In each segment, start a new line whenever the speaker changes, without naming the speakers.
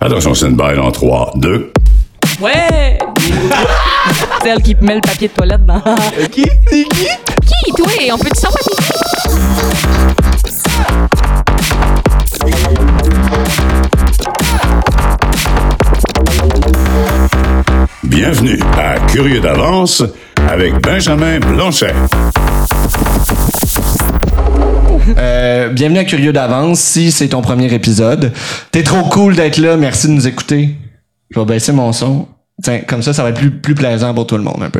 Attention, c'est une balle en 3, 2.
Ouais! Celle qui met le papier de toilette dans.
Euh, Qui? C'est qui?
Qui, toi? On peut-tu savoir qui?
Bienvenue à Curieux d'avance avec Benjamin Blanchet.
Euh, bienvenue à Curieux d'avance, si c'est ton premier épisode. T'es trop cool d'être là, merci de nous écouter. Je vais baisser mon son. Tiens, comme ça, ça va être plus, plus plaisant pour tout le monde un peu.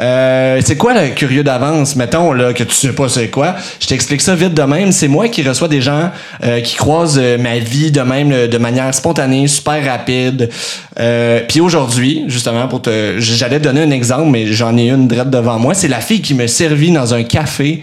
Euh, c'est quoi le curieux d'avance, mettons, là, que tu sais pas c'est quoi? Je t'explique ça vite de même. C'est moi qui reçois des gens euh, qui croisent euh, ma vie de même euh, de manière spontanée, super rapide. Euh, Puis aujourd'hui, justement, pour te. J'allais te donner un exemple, mais j'en ai une drette devant moi. C'est la fille qui me servit dans un café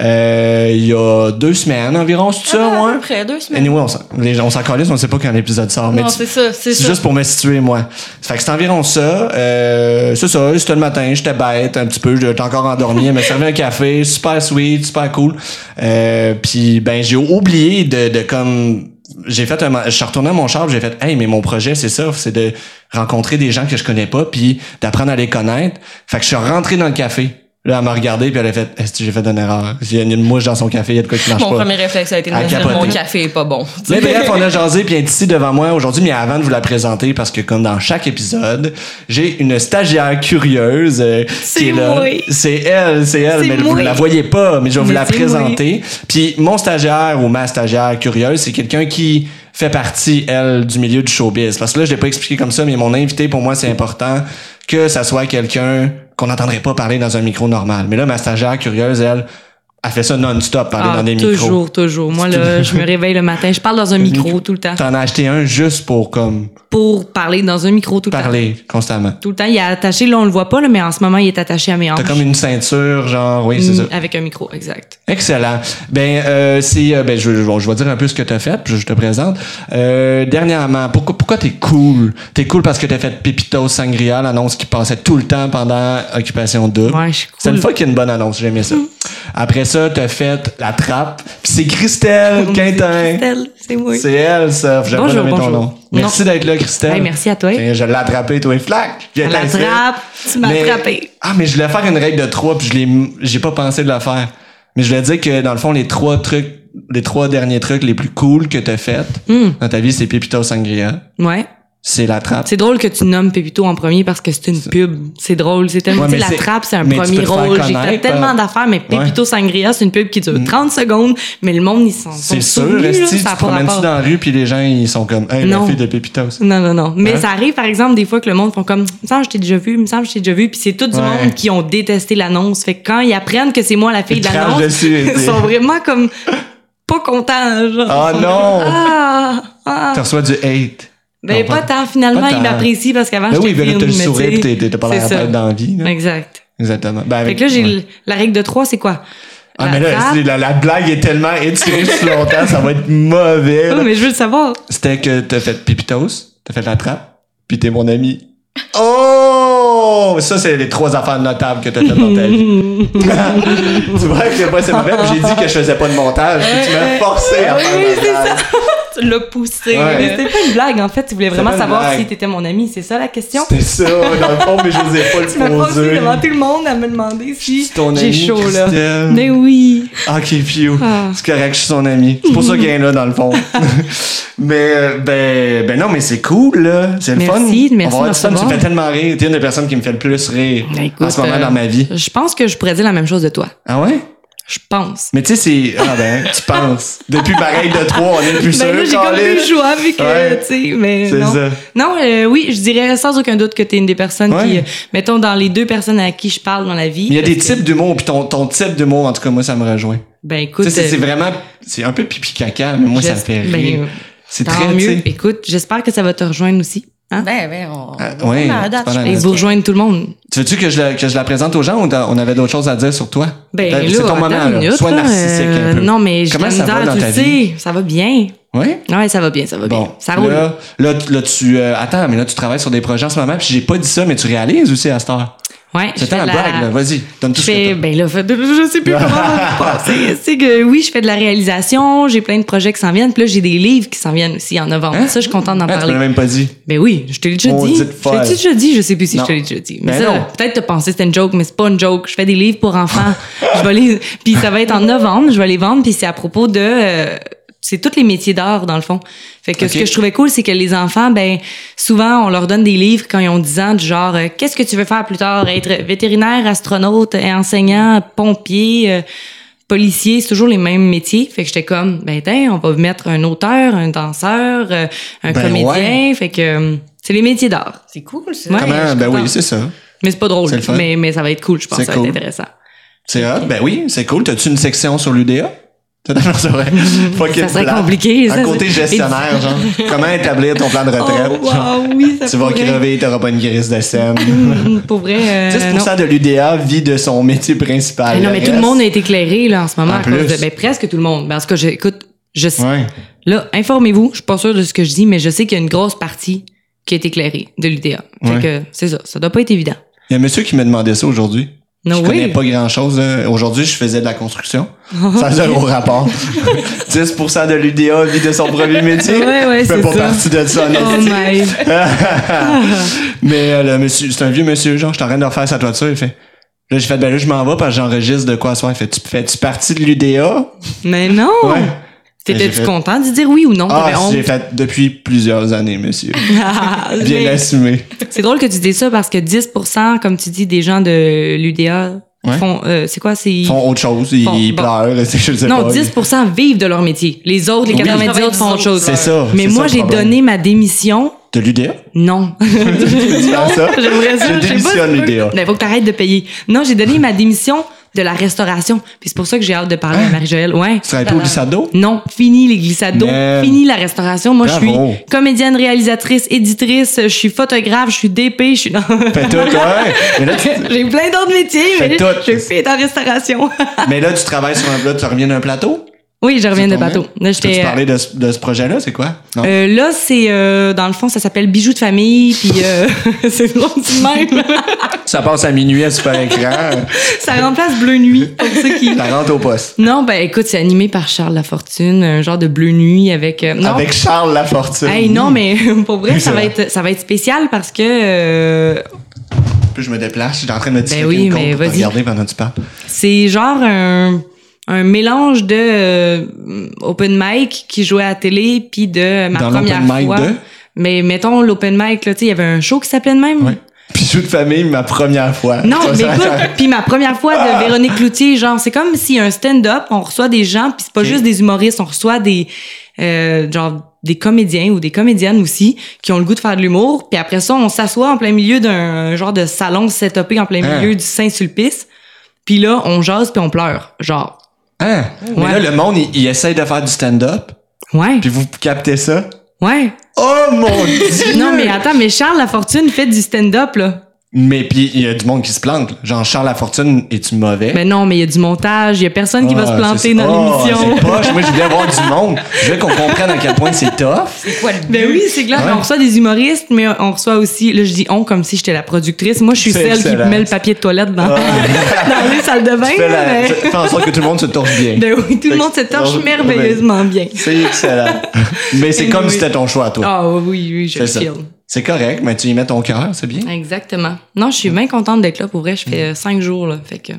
euh, il y a deux semaines environ, c'est ça,
Ah, à
ouais?
peu près deux semaines.
Anyway, on s'en- les gens- on s'en calisse, on sait pas quand l'épisode sort. mais
Non,
tu-
c'est ça, c'est
c'est
ça.
juste pour me situer, moi. Fait que c'est environ ça. Euh, c'est ça, c'était le matin, j'étais bête un petit peu, j'étais encore endormi. Elle m'a servi un café, super sweet, super cool. Euh, puis ben j'ai oublié de, de comme... J'ai fait un... ma- Je suis retourné à mon char, puis j'ai fait « Hey, mais mon projet, c'est ça, c'est de rencontrer des gens que je connais pas, puis d'apprendre à les connaître. » Fait que je suis rentré dans le café. Là, elle m'a regardé, puis elle a fait « Est-ce que j'ai fait une erreur? » Il y a une mouche dans son café, il y a de quoi qui marche
Mon
pas.
premier réflexe a été de
À
me dire
capoter.
mon café est pas bon.
Mais bref, on a jasé, puis elle est ici devant moi aujourd'hui, mais avant de vous la présenter, parce que comme dans chaque épisode, j'ai une stagiaire curieuse euh, qui est là.
moi.
C'est elle, c'est elle,
C'est
mais vous
moi.
la voyez pas, mais je vais vous
Mais
la
c'est
présenter. Puis mon stagiaire ou ma stagiaire curieuse, c'est quelqu'un qui fait partie, elle, du milieu du showbiz. Parce que là, je l'ai pas expliqué comme ça, mais mon invité, pour moi, c'est important que ça soit quelqu'un qu'on n'entendrait pas parler dans un micro normal. Mais là, ma stagiaire curieuse, elle, a fait ça non-stop, parler
Ah,
dans des micros.
toujours, toujours. Moi, là, je me réveille le matin, je parle dans un micro tout le temps.
T'en as acheté un juste pour, comme,
Pour parler dans un micro tout le temps.
parler constamment.
Tout le temps, il est attaché. Là, on le voit pas, là, mais en ce moment, il est attaché à mes hanches.
T'as comme une ceinture, genre, oui, c'est ça.
Mm, Avec un micro, exact.
Excellent. Ben, euh, c'est, euh, ben, je, je, bon, je vais dire un peu ce que t'as fait, puis je te présente. Euh, dernièrement, pourquoi, pourquoi t'es cool? T'es cool parce que t'as fait Pépito Sangria, l'annonce qui passait tout le temps pendant Occupation 2.
Ouais, je suis cool. Mm.
C'est une fois qu'il y a une bonne annonce, j'aimais ça. Après ça, t'as fait La Trappe, puis c'est Christelle Quintin.
Mm, Christelle, c'est moi.
C'est elle, ça. J'aime pas
Bonjour,
nommer ton
bonjour.
nom. Merci
Non.
d'être là, Christelle.
Hey, merci à toi.
Tiens, Je l'ai attrapé, toi, flac. Je
Elle
t'ai fait.
l'attrape, tu m'as
Mais-
attrapé.
Ah, mais je voulais faire une règle de trois, puis je l'ai, j'ai pas pensé de la faire. Mais je voulais dire que, dans le fond, les trois trucs, les trois derniers trucs les plus cool que t'as fait
Mm.
dans ta vie, c'est Pépito Sangria,
Ouais.
c'est la trappe.
C'est drôle que tu nommes Pépito en premier parce que c'est une pub. C'est drôle. C'est tellement,
Ouais,
tu sais,
mais
la
c'est-
trappe, c'est un
mais tu peux
premier
te faire
rôle. J'ai fait
connaître,
tellement
euh, Mm.
d'affaires, mais Pépito Sangria, c'est une pub qui dure 30 secondes, mais le monde, ils s'en sont
C'est sûr,
souvenus, là,
Esti, tu
ça a
te
pas
promènes-tu
rapport.
dans la rue, puis les gens, ils sont comme, hey, la
Non.
fille de Pépitos.
Non, non, non. Mais
Hein?
ça arrive, par exemple, des fois que le monde font comme, il me semble que je t'ai déjà vu, il me semble que je t'ai déjà vu, puis c'est tout du
Ouais.
monde qui ont détesté l'annonce. Fait que quand ils apprennent que c'est moi la fille
Ils
de
crachent
l'annonce,
dessus,
ils
Esti.
sont vraiment comme pas contents. genre.
Ah,
Ils sont
non!
comme, Ah, ah.
Tu reçois du hate.
Ben, pas tant, finalement,
Pas tant.
ils m'apprécient parce qu'avant,
Ben
j'étais
oui, ben là,
fine,
t'as le
mais
sourire,
tu sais,
puis t'es- t'es- t'as pas l'air
c'est ça.
d'être dans la vie, là.
Exact.
Exactement. Ben,
Fait
avec-
que là, j'ai
ouais.
le- la règle de 3, c'est quoi?
Ah,
La
mais là,
trappe-
c'est- la, la blague est tellement étirée sur longtemps, ça va être mauvais. là.
Ah, mais je veux le savoir.
C'était que t'as fait Pipitos, t'as fait la trappe, puis t'es mon ami. Oh! Ça, c'est les trois affaires notables que t'as fait dans ta vie. tu vois que moi, c'est mauvais, puis j'ai dit que je faisais pas de montage, puis tu m'as forcé à
Oui,
faire
oui,
le
c'est
montage.
Tu l'as poussé.
Ouais.
Mais c'était pas une blague, en fait. Tu voulais
C'était
vraiment
pas une
savoir
blague.
si t'étais mon ami. C'est ça la question?
C'était ça, dans le fond, mais je n'osais pas
Tu m'as
le
passé
poser.
devant tout le monde à me demander si
C'est ton
j'ai
ami,
chaud, là.
Christelle.
Mais oui.
Ok, Pio.
Ah.
C'est correct, je suis son ami. C'est pour ça qu'il est là, dans le fond. mais, euh, ben, ben non, mais c'est cool, là. C'est le fun.
Merci,
On va
merci
avoir
de
du fun. Tu me
recevoir.
fais tellement rire. T'es une des personnes qui me fait le plus rire
Ben,
en ce
écoute,
moment
euh,
dans ma vie.
Je pense que je pourrais dire la même chose de toi.
Ah ouais?
Je pense.
Mais tu sais, c'est. Ah ben, tu penses. Depuis pareil de trois, on est plus sûr.
Ben là, j'ai comme
Colin.
plus joie avec, euh,
Ouais.
tu sais, mais
C'est
non.
ça.
Non, euh, oui, je dirais sans aucun doute que t'es une des personnes
Ouais.
qui, euh, mettons, dans les deux personnes à qui je parle dans la vie.
Il y a des
parce que-
types d'humour, puis ton, ton type d'humour, en tout cas, moi, ça me rejoint.
Ben
Tu
écoute,
sais, c'est- c'est
euh,
vraiment. C'est un peu pipi caca, mais moi, ça me
j'es-
fait
ben,
rire.
euh,
c'est
tant
très. tu
mieux.
sais,
Écoute, j'espère que ça va te rejoindre aussi. Hein?
Ben, ben, on.
Ah,
on
ouais,
a la
c'est
date,
pas
je
la
Et
pense
vous
que-
rejoindre tout le monde.
Tu veux-tu que je, la, que je la présente aux gens ou t'as- on avait d'autres choses à dire sur toi?
Ben
T'as-
là,
c'est ton
attends
moment,
une
là.
minute,
Sois
là,
narcissique
euh,
un peu.
Non, mais j'ai de
Comment
la
ça va
misère,
dans
tu
ta
le
vie?
sais. Ça va bien.
Ouais?
Ouais, ça va bien, ça va
Bon,
bien. Ça roule.
Là, là, tu- là, tu. euh, attends, mais là, tu travailles sur des projets en ce moment, puis j'ai pas dit ça, mais tu réalises aussi à cette heure.
Ouais, je
C'était
fais
un
de la-
brag, là. Vas-y, donne tout
Je
ce que
fais,
t'as.
ben là, fait- je sais plus comment ça va se passer. C'est que oui, je fais de la réalisation, j'ai plein de projets qui s'en viennent, puis là, j'ai des livres qui s'en viennent aussi en novembre.
Hein?
Ça, je suis contente d'en
Ah, tu me
parler.
l'as même pas dit.
Ben oui, je te l'ai déjà dit.
Maudite
Je te l'ai
folle.
déjà dit, je sais plus si
Non.
je te l'ai déjà dit. Mais
Ben
ça,
non.
peut-être te penser que c'était une joke, mais c'est pas une joke. Je fais des livres pour enfants. je vais les, puis ça va être en novembre, je vais les vendre, puis c'est à propos de, euh, c'est tous les métiers d'art dans le fond. Fait que
Ok.
ce que je trouvais cool, c'est que les enfants, ben souvent on leur donne des livres quand ils ont 10 ans, du genre euh, qu'est-ce que tu veux faire plus tard, être vétérinaire, astronaute, euh, enseignant, pompier. euh, policier, c'est toujours les mêmes métiers. Fait que j'étais comme, ben tiens, on va mettre un auteur, un danseur, euh, un
Ben
comédien.
ouais.
Fait que euh, c'est les métiers d'art.
C'est cool, ça.
Ouais, Ah, je
Comment?
suis
Ben oui,
contente.
c'est ça.
Mais c'est pas drôle.
C'est le fun.
Mais, mais ça va être cool, je pense.
C'est
Ça va
cool.
être intéressant.
C'est hot. Ben oui, c'est cool. T'as-tu une section sur l'UDA? Non, c'est vrai. Fucking
Ça serait
plan.
compliqué,
Un
ça,
côté
c'est-
gestionnaire, genre. Comment établir ton plan de retraite?
Oh, wow,
genre.
oui, ça
Tu vas
pourrait.
crever, t'auras pas une crise de scène.
Hum, Pour vrai. euh,
10%
non.
de l'UDA vit de son métier principal.
Eh non, mais tout le monde est éclairé là, en ce moment.
En
à cause
plus.
de- ben, presque tout le monde. Ben, en tout cas, je- écoute, je sais.
Ouais.
Là, informez-vous. Je suis pas sûre de ce que je dis, mais je sais qu'il y a une grosse partie qui est éclairée de l'UDA. Fait
Ouais.
que c'est ça. Ça doit pas être évident.
Il y a un monsieur qui me demandait ça aujourd'hui.
No
je
way.
connais pas grand chose. Aujourd'hui, je faisais de la construction. Ça a zéro rapport. 10% de l'UDA vit de son premier métier.
Ouais, ouais,
je fais
c'est
pas
ça.
partie de ça, non.
Oh my.
Mais euh, le monsieur, c'est un vieux monsieur, genre, je suis en train de refaire sa toiture, il fait. Là, j'ai fait, ben là, je m'en vais parce que j'enregistre de quoi ce soir. Il fait, tu fais-tu partie de l'UDA?
Mais non.
Ouais. J'ai
T'étais-tu
fait-
content d'y dire oui ou non?
Ah,
T'avais Oh! honte?
j'ai fait depuis plusieurs années, monsieur. Bien
Mais-
assumé.
C'est drôle que tu dis ça parce que 10%, comme tu dis, des gens de l'UDA
Ouais.
font. euh, c'est quoi? C'est.
Ils font autre chose, ils
Bon, bon.
pleurent, je sais
Non,
pas.
10% vivent de leur métier. Les autres, les
Oui.
90 autres font autre chose.
C'est ça.
Mais
c'est ça
moi,
le
j'ai
problème.
donné ma démission.
De l'UDA?
Non.
Non, ça.
J'aimerais ça. je
Je
sais pas
démissionne,
si tu peux.
l'UDA.
Mais faut que t'arrêtes de payer. Non, j'ai donné ma démission de la restauration. Puis c'est pour ça que j'ai hâte de
Hein?
parler à Marie-Joëlle. Ouais.
Tu travailles pas au glissado?
Non, fini les glissades d'eau,
Man.
fini la restauration. Moi, je suis
Bravo.
comédienne, réalisatrice, éditrice, je suis photographe, je suis DP, je suis. Non.
Fais tout, ouais. Mais là, tu,
J'ai plein d'autres métiers,
Fais
mais
tout.
je fais de la restauration.
mais là, tu travailles sur un plat, tu reviens d'un plateau?
oui, je reviens de
Ton
bateau.
nom?
Là,
Peux-tu
j'étais.
parler de, ce- de ce projet-là? C'est quoi? Non.
euh, là, c'est euh, dans le fond, ça s'appelle bijoux de famille, puis euh, c'est drôle du même.
Ça passe à minuit à super écran.
ça remplace Bleu Nuit pour ceux qui.
Ça rentre au poste.
Non, ben écoute, c'est animé par Charles Lafortune, un genre de Bleu Nuit avec. euh, non,
Avec Charles Lafortune.
Hey, non, mais pour vrai, ça
C'est
va
vrai.
être ça va être spécial parce que euh,
Puis je me déplace, je suis en train de me discuter
Ben oui,
une côte
mais
pour
vas-y.
regarder pendant que tu parles.
C'est genre un, un mélange de euh, open mic qui jouait à la télé puis de euh, ma
Dans
première
l'open mic
fois.
de?
Mais mettons l'open mic là, tu sais, il y avait un show qui s'appelait de même.
Ouais. Bijou de famille, ma première fois.
Non,
Ça,
mais
ça- Ah.
écoute, puis ma première fois de Véronique Cloutier, genre c'est comme si un stand-up, on reçoit des gens, puis c'est pas
Ok.
juste des humoristes, on reçoit des euh, genre des comédiens ou des comédiennes aussi qui ont le goût de faire de l'humour, puis après ça on s'assoit en plein milieu d'un genre de salon setupé en plein
Hein.
milieu du Saint-Sulpice, puis là on jase puis on pleure, genre
Hein? Mais
Ouais.
là, le monde, il, il essaye de faire du stand-up,
Ouais.
puis vous captez ça.
Ouais.
Oh mon dieu!
Non, mais attends, mais Charles Lafortune fait du stand-up, là.
Mais puis, il y a du monde qui se plante. là. Genre, Charles Lafortune, es-tu mauvais?
Mais Ben non, mais il y a du montage, il y a personne qui va
Ah,
se planter
c'est-
dans
oh,
l'émission.
C'est poche. Moi, je voulais voir du monde. Je voulais qu'on comprenne à quel point c'est tough.
C'est quoi le but?
Ben oui, c'est clair.
Ouais.
On reçoit des humoristes, mais on reçoit aussi, là, je dis on comme si j'étais la productrice. Moi, je suis
C'est
celle
excellent.
qui met le papier de toilette dans, dans les salles de bain.
Fais,
là,
la-
mais-
fais en sorte que tout le monde se torche bien.
Ben oui, tout le monde se
Oh,
torche merveilleusement bien.
C'est excellent. Mais c'est comme
Oui.
si c'était ton choix, toi.
Ah oui, oui, je
C'est ça.
file.
C'est correct, mais tu y mets ton cœur, c'est bien.
Exactement. Non, je suis bien contente d'être là. Pour vrai, je fais euh, cinq jours, là. Fait que,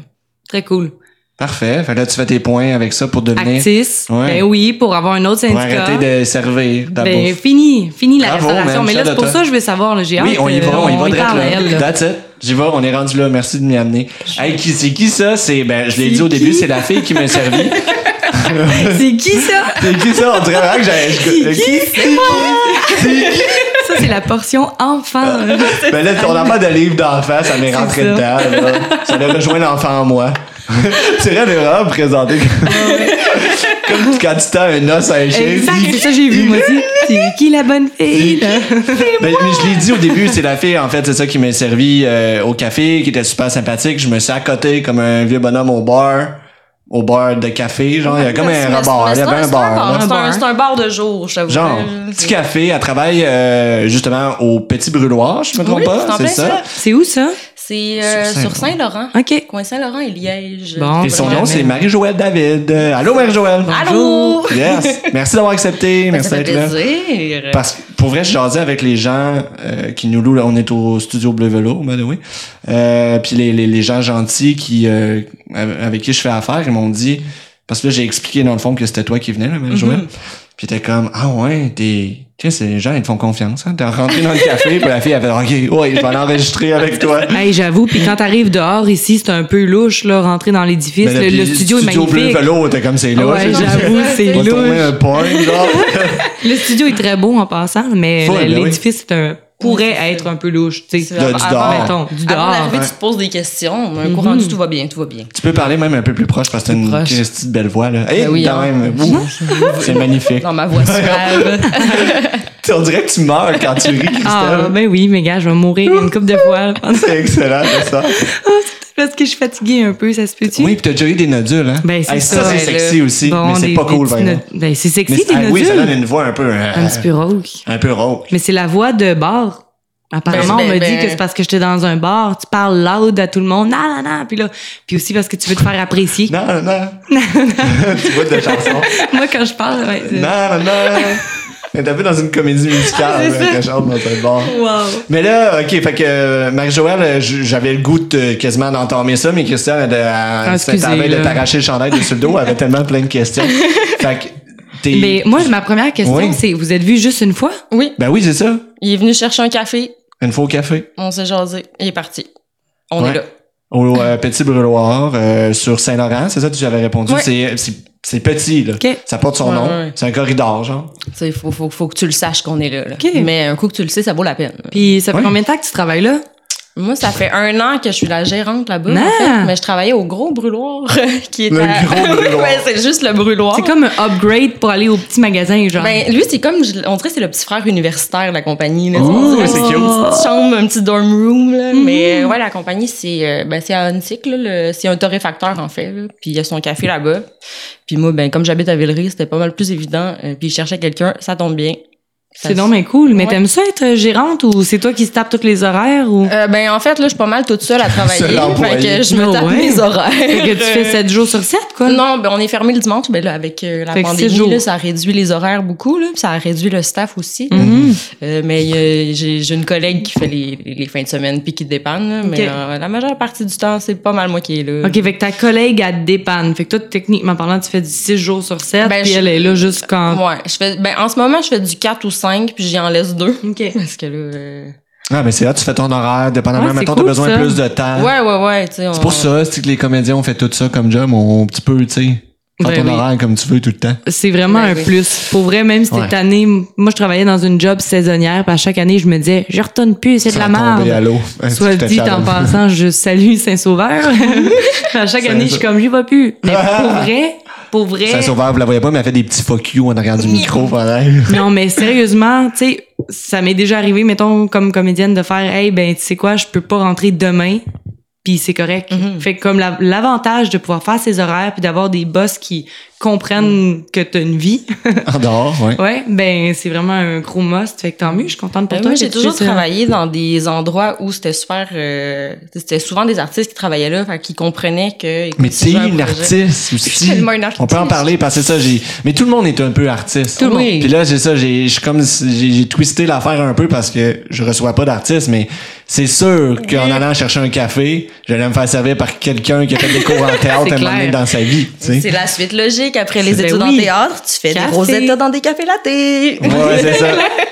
très cool.
Parfait. Fait que là, tu fais tes points avec ça pour devenir.
Actrice,
Ouais.
ben oui, pour avoir un autre
Pour
syndicat.
arrêter de servir ta
Ben,
bouffe.
fini, fini la
Bravo,
restauration.
man,
mais là,
shout
c'est pour
out.
ça que je veux savoir. là, J'ai
Oui,
hâte,
on y va,
euh,
on y va
est
direct
en réel,
là.
là.
That's it. J'y vais, on est rendu là. Merci de m'y amener. Hey, qui, c'est qui ça? C'est, ben, je l'ai dit au début, c'est la fille qui m'a servi.
C'est qui ça?
c'est qui ça? On dirait vraiment que j'avais, je- qui?
Ça, c'est la portion enfant.
Ben là, ton enfant de livre d'enfant, ça m'est rentré
ça.
dedans. Là. Ça a rejoint l'enfant en moi. C'est vrai d'erreur me présenter comme, comme quand tu tends un os à un chien.
Ah exact, c'est Eh, ça, j'ai vu, moi aussi. C'est qui la bonne fille? là?
Ben, mais je l'ai dit au début, c'est la fille, en fait, c'est ça qui m'a servi euh, au café, qui était super sympathique. Je me suis accoté comme un vieux bonhomme au bar, au bar de café. Genre, Ah, il y a comme
C'est-
un
c'est-
bar, il y
c'est-
avait
c'est
un bar. là.
C'est
bar.
un, c'est un bar de jour, je t'avoue.
Genre,
Euh,
petit café, elle travaille euh, justement au Petit Brûloir, je me trompe
Oui,
pas,
c'est en
c'est
plein
ça.
ça.
C'est où ça?
C'est euh,
Sur
sur Saint-Laurent.
OK.
Coin Saint-Laurent et Liège.
Bon.
Et son
Bonjour,
nom, c'est
Amel.
Marie-Joëlle David. Euh, Allô, Marie-Joëlle?
Allô?
Bonjour. Yes! Merci d'avoir accepté. Merci
Ben, Ça fait
d'être là.
plaisir.
Parce que pour vrai, je jasais avec les gens euh, qui nous louent. Là, on est au studio Bleu Velo, by the way. Euh, puis les, les, les gens gentils qui euh, avec qui je fais affaire, ils m'ont dit parce que là j'ai expliqué dans le fond que c'était toi qui venais, là, même
Mm-hmm.
Joël. Puis t'es comme ah ouais, t'es tu sais, c'est- les gens ils te font confiance. Hein? T'es rentré dans le café, puis la fille elle fait ok, ouais, je vais l'enregistrer avec toi.
Hey, j'avoue, puis quand t'arrives dehors ici, c'est un peu louche, là, rentrer dans l'édifice.
Ben,
le,
puis
le studio est
Bleu
magnifique.
Velo, t'es comme c'est là.
Ouais,
c'est-
j'avoue, c'est
on va tourner
louche.
un point, genre.
Le studio est très beau en passant, mais
Faut,
le-
ben oui.
l'édifice est un- pourrait être un peu louche, tu sais.
C'est Là, du Mhm.
Avant-
dehors.
mettons, du
Avant
dehors.
d'arriver, tu te poses des questions. Un coup rendu, tout va bien, tout va bien.
Tu peux parler même un peu plus proche parce que t'as une
proche.
petite belle voix là. Hey,
Ben oui,
quand
hein.
même, ouh, c'est magnifique.
Dans ma voix suave.
On dirait que tu meurs quand tu ris, Christelle.
Ah, ben oui, mais gars, je vais mourir une couple de fois. là,
C'est excellent, c'est ça.
Parce que je suis fatiguée un peu, ça se peut-tu?
Oui, puis t'as déjà eu des nodules, hein?
Ben, c'est
Hey,
ça,
c'est
ben,
sexy aussi,
Bon,
mais c'est
des-
pas
des
cool,
petits
par exemple.
no- Ben, c'est
Mais
sexy,
c'est-
des
ah
nodules.
Oui, ça donne une voix un peu... euh,
Un petit peu rauque.
Un peu rauque.
Mais c'est la voix de bar. Apparemment,
Ben,
on me
ben,
dit
ben.
que c'est parce que j'étais dans un bar, tu parles loud à tout le monde, non, non, non, puis là, puis aussi parce que tu veux te faire apprécier.
Non, non, non. tu vois de chanson.
Moi, quand je parle, ouais, c'est-
Non, non, non. Mais t'as vu dans une comédie
Ah,
musicale, là, quelque chose dans un bar.
Wow.
Mais là, OK, fait que euh, Marie-Joëlle, euh, j- j'avais le goût de, euh, quasiment d'entamer ça, mais Christiane, elle, elle, elle,
excusez,
t'avait de
là.
t'arracher le chandail de sur le dos, elle avait tellement plein de questions. Fait que t'es...
Mais moi, ma première question,
Oui.
c'est vous êtes vu juste une fois?
oui,
Ben oui, c'est ça.
il est venu chercher un café.
Une fois au café.
On s'est jasé. Il est parti. On
Ouais.
est là.
Au euh, Petit Brûloir, euh, sur Saint-Laurent, c'est ça que tu avais répondu?
Ouais.
C'est- C'est c'est petit, là.
OK.
Ça porte son
Ouais,
nom.
ouais.
C'est un corridor, genre.
Tu sais, faut, faut, faut que tu le saches qu'on est là. là.
Ok.
Mais un coup que tu le sais, ça vaut la peine.
Puis ça fait
Oui.
combien de temps que tu travailles là?
Moi, ça fait un an que je suis la gérante là-bas.
Non.
en fait. mais je travaillais au gros brûloir qui est
Le
à-
gros brûloir.
Ouais, c'est juste le brûloir.
C'est comme un upgrade pour aller au petit magasin, genre.
Oh. Ben, lui, c'est comme, je- on dirait, que c'est le petit frère universitaire de la compagnie. Là.
Oh,
On dirait que
c'est
c'est
cute.
une petite chambre, un petit dorm room. Là.
Mm-hmm.
Mais euh, ouais, la compagnie, c'est euh, ben, c'est à Huntsic, là, le- c'est un torréfacteur, en fait. là. Puis il y a son café là-bas. Puis moi, ben, comme j'habite à Villeray, c'était pas mal plus évident. Euh, puis il cherchait quelqu'un, ça tombe bien. Ça-
c'est donc bien cool. Mais
Ouais.
t'aimes ça être euh, gérante ou c'est toi qui se tape tous les horaires ou?
Euh, ben, en fait, là, je suis pas mal toute seule à travailler.
Seule employée.
fait que je me
Ah
tape
ouais.
mes horaires.
Fait que tu fais 7 jours sur 7, quoi?
Non, ben on est fermé le dimanche, mais là, avec euh, la
Mm. Fait que six
pandémie,
jours.
là, ça réduit les horaires beaucoup, là, puis ça a réduit le staff aussi.
Mhm.
Euh, mais euh, j'ai j'ai une collègue qui fait les, les fins de semaine puis qui dépanne, là, mais
Ok.
euh, la majeure partie du temps, c'est pas mal moi qui est là.
OK, fait que ta collègue, elle te dépanne. Fait que toi, techniquement parlant, tu fais du 6 jours sur 7,
Ben,
puis
je-
elle est là juste quand...
Ouais, je fais, ben, en ce moment, je fais du 4 ou 5, puis j'y en laisse deux.
OK.
Parce que là... euh,
Ah, mais c'est là, tu fais ton horaire, dépendamment,
Ouais, c'est
mettons,
cool,
t'as besoin
ça.
plus de temps.
Ouais, ouais, ouais, tu sais.
C'est pour ça, c'est que les comédiens ont fait tout ça comme job, on petit peu, tu sais, faire
Ben
ton
oui.
horaire comme tu veux tout le temps.
C'est vraiment
Ben
un
oui.
plus. Pour vrai, même cette
Ouais.
année, m- moi, je travaillais dans une job saisonnière, puis à chaque année, je me disais, je retourne plus, c'est de la
Sans tomber à
merde.
l'eau. Hein, tu
Soit
te
dit
fais
en
la-
passant, je salue Saint-Sauveur. à chaque année, je suis comme, j'y vais plus. Mais pour vrai, pour vrai.
Saint-Sauveur, vous la voyez pas, mais elle fait des petits fuck you en arrière du micro, pareil.
Non, mais sérieusement, tu sais, ça m'est déjà arrivé, mettons, comme comédienne, de faire, hey, ben, tu sais quoi, je peux pas rentrer demain, puis c'est correct.
Mhm.
Fait que comme la- l'avantage de pouvoir faire ses horaires, puis d'avoir des boss qui comprennent que t'as une vie,
En dehors, ouais.
ouais, ben, c'est vraiment un gros must. Fait que tant mieux, je suis contente pour
Ben,
toi.
moi, j'ai
que tu
toujours
fais ça.
travaillé dans des endroits où c'était super. euh, c'était souvent des artistes qui travaillaient là, fait, qui comprenaient que. écoute,
Mais
si
t'es
j'ai un
une
projet-
artiste aussi.
Je suis tellement une artiste.
On peut en parler parce que c'est ça, j'ai. Mais tout le monde est un peu artiste.
Tout le Oui. monde.
Puis là, c'est ça, j'ai, je suis comme, j'ai, j'ai twisté l'affaire un peu parce que je reçois pas d'artiste, mais c'est sûr qu'en allant chercher un café, j'allais me faire servir par quelqu'un qui a fait des cours en théâtre à un
C'est
moment donné
clair.
dans sa vie, tu sais.
C'est la suite logique. Après les
Ben
études
oui.
en théâtre, tu fais
Café.
des rosettes dans des cafés lattés.
Ouais, c'est ça.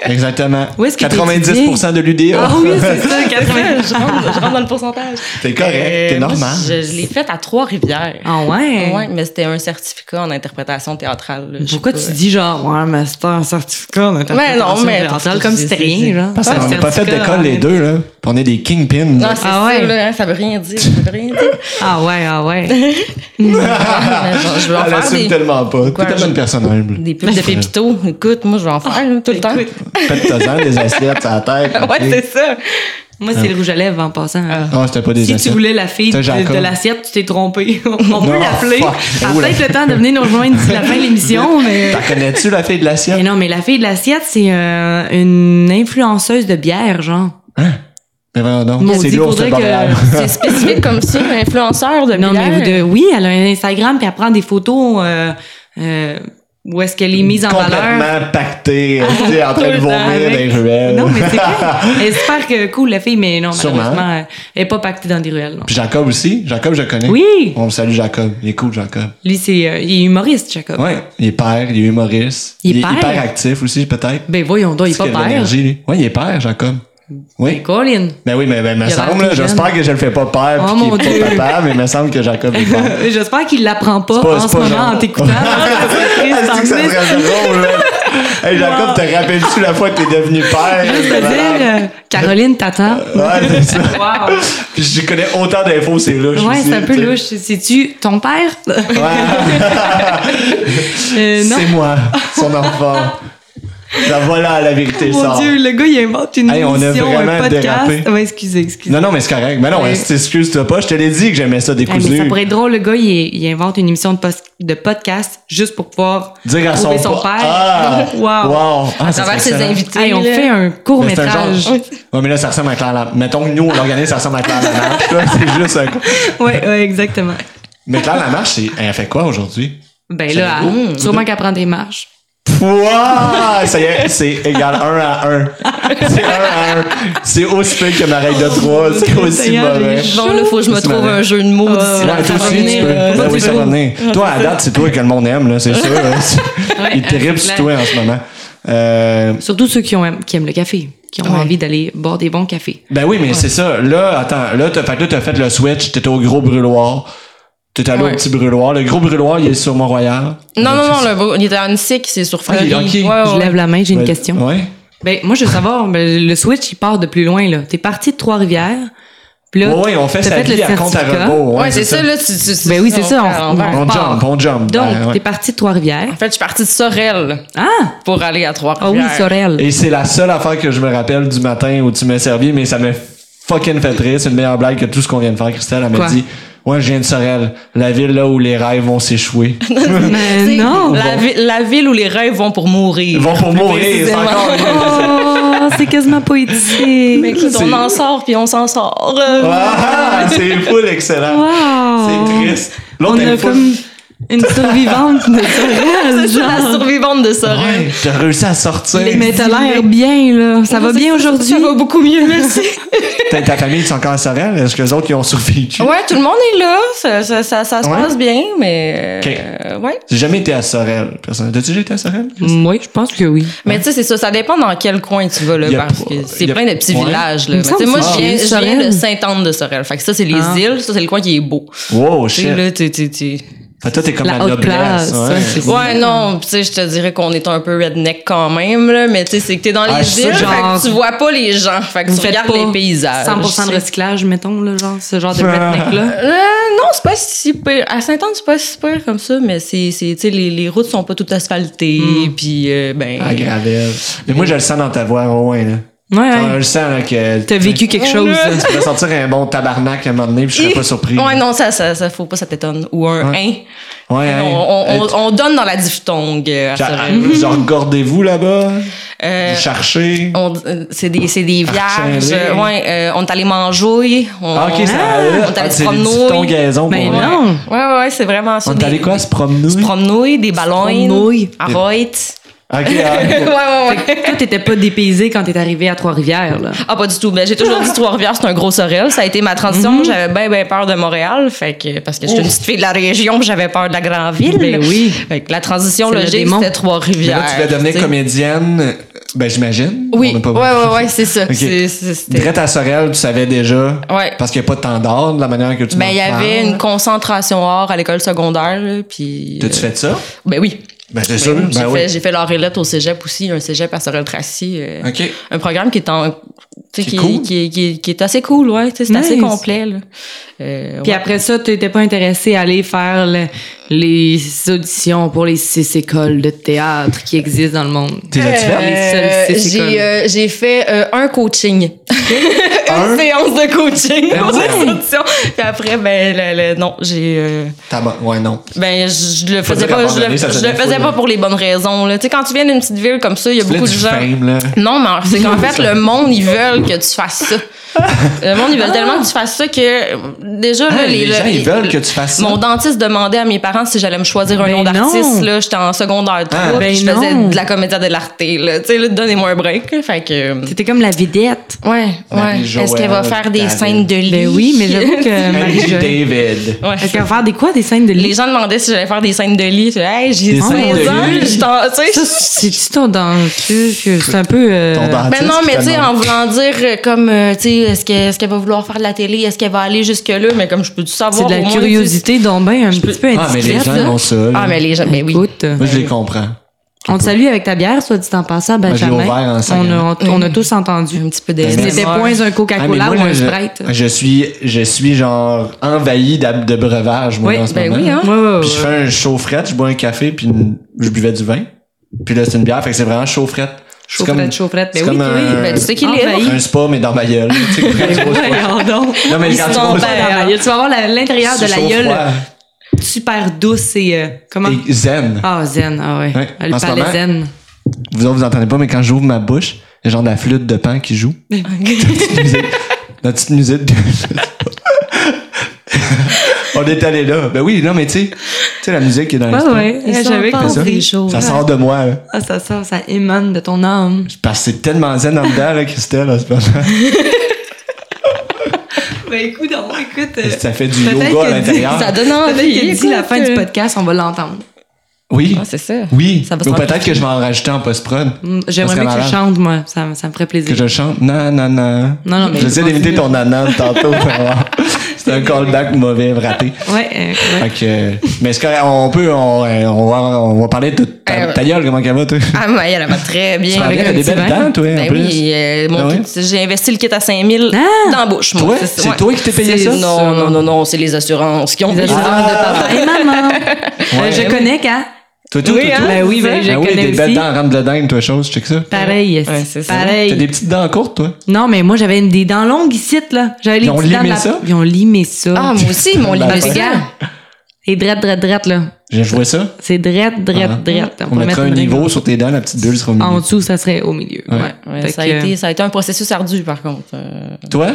Exactement.
Où est-ce que
90% de l'UDA.
Ah oui, c'est ça,
je,
80.
rentre, je rentre dans le pourcentage.
T'es correct, t'es
Euh, moi,
normal.
Je, je l'ai faite à Trois-Rivières.
Ah ouais?
Ouais, mais c'était un certificat en interprétation théâtrale. là, je sais
Pourquoi
pas.
tu dis genre, ouais, master, certificat,
Ouais, non, mais-
Parle comme si c'était rien, genre.
Parce qu'on n'a pas fait d'école les deux, là. Puis on est des kingpins.
Non, c'est
Ah
ça,
ouais.
là, hein, ça veut rien dire. Ça veut rien dire.
Ah ouais, ah ouais.
Mais genre, je veux en
Ah, Elle
faire
assume
des,
tellement pas. T'es
Quoi,
tellement
je-
une personne humble.
des pubs de Pépito. Écoute, moi, je vais en faire là, tout le temps.
Faites-en des assiettes à la tête. ok?
Ouais, c'est ça.
Moi, c'est le rouge à lèvres en passant.
Non, c'était pas Ah. des
Si tu
assiettes.
voulais la fille de,
T'as Jacob.
de l'assiette, tu t'es trompé. On peut
Non,
l'appeler.
fuck.
Elle a
Oula.
peut-être le temps de venir nous rejoindre d'ici la fin de l'émission, mais.
T'en connais-tu la fille de
Mais
l'assiette?
non, mais la fille de l'assiette, c'est euh, une influenceuse de bière, genre.
Mais vraiment, non.
Maudit,
C'est lourd,
faudrait
ce
que-
boréal.
C'est spécifique comme ça, influenceur de
Non, mais
bière.
vous deux- oui, elle a un Instagram, puis elle prend des photos euh, euh, où est-ce qu'elle est mise en valeur.
Complètement pacté, tu sais, en train de
Tout le temps
vomir dans les
avec.
ruelles.
Non, mais c'est vrai. Elle est super que- cool, la fille, mais non,
Sûrement.
malheureusement, elle- elle n'est pas pactée dans des ruelles. Non.
Puis Jacob aussi. Jacob, je le connais.
Oui!
On le salue, Jacob. Il est cool, Jacob.
Lui, c'est, euh, il est humoriste, Jacob.
Ouais, il est père, il est humoriste.
Il est père?
hyper actif aussi, peut-être.
Ben voyons donc, il n'est pas
Parce qu'il a de
père.
l'énergie, lui. Ouais, il est père, Jacob. Oui.
Colin.
Ben oui, mais ben, me
Il a l'air
semble,
tout
là,
jeune.
j'espère que je le fais pas père
Oh,
puis
mon
qu'il est pas
Dieu.
papa, mais me semble que Jacob est père.
J'espère qu'il ne l'apprend pas,
C'est pas-
en
c'est
ce
pas
moment
genre-
en t'écoutant.
Ah, c'est que ça serait drôle, là. Hey, Jacob, te rappelles-tu la fois que t'es devenu père?
Juste de dire, euh, Caroline t'attend.
Ouais, c'est ça.
Wow.
Puis je connais autant d'infos, c'est louche.
Ouais,
aussi,
c'est un peu
tu sais.
louche. C'est-tu ton père?
Ouais.
Euh, non.
C'est moi, son enfant. La voilà, la vérité
Mon
sort.
Dieu, le gars, il invente une
Hey, on a
émission, un
vraiment
podcast. Ah,
dérapé.
Ouais, excusez, excusez.
Non, non, mais c'est correct. Mais non,
Ouais.
excuse-toi pas, je te l'ai dit que j'aimais ça
Ah, mais ça
décousu.
pourrait être drôle, le gars, il, il invente une émission de, pos- de podcast juste pour pouvoir
Dire à son,
trouver son
pa-
père.
Ah!
wow.
Wow! Ah, ça serait
travers ses
excellent.
invités.
Hey, on fait un court
Mais c'est un genre-
métrage.
Ouais, mais là, ça ressemble à Claire Lamarche. Mettons que nous, on l'organise, ça ressemble à Claire Lamarche. là. C'est juste un.
ouais, ouais, exactement.
Mais Claire Lamarche, c'est- elle fait quoi aujourd'hui?
Ben
C'est
là,
beau.
elle- sûrement qu'elle prend des marches.
Pouah! Ça y est, c'est égal 1 à 1. C'est 1 à 1. C'est aussi peu que ma règle de 3. C'est aussi
Seigneur,
mauvais.
j'ai-
Bon, là, faut que je me
C'est
trouve
malin.
un jeu de mots
Ah.
d'ici là.
Ouais, toi
va
aussi, tu
venir,
peux.
euh,
Ben oui,
c'est
ça va
beau.
venir. Toi, à date, c'est toi que le monde aime, là, c'est sûr. hein. Il est
euh,
terrible
c'est
sur
clair.
toi en ce moment. Euh,
Surtout ceux qui, ont, qui aiment le café, qui ont envie d'aller boire des bons cafés.
ben oui, mais c'est ça. Là, attends, là, t'as fait, que là, t'as fait le switch, t'étais au gros brûloir. T'es allé au
Ouais.
petit brûloir. Le gros brûloir, il est sur Mont-Royal.
Non, non, non,
là.
le beau- il était à Annecy, c'est sur
Ah, il-
Fleury.
ok.
Ouais,
Je
ouais.
lève la main, j'ai une question.
Ouais.
Ben, moi, je veux savoir, ben, le switch, il part de plus loin, là. T'es parti de Trois-Rivières, puis là,
Ouais, ouais, on fait
t'as
sa
fait
vie
le
à compte à
certificat.
rebours.
Ouais, c'est ça, là. tu- tu- tu-
Ben oui, c'est
on
ça,
fait à
on-
l'envers.
On
part.
jump, on jump.
donc,
Ben, ouais.
t'es parti de Trois-Rivières.
En fait, je suis partie de Sorel
Ah!
pour aller à Trois-Rivières.
Ah oui, Sorel.
Et c'est la seule affaire que je me rappelle du matin où tu m'as servi, mais ça m'a fucking fait rire. C'est une meilleure blague que tout ce qu'on vient de faire, Christelle. Elle m'a
Quoi?
dit Ouais, je viens de Sorel, la ville là où les rêves vont s'échouer.
Mais
C'est
non!
La, vi- la ville où les rêves vont pour mourir.
Ils vont pour mourir, c'est
précisément.
encore mieux.
Oh, c'est quasiment poétique.
Mais écoute,
C'est-
on en sort puis on s'en sort. Euh,
Ah, c'est full excellent.
Wow.
C'est triste.
Oh. On
L'autre
a
elle
comme une survivante de Sorel,
Je suis la
genre.
survivante de Sorel.
Ouais, j'ai réussi à sortir.
Mais t'as l'air bien, là. Ça va bien aujourd'hui?
Ça va beaucoup mieux, merci.
Ta, ta famille, ils sont encore à Sorel? Est-ce que les autres, ils ont survécu?
ouais, tout le monde est là. Ça, ça, ça, ça se
Ouais.
passe bien, mais.
Ok.
euh, ouais.
J'ai jamais été à Sorel. Personne. T'as-tu déjà été à Sorel?
Mm, Oui, je pense que oui.
Mais tu sais, c'est ça. Ça dépend dans quel coin tu vas, là.
Y a
Parce
pas-
que c'est
y a-
plein de petits
Ouais.
villages,
Il
là.
me
Mais tu sais,
semble
moi,
que
je
c'est
viens, je
Sorel.
viens de Sainte-Anne de Sorel. Fait que ça, c'est les
Ah.
îles. Ça, c'est le coin qui est beau.
Wow,
Tu sais,
shit.
là, tu- tu- tu-
Fait que toi, t'es comme
La
la,
haute
noblesse.
classe, ouais,
ouais.
c'est ça.
Ouais, non, tu sais, je te dirais qu'on est un peu redneck quand même, là, mais tu sais, c'est que t'es dans
Ah, je
les
suis
îles,
sûr,
fait
genre-
que tu vois pas les gens, fait que tu regardes les paysages.
100% de recyclage, mettons, là, genre, ce genre de redneck-là.
Euh, non, c'est pas si pire. À Saint-Anne, c'est pas si pire comme ça, mais c'est, c'est tu sais, les, les routes sont pas toutes asphaltées, puis euh, ben...
Hmm. Ah, gravelle. Mais moi, je le sens dans ta voix, au moins, là.
Ouais,
Genre, Je
ouais.
le sens, là, que.
T'as vécu quelque chose. là.
Tu pourrais sortir un bon tabarnak à un moment donné, puis je serais pas surpris.
Ouais, non, ça, ça, ça, faut pas, ça t'étonne. Ou un
Ouais.
hein.
Ouais, hein. Ah,
On, on- on-
Euh,
on donne dans la diphtongue euh, à
genre,
Sorel.
genre, regardez-vous là-bas.
Euh,
Vous cherchez.
on- euh, c'est des c'est des vierges
Archambault.
euh, ouais euh, on est allé manger on,
Ah, ok, ça
on, on est allé se
c'est des diphtongues
promener Ben,
gaison.
Mais
pour vrai.
non.
ouais ouais ouais c'est vraiment ça
On est
des-
allé quoi, se promener?
se promener des ballons
Promenouille.
arrête
Ok,
ouais
ah,
ouais ouais
Toi, t'étais pas dépaysé quand t'es arrivé à Trois-Rivières, là.
ah pas du tout mais j'ai toujours dit Trois-Rivières c'est un gros sorel ça a été ma transition
Mhm.
j'avais bien bien peur de Montréal fait que parce que j'étais une petite fille de la région puis j'avais peur de la grande ville
Ben oui.
fait que la transition
C'est le
logique
démon.
c'était
mais
Trois-Rivières
là, tu vas devenir
tu sais.
comédienne, ben j'imagine.
oui
On a
ouais
pas-
ouais ouais c'est ça
Ok.
C'est- c'est- c'était-
Drette à Sorel, tu savais déjà.
Ouais.
Parce qu'il n'y a pas de temps d'ordre de la manière que tu
ben,
m'en
il y avait
parles.
une concentration hors à l'école secondaire, là, puis...
T'as-tu
euh,
fait ça?
Ben oui.
Ben, c'est
Ben
sûr.
oui, J'ai
Ben
fait,
oui.
j'ai fait l'orélette au cégep aussi, un cégep à Sorel-Tracy. euh,
Ok.
Un programme qui est en... tu
Qui
sais,
est
Qui, est-
cool.
qui, est- qui est- qui est assez cool, ouais. tu sais, C'est assez
Nice.
complet, là. Euh,
Puis
ouais.
après ça, t'étais pas intéressé à aller faire le,
les auditions pour les six écoles de théâtre qui existent dans le monde.
T'es là
Euh,
fait?
les seules, c'est comme-
j'ai, euh, j'ai fait euh, un coaching.
Un?
Une séance de coaching
Ben
pour
ouais.
les auditions. Puis après, ben, le- le- non, j'ai. euh,
T'as bon- Ouais, non.
ben, je, je le
Faut dire
faisais
qu'à un
pas,
moment
je
donné,
le,
ça
je
faisait
le
fou,
faisais
là.
pas pour les bonnes raisons. là. Tu sais, quand tu viens d'une petite ville comme ça, il y a
Là,
beaucoup de
du
gens.
fame, là.
Non, mais c'est qu'en fait, le monde, ils veulent que tu fasses ça. Le monde, ils veulent tellement que tu fasses ça que euh, déjà, là,
Ah, les gens, ils veulent que tu fasses ça.
Mon dentiste demandait à mes parents si j'allais me choisir un
Ben
nom
non.
d'artiste. là. J'étais en secondaire 3,
Ah,
puis
ben
je faisais
non.
de la comédie de l'arté. là. Tu sais, là, donnez-moi un break. là. Fait que... euh,
C'était comme la vedette.
Ouais, ouais.
Marie-Joël,
Est-ce qu'elle va faire des
David.
scènes de lit?
Ben oui, mais j'avoue que
Angie
Marie-Jo.
David.
Ouais.
Est-ce qu'elle va faire des quoi, des scènes de
Les
lit?
gens demandaient si j'allais faire des scènes de lit. Je disais, Hey, j'ai
Des scènes de
16 ans,
lit.
je t'en- tu sais,
Ça, c'est-tu ton dans- tu- tu- C'est un peu. euh,
Ton dentiste
Ben non,
qui
mais
te
tu sais,
demande-
en voulant dire euh, comme, euh, tu sais, est-ce que- est-ce qu'elle va vouloir faire de la télé? Est-ce qu'elle va aller jusque-là? Mais comme je peux tout
C'est
savoir.
de la
au moins,
curiosité donc ben un petit peu
Ah, mais les
indiscrète.
gens
là.
ont ça.
tu sais.
là.
Ah, mais les gens, ben oui.
Écoute,
Moi, je les comprends. Ah,
on te salue avec ta bière, soit dit en passant,
je l'ai
Benjamin.
ouvert en
on, a,
sacrement.
on- on a tous entendu.
Un petit peu de.
C'était
d'humeur.
point un
Ah, Ben, mais
Coca-Cola
moi,
ou
là,
un
je,
Sprite.
je suis, je suis genre envahi d'ab- de breuvages, moi,
Oui,
en ce
ben
moment.
oui, hein.
Ouais, ouais,
Puis je
ouais.
fais un chaufferette, je bois un café, puis une- je buvais du vin. Puis là, c'est une bière, fait que c'est vraiment chaufferette. C'est
Chaufferette,
comme-
chaufferette.
c'est
Ben oui,
comme
oui,
un, Ah,
Ben, tu sais qu'il
Envahi.
est.
un spa, mais dans ma gueule. Tu sais, quand tu vois,
Voyons donc.
Non, mais
Ils
quand
sont
tu vois,
pas dans la gueule. Tu vas voir la- l'intérieur de
c'est
la
chaud,
gueule
froid
super douce et. euh, comment?
et zen.
Ah, zen, ah ouais.
Ouais, en
Le
ce
palais
moment-
zen.
Vous autres, vous entendez pas, mais quand j'ouvre ma bouche, il y a genre de la flûte de pan qui joue. la petite musique. La petite musique de- On est allé là. Ben oui, non, mais tu sais, tu sais, la musique qui est dans
Ouais,
l'instant.
ouais.
Ils sont
J'avais
pas
Ça,
compris.
ça sort de moi. là.
Ah, ça sort, ça émane de ton âme.
Parce que c'est tellement zen en dedans, là, Christelle, en ce moment.
Ben écoute, on écoute.
Ça fait du
Peut-être
yoga à
que dit-
l'intérieur.
Ça donne envie.
d'ici la
écoute.
fin du podcast, on va l'entendre.
Oui.
Ah, c'est ça.
Oui.
Ça va se
Mais
faire
peut-être que je vais en rajouter en post-prod.
Mm,
Ça
J'aimerais
serait
mieux que
malade.
tu chantes, moi. Ça, ça me ferait
Que
plaisir.
je chante. Non, non, non.
Non, non, mais-
J'essaie d'éviter ton nanan de tantôt. C'était un callback mauvais, raté.
Ouais, euh, ouais.
Fait que, mais est-ce qu'on peut, on, euh, on va, on va parler de ta,
Euh,
ta gueule, comment qu'elle va, toi?
Ah, mais elle va très bien.
Avec
un
t'as des
petit vin.
belles dents, toi, en
Ben
plus.
oui, euh, mon
Ah ouais?
kit, j'ai investi le kit à 5000
Ah!
dans la bouche, moi.
Toi? C'est
ouais.
toi qui t'es payé
C'est-
ça?
Non, non, non, non, c'est les assurances qui ont payé ça.
Ah!
Hey, maman! Euh, je connais quand.
Toi, tout,
Oui,
toi,
hein?
tout.
Ben oui, ben, je
Ben oui,
connais
des belles
aussi.
dents, rentre de dingue, toi, chose, check ça.
Pareil, yes.
Ouais, c'est ça.
T'as
pareil.
des petites dents courtes, toi?
Non, mais moi, j'avais une- des dents longues ici, là. J'avais les
Ils ont
petites dents
limé
de la-
ça?
Ils ont limé ça.
Ah, moi aussi, mon
Ben,
lit.
Parce que, regarde, c'est drette, drette, drette, là.
J'ai joué ça.
C'est drette, drette,
Ah.
drette.
On,
peut mettre
mettra un
une règle.
niveau sur tes dents, la petite bulle sera au milieu.
En dessous, ça serait au milieu.
Ouais.
Ouais.
Ouais,
Fait
ça, a
que-
été, ça a été un processus ardu, par contre. Euh,
Toi?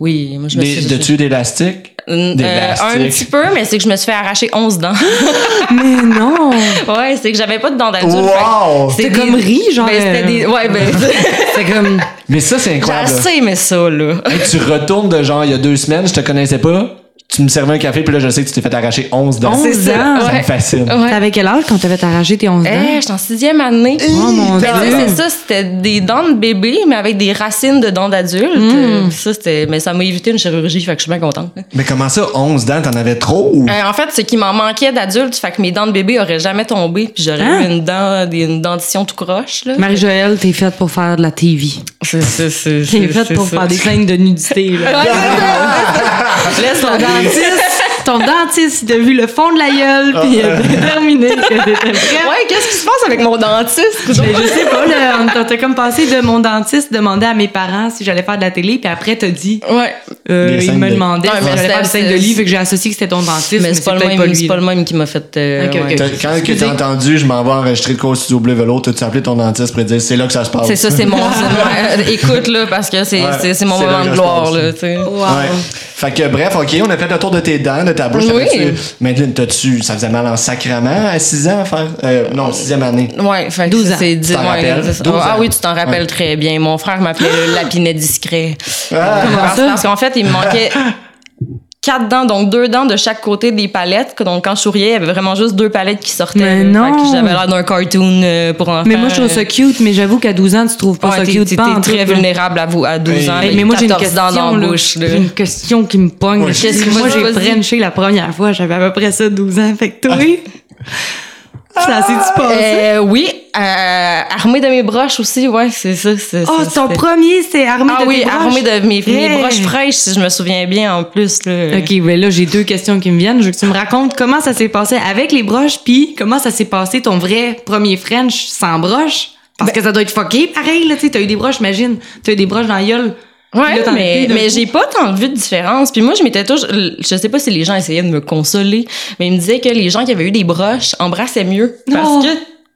oui, moi, je me
Des,
suis...
de dessus d'élastique?
Euh,
Des
un
élastiques.
petit peu, mais c'est que je me suis fait arracher 11 dents.
Mais non!
ouais, c'est que j'avais pas de dents d'adulte.
Wow!
C'était
comme ri, genre,
Ben, c'était
euh,
des... Ouais, ben...
C'est comme.
Mais ça, c'est
J'ai
incroyable.
assez aimé ça, là.
Hey, tu retournes de genre, il y a deux semaines, je te connaissais pas, tu me servais un café, puis là, je sais que tu t'es fait arracher 11 dents.
11
ça.
ans.
Ça me
Ouais.
fascine.
Ouais.
T'avais quel âge quand t'avais t'arraché tes 11
Eh,
ans?
j'étais en sixième année.
Oh mon
Mais tu sais,
dieu!
c'est ça, c'était des dents de bébé, mais avec des racines de dents d'adulte.
Mm.
Euh, puis Ça, c'était, mais ça m'a évité une chirurgie, fait que je suis bien contente.
Mais comment ça, 11 dents, t'en avais trop? ou-
Euh, en fait, ce qui m'en manquait d'adulte, fait que mes dents de bébé auraient jamais tombé, puis j'aurais
Hein?
eu une dent, des- une dentition tout croche, là.
Marie-Joëlle, t'es faite pour faire de la TV.
C'est, c'est, c'est,
T'es faite pour faire des scènes de nudité, là.
Laisse
ton dentiste, ton dentiste, il t'a vu le fond de la gueule, puis il a déterminé que t'étais prêt.
Ah. Ouais, qu'est-ce qui se passe avec mon dentiste?
Mais je sais pas, là, on t'a- t'as comme passé de mon dentiste demander à mes parents si j'allais faire de la télé, puis après t'as dit,
Ouais.
euh,
Des
il
scènes
me
de-
demandait
Non,
si
mais
j'allais faire des
c'est-
scènes de lit, fait que j'ai associé que c'était ton dentiste, mais,
Mais c'est pas, le même,
lui.
c'est pas le même qui m'a fait. euh,
Ok, ok,
ouais.
ok.
T'as- Quand que t'as entendu, je m'en vais enregistrer le cours au studio Bleu Vélo, t'as tu appelé ton dentiste pour lui dire c'est là que ça se passe.
C'est ça, c'est mon. c'est mon- euh, Écoute, là, parce que c'est,
Ah Ouais,
c'est, c'est mon
c'est là
moment
que
de
je
gloire,
pense.
là, tu sais.
Ouais. Fait que bref, ok, on a fait le tour de tes dents, de ta bouche.
Oui.
t'avais-tu- Madeline, t'as-tu, ça faisait mal en sacrement à 6 ans à faire? euh, non, 6e année.
Ouais, fait que
12 ans.
c'est dix-
Tu t'en
ouais,
rappelles?
dix-
12 ans.
Ah oui, tu t'en rappelles
Ouais.
très bien. Mon frère m'appelait le lapinet discret.
Ah.
Parce- Parce qu'en fait, il me manquait quatre dents, donc deux dents de chaque côté des palettes. que- Donc quand je souriais, il y avait vraiment juste deux palettes qui sortaient.
Mais
Fait
non.
que J'avais l'air d'un cartoon euh, pour enfants.
Mais moi, je trouve ça cute, mais j'avoue qu'à 12 ans, tu trouves pas
Ouais,
ça
t'es-
cute.
t'es-
pas en
t'es très
tout, là.
vulnérable à, vous, à 12 ans.
Hey,
Mais-
avec
mais moi, j'ai une
14 dents Ah, dans
question.
la
là.
bouche. là.
J'ai une question qui me pogne.
Ouais,
Qu'est-ce que
je-
moi,
je-
j'ai
vas-y.
frenché la première fois, j'avais à peu près ça 12 ans. Fait que toi,
Ah.
Ça, c'est-tu passé?
Euh, oui, euh, armée de mes broches aussi, ouais, c'est ça. c'est-
oh,
c'est-
ton
c'est-
premier, c'est armé
Ah
de
oui,
tes broches.
armée de mes, mes
Hey.
broches fraîches, si je me souviens bien en plus. Là.
OK, ben là, j'ai deux questions qui me viennent. Je veux que tu me racontes comment ça s'est passé avec les broches, puis comment ça s'est passé ton vrai premier French sans broches.
Ben-
Parce que ça doit être fucké. Pareil, là, tu sais, t'as eu des broches, imagine. T'as eu des broches dans la gueule. Puis
Ouais,
là, t'en as
mais,
plus d'un
mais
coup.
j'ai pas tant vu de différence. Puis moi, je m'étais toujours. Je sais pas si les gens essayaient de me consoler, mais ils me disaient que les gens qui avaient eu des broches embrassaient mieux. Parce
Non.
que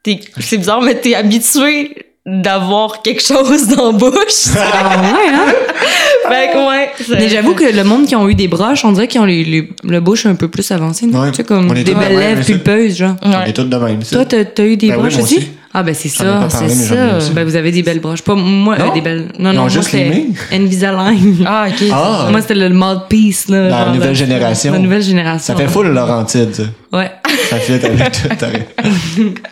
t'es- c'est bizarre, mais t'es habitué d'avoir quelque chose dans la bouche.
Ah ouais, hein?
fait que ouais. c'est-
Mais j'avoue que le monde qui ont eu des broches, on dirait qu'ils ont les, les- le bouche un peu plus avancé. non?
Ouais.
Tu sais, comme
On est
des
tous
belles
de même,
lèvres
mais ça-
pulpeuses, genre.
On est tous de même. c'est-
Toi, t'as t'as eu des
Ben oui,
broches
moi
aussi?
aussi.
Ah, ben c'est
J'en ai
ça,
pas
c'est
parlé, mais j'en ai
ça.
aussi.
Ben vous avez des belles broches. Pas moi, euh,
Non.
des belles. Non,
Ils
non,
ont
moi,
juste
c'était
limé.
Invisalign.
Ah, ok.
Ah,
Moi, c'était le, le mouthpiece, là.
La
genre,
nouvelle
là.
génération.
La nouvelle génération.
ça fait full Laurentide. ça.
Ouais.
Ça fait avec tout. t'arrêtes.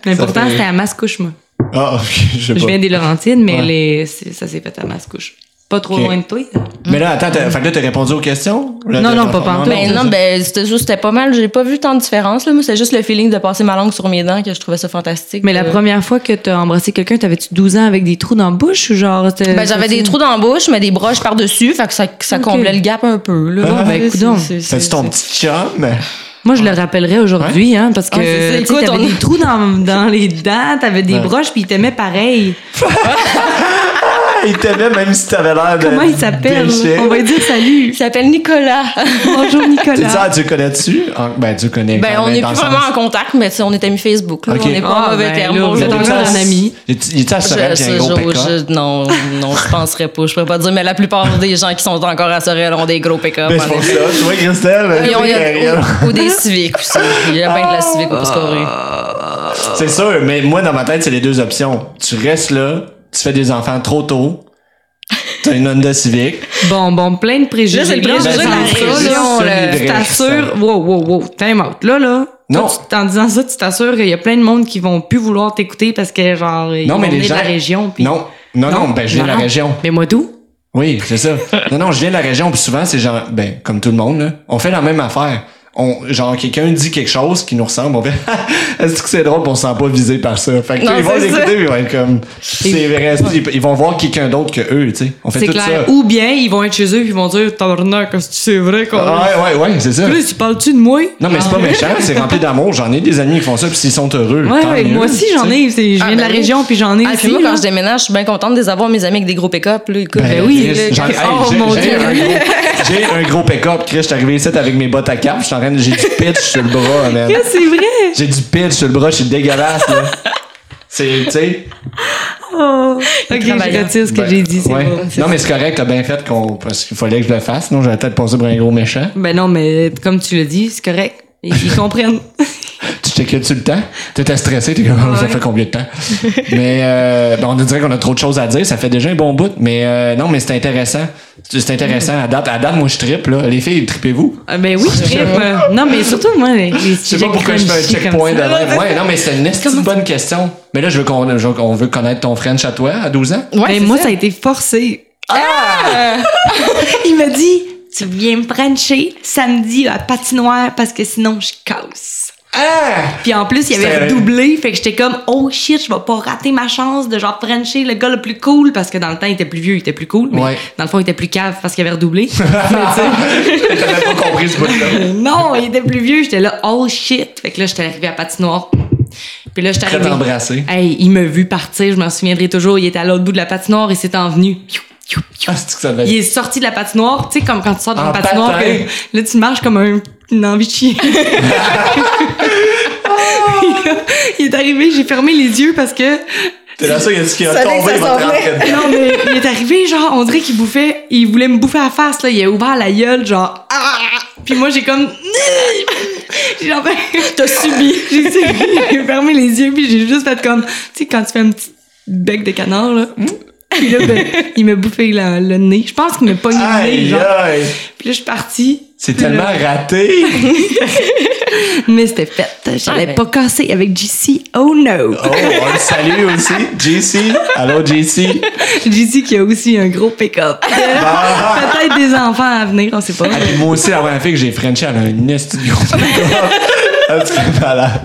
Mais
Ça
pourtant,
fait-
c'était à Mascouche, moi.
Ah, ok, je sais
Je
pas.
viens des Laurentides, mais
Ouais.
les, c'est- ça s'est fait à Mascouche. Pas trop
Ok.
loin de toi.
Mais là, attends, t'as- fait que là, t'as répondu aux questions? Là,
Non,
t'as-
non, pas pantoute.
non,
Ben non, ben c'était juste, c'était pas mal. J'ai pas vu tant de différence. Là. Moi, c'est juste le feeling de passer ma langue sur mes dents que je trouvais ça fantastique.
Mais la
Euh,
première fois que t'as embrassé quelqu'un, t'avais-tu 12 ans avec des trous dans la bouche ou genre? t'as-
Ben, j'avais des trous dans la bouche, mais des broches par-dessus, fait que ça, ça comblait le gap un peu. Là.
Ah, ben,
C'est-
coudonc.
c'est- c'est-
C'est-tu ton petit chum?
Moi, je le rappellerais aujourd'hui, hein, parce que
Ouais, Ah, c'est ça,
tu sais,
écoute,
t'avais
on-
des trous dans, dans les dents, t'avais des
Ouais.
broches, puis il t'aimait
Euh,
pareil.
Il t'aimait même si t'avais l'air de.
Comment il s'appelle?
déchiré.
On va lui dire
Il
salut.
s'appelle Nicolas.
Bonjour,
Tu dis,
Nicolas.
ah, tu le connais-tu? Ah, Ben, tu le connais.
Ben,
quand
on
même,
n'est
dans
plus
le sens-
vraiment en contact, mais tu sais, on est amis Facebook. là.
Ok.
On n'est pas
Ah,
en mauvais
ben,
termes.
là, vous
Je-
êtes
Il
encore
était à-
un ami.
Il était il était à
je-
Sorel, puis il y a un gros
je-
pécan.
je- non, non, je penserais pas. Je pourrais pas te dire, mais la plupart des gens qui sont encore à Sorel ont des gros pick-up. hein.
Ben, c'est pour ça. Tu vois, Christelle? euh,
Ils ont-
c'est hein. Ah.
il y a-
rien.
ou, ou des civiques aussi. Il y a bien de la civique au Piscoré.
C'est sûr, mais moi, dans ma tête, c'est les deux options. Tu restes là, tu fais des enfants trop tôt, t'as une Honda Civic.
Bon, bon, plein de préjugés.
Là, c'est le
Là,
préjugé
en
de la
disant ça,
région,
là,
là.
Tu t'assures. Wow, wow, wow. Time out. Là, là.
Non.
toi, tu- en disant ça, tu t'assures qu'il y a plein de monde qui vont plus vouloir t'écouter parce que, genre, ils
Non,
vont
mais les
venir de
gens-
la région. puis-
Non, non, non, ben, je viens de la
Non.
région.
Mais moi d'où?
Oui, c'est ça. non, non, je viens de la région, puis souvent, c'est genre, ben, comme tout le monde, là, on fait la même affaire. On, genre, quelqu'un dit quelque chose qui nous ressemble, on fait, est-ce que c'est drôle, puis on se sent pas visé par ça. Fait que,
Non,
ils vont
c'est
l'écouter,
ça.
puis ils vont être comme, c'est vrai, c'est- ils vont voir quelqu'un d'autre que eux, tu sais. On fait
C'est
tout
clair.
ça.
Ou bien, ils vont être chez eux, puis ils vont dire, tabarnak, est-ce que c'est vrai qu'on.
Ah,
Ouais, ouais, ouais, c'est ça.
Plus, tu parles-tu de moi? Ah.
Non, mais c'est pas méchant, c'est rempli d'amour. J'en ai des amis qui font ça, puis s'ils sont heureux.
Ouais,
tant
ouais,
mieux,
moi aussi j'en
tu sais.
ai. c'est- Je viens
Ah,
de
ben
la
oui.
région, puis j'en ai
Ah,
aussi.
puis moi, quand
là.
je déménage, je suis bien contente de les avoir, mes amis, avec des gros pick-up. là. Écoute,
Ben
oui,
Chris,
le-
j'en- hey,
oh,
j'ai-
mon
j'ai
Dieu.
un gros- J'ai un gros pick-up, Chris. Je suis arrivé ici avec mes bottes à cap. Je suis en train de. J'ai du pitch sur le bras, man.
Ah, C'est vrai!
J'ai du pitch sur le bras. Je suis dégueulasse, là. C'est, tu sais.
Oh. Ok,
Il travaille,
je retire ce que
ben,
j'ai dit, c'est
ouais.
bon.
Non, mais c'est correct. T'as bien fait qu'on. Parce qu'il fallait que je le fasse. Sinon, j'aurais peut-être passé pour un gros méchant.
Ben non, mais comme tu l'as dit, c'est correct. Ils, ils comprennent.
Tu checkais-tu le temps? T'étais stressé. T'es comme, oh, ça fait combien de temps? mais, euh, ben, on dirait qu'on a trop de choses à dire. Ça fait déjà un bon bout. Mais, euh, non, mais c'est intéressant. C'est c'est intéressant. À date, à date, moi, je trippe, là. Les filles, tripez-vous.
Ah, ben oui, je tripe. euh, Non, mais surtout, moi, les les
Je sais
sujets
pas pourquoi je fais un
crunchy
checkpoint
comme ça.
d'avant. Ouais, non, mais c'est une esti de bonne question. Mais là, je veux qu'on je veux qu'on veut connaître ton French à toi, à 12 ans.
Ouais,
Ben,
c'est
moi,
ça.
ça a été forcé. Ah! Il m'a dit, tu viens me prancher samedi à la patinoire parce que sinon, je casse.
Ah!
Puis en plus, il
C'était-
avait redoublé. Fait que j'étais comme, oh shit, je vais pas rater ma chance de genre Frencher le gars le plus cool. Parce que dans le temps, il était plus vieux, il était plus cool. Mais
Ouais.
dans le fond, il était plus cave parce qu'il avait redoublé. Euh,
T'avais pas compris ce bout-là.
non, il était plus vieux. J'étais là, oh shit. Fait que là, j'étais arrivée à patinoire. Puis là, j'étais
Prêt à
arrivée.
t'embrasser.
Hey, il m'a vu partir, je m'en souviendrai toujours. Il était à l'autre bout de la patinoire, il s'est envenu.
Ah, c'est que ça devait
Il
être-
est sorti de la patinoire, tu sais, comme quand tu sors de
En
la patinoire,
patin.
que là, tu marches comme un, une envie de chier. il est arrivé, j'ai fermé les yeux parce que.
T'es là, ça, il y a ce qui a tombé, il va te rentrer dedans.
Non, mais il est arrivé, genre, on dirait qu'il bouffait, il voulait me bouffer la face, là. Il a ouvert la gueule, genre, ah! Puis moi, j'ai comme. J'ai genre fait-
T'as subi.
J'ai subi, j'ai fermé les yeux, puis j'ai juste fait comme. Tu sais, quand tu fais un petit bec de canard, là.
Hmm?
Puis là, ben, il m'a bouffé la- le nez. Je pense qu'il m'a pogné le nez,
Aïe,
genre.
aïe.
Puis là, je suis partie.
C'est
Puis là-
tellement raté.
Mais c'était fait. Je l'avais
Ah, ben.
pas cassé avec JC. Oh no!
Oh, on le salue aussi. JC. Allô, JC.
JC qui a aussi un gros pick-up. Peut-être des enfants à venir, on sait pas.
Ah, puis moi aussi, la première fille que j'ai Frenché, elle a un esti de gros pick-up. Ah, c'est malade.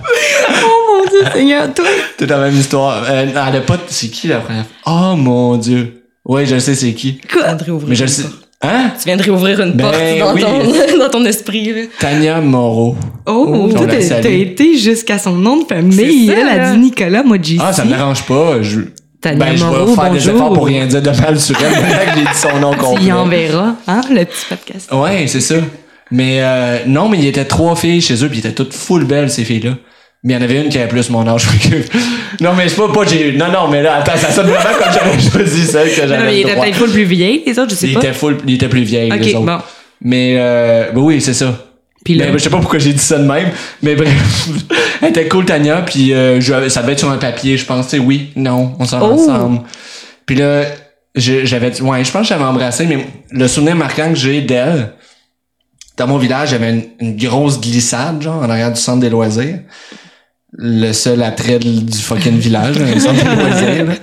Oh mon dieu! Seigneur, toi.
Tout la même histoire. Euh, elle a pas. C'est qui la première Oh mon dieu. Ouais, je sais c'est qui.
Tu viens de réouvrir
Mais je
une
le sais.
porte.
Hein?
Tu viens de réouvrir une
Ben
porte dans,
oui.
ton, dans ton esprit. là.
Tania Moreau.
Oh,
Oh, on
toi,
la
t'as
salue.
t'as été jusqu'à son nom de famille.
C'est ça,
elle a
là.
dit Nicolas, moi, JC.
Ah, ça me dérange pas. Je...
Tania
ben, je vais
Moreau,
faire des
bonjour.
efforts pour rien dire de mal sur elle. maintenant que j'ai dit son nom
Tu y
complet.
enverras, hein, le petit podcast.
Ouais, c'est ça. Mais euh, non, mais il y était trois filles chez eux, puis ils étaient toutes full belles, ces filles-là. Mais il y en avait une qui avait plus mon âge. fait que- non, mais c'est pas, pas que j'ai. Non, non, mais là, attends, ça sonne vraiment comme j'avais choisi celle que
Non, mais
j'avais.
il était
droit.
peut-être pas le plus vieil, les autres, je sais
Il
pas.
était full, il était plus vieille, les
Ok,
autres.
bon.
Mais euh, ben oui, c'est ça.
Puis là-
Mais ben, je sais pas pourquoi j'ai dit ça de même, mais bref, elle était cool Tania, puis euh, je- ça devait être sur un papier, je pensais oui, non, on
Oh!
sort ensemble. Puis là, je- j'avais dit- ouais, je pense que j'avais embrassé, mais le souvenir marquant que j'ai d'elle, dans mon village, j'avais une, une grosse glissade, genre, en arrière du centre des loisirs. Le seul attrait de- du fucking village, hein, le centre des loisirs. là.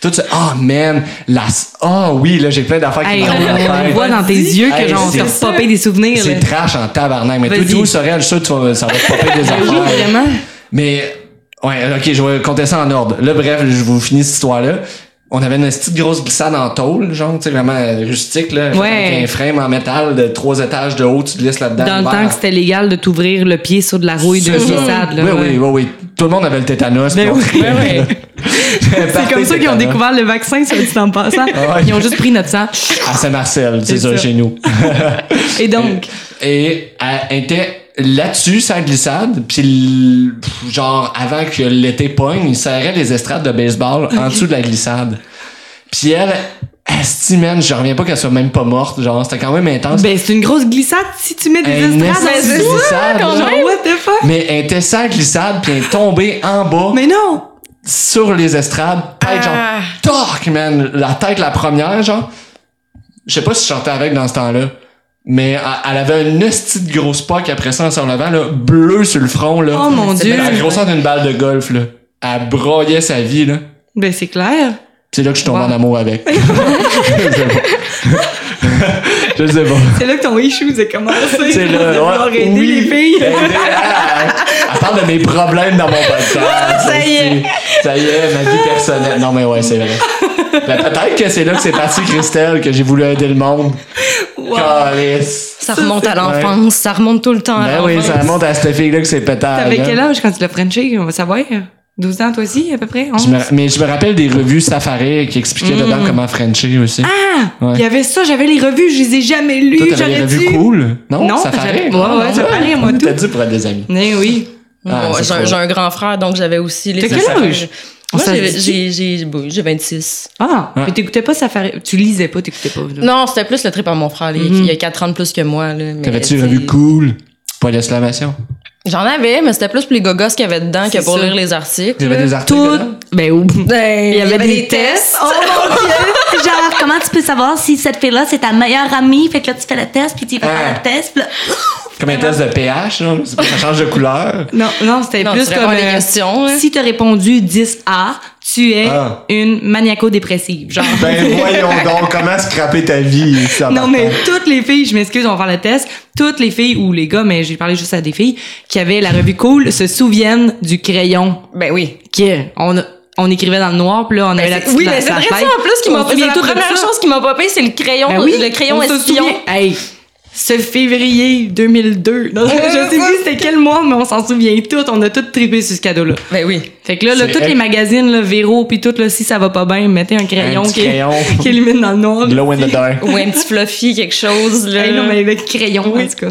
Tout ça, oh man, la, ah oui, là, j'ai plein d'affaires qui
Hey,
me
on,
viennent en
on
tête.
voit dans tes yeux que
Hey,
genre, on
c'est-
t'a repopé des souvenirs.
C'est
là.
trash en tabarnak. Mais
Vas-y.
tout tout Sorel, je suis sûr que tu vas- ça va te popper des affaires.
Vraiment?
Mais, ouais, ok, je vais compter ça en ordre. Là, bref, je vous finis cette histoire-là. On avait une petite grosse glissade en tôle, genre, tu sais, vraiment euh, rustique, là. faite
Ouais.
Avec un frame en métal de trois étages de haut, tu te glisses là-dedans.
Dans le
vert.
temps que c'était légal de t'ouvrir le pied sur de la rouille de
C'est ça.
glissade. là,
Oui,
ouais.
oui, oui, oui. Tout le monde avait le tétanos.
Ben
puis on
oui.
riait,
Ouais,
là.
ouais. C'est comme ça qu'ils ont
Tétanos.
découvert le vaccin, ça dit en passant.
Ah ouais.
hein? Ils ont juste pris notre sang.
À Saint-Marcel, c'est
C'est
ça,
ça.
chez nous.
Et donc,
Et elle était là-dessus, sa glissade, puis l- pff, genre avant que l'été pogne, il serrait les estrades de baseball en dessous de la glissade. Puis elle, esti, man, je reviens pas qu'elle soit même pas morte, genre c'était quand même intense.
ben, c'est une grosse glissade si tu mets des
Un
estrades.
esti
c'est
de
ça.
glissade,
Genre,
genre.
what the fuck?
mais elle était sans glissade, puis elle est tombée en bas
Mais non!
sur les estrades,
Ah.
tête genre, torque, man, la tête la première, genre. Je sais pas si je chantais avec dans ce temps-là, mais elle- elle avait une hostie de grosse poque après ça en se relevant, là, bleu sur le front, là.
Oh mon dieu!
La grosseur d'une balle de golf, là. Elle broyait sa vie, là.
Ben, c'est clair.
C'est là que je tombe en amour avec. je sais pas. je sais pas.
C'est là que ton issue a commencé.
C'est
de
là.
vouloir
ouais,
aider
oui.
les filles.
Aider, elle, elle- elle parle de mes problèmes dans mon podcast.
Ça y est.
C'est- Ça y est, ma vie personnelle. Non, mais ouais, c'est vrai. Ben, Peut-être que c'est là que c'est parti, Christelle, que j'ai voulu aider le monde.
Wow.
Calisse.
Ça remonte à l'enfance, ça remonte tout le temps à
Ben oui,
l'enfance.
ça remonte à cette fille-là que c'est pétard.
T'avais
là.
quel âge quand tu l'as Frenché? On va savoir. 12 ans, toi aussi, à peu près?
Je
11?
me- mais je me rappelle des revues Safari qui expliquaient dedans comment Frencher aussi.
Mm. Ah!
Ouais.
Il y avait ça, j'avais les revues, je les ai jamais
Toi,
lues.
t'avais des
J'aurais
revues
dû.
cool?
Non,
Safari? Ah,
j'avais- ouais, ouais, Safari, moi,
T'as
tout.
dit pour être des amis.
Eh
Mais oui.
Ah,
Bon,
c'est
j'ai, un-
cool.
j'ai un grand frère, donc j'avais aussi les.
T'as quel
Safari.
âge? On
Moi,
s'en
j'ai,
dit-tu?
j'ai, j'ai, bon, j'ai 26.
Ah,
Ouais.
mais t'écoutais pas Safari. Tu lisais pas, t'écoutais pas. là.
Non, c'était plus le trip à mon frère. là, Il y a 4 ans de plus que moi. Là, mais,
T'avais-tu
tu
une
sais,
revue cool? Point d'exclamation.
J'en avais, mais c'était plus pour les gogos qu'il y avait dedans que pour lire les articles.
J'avais des articles.
Euh, Tout.
dedans?
Ben, ou-
Ben,
Il y avait des tests.
Oh mon dieu! Genre, comment tu peux savoir si cette fille-là, c'est ta meilleure amie? Fait que là, tu fais le test, puis tu vas
Ah.
faire le test. puis là-
Comme un test de pH, genre, c'est pas- ça change de couleur.
Non, non, c'était
Non,
plus
tu
comme.
réponds à des
euh,
questions, hein.
Si t'as répondu 10A, tu es
Ah.
une maniaco-dépressive. Genre.
Ben voyons donc, comment scraper ta vie?
Non, mais toutes les filles, je m'excuse, on va faire le test. Toutes les filles ou les gars, mais j'ai parlé juste à des filles qui avaient la revue Cool se souviennent du crayon
Ben oui.
qu'on on écrivait dans le noir, puis là, on avait la petite
oui,
la-
mais c'est
sa
vrai
tête.
ça en plus qui
On
m'a
se
popé.
souvient
La
toutes de
première
ça.
chose qui m'a popé, c'est le crayon,
Ben oui,
le crayon
on se souvient.
espion.
Hey, ce février 2002. Non, je sais plus c'était quel mois, mais on s'en souvient toutes. On a toutes tripé sur ce cadeau-là.
Ben oui.
Fait que là, là
C'est
tous
ex-
les magazines, là, Véro, puis tout, là, si ça va pas bien, mettez un crayon,
petit
qui,
crayon.
qui illumine dans le noir.
Glow in the dark.
Ou un petit fluffy, quelque chose. Là.
Hey, non, mais avec crayon, en tout cas.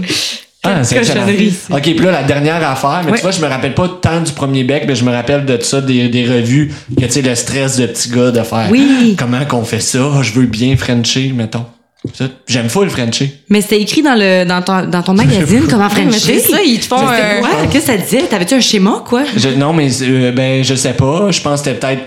Ah, c'est excellent.
cochonnerie.
Ok, puis là, la dernière affaire, mais
Ouais.
tu vois, je me rappelle pas tant du premier bec, mais je me rappelle de ça, des, des revues, que tu sais, le stress de petit gars de faire.
Oui.
Comment qu'on fait ça? Ah, Je veux bien Frencher, mettons. Ça, J'aime pas le Frencher.
Mais c'était écrit dans, le, dans, ton, dans ton magazine, comment Frencher.
C'est ça, ils te font un.
Ouais, qu'est-ce que ça disait? T'avais-tu un schéma, quoi?
Je- non, mais euh, ben je sais pas. Je pense que c'était peut-être.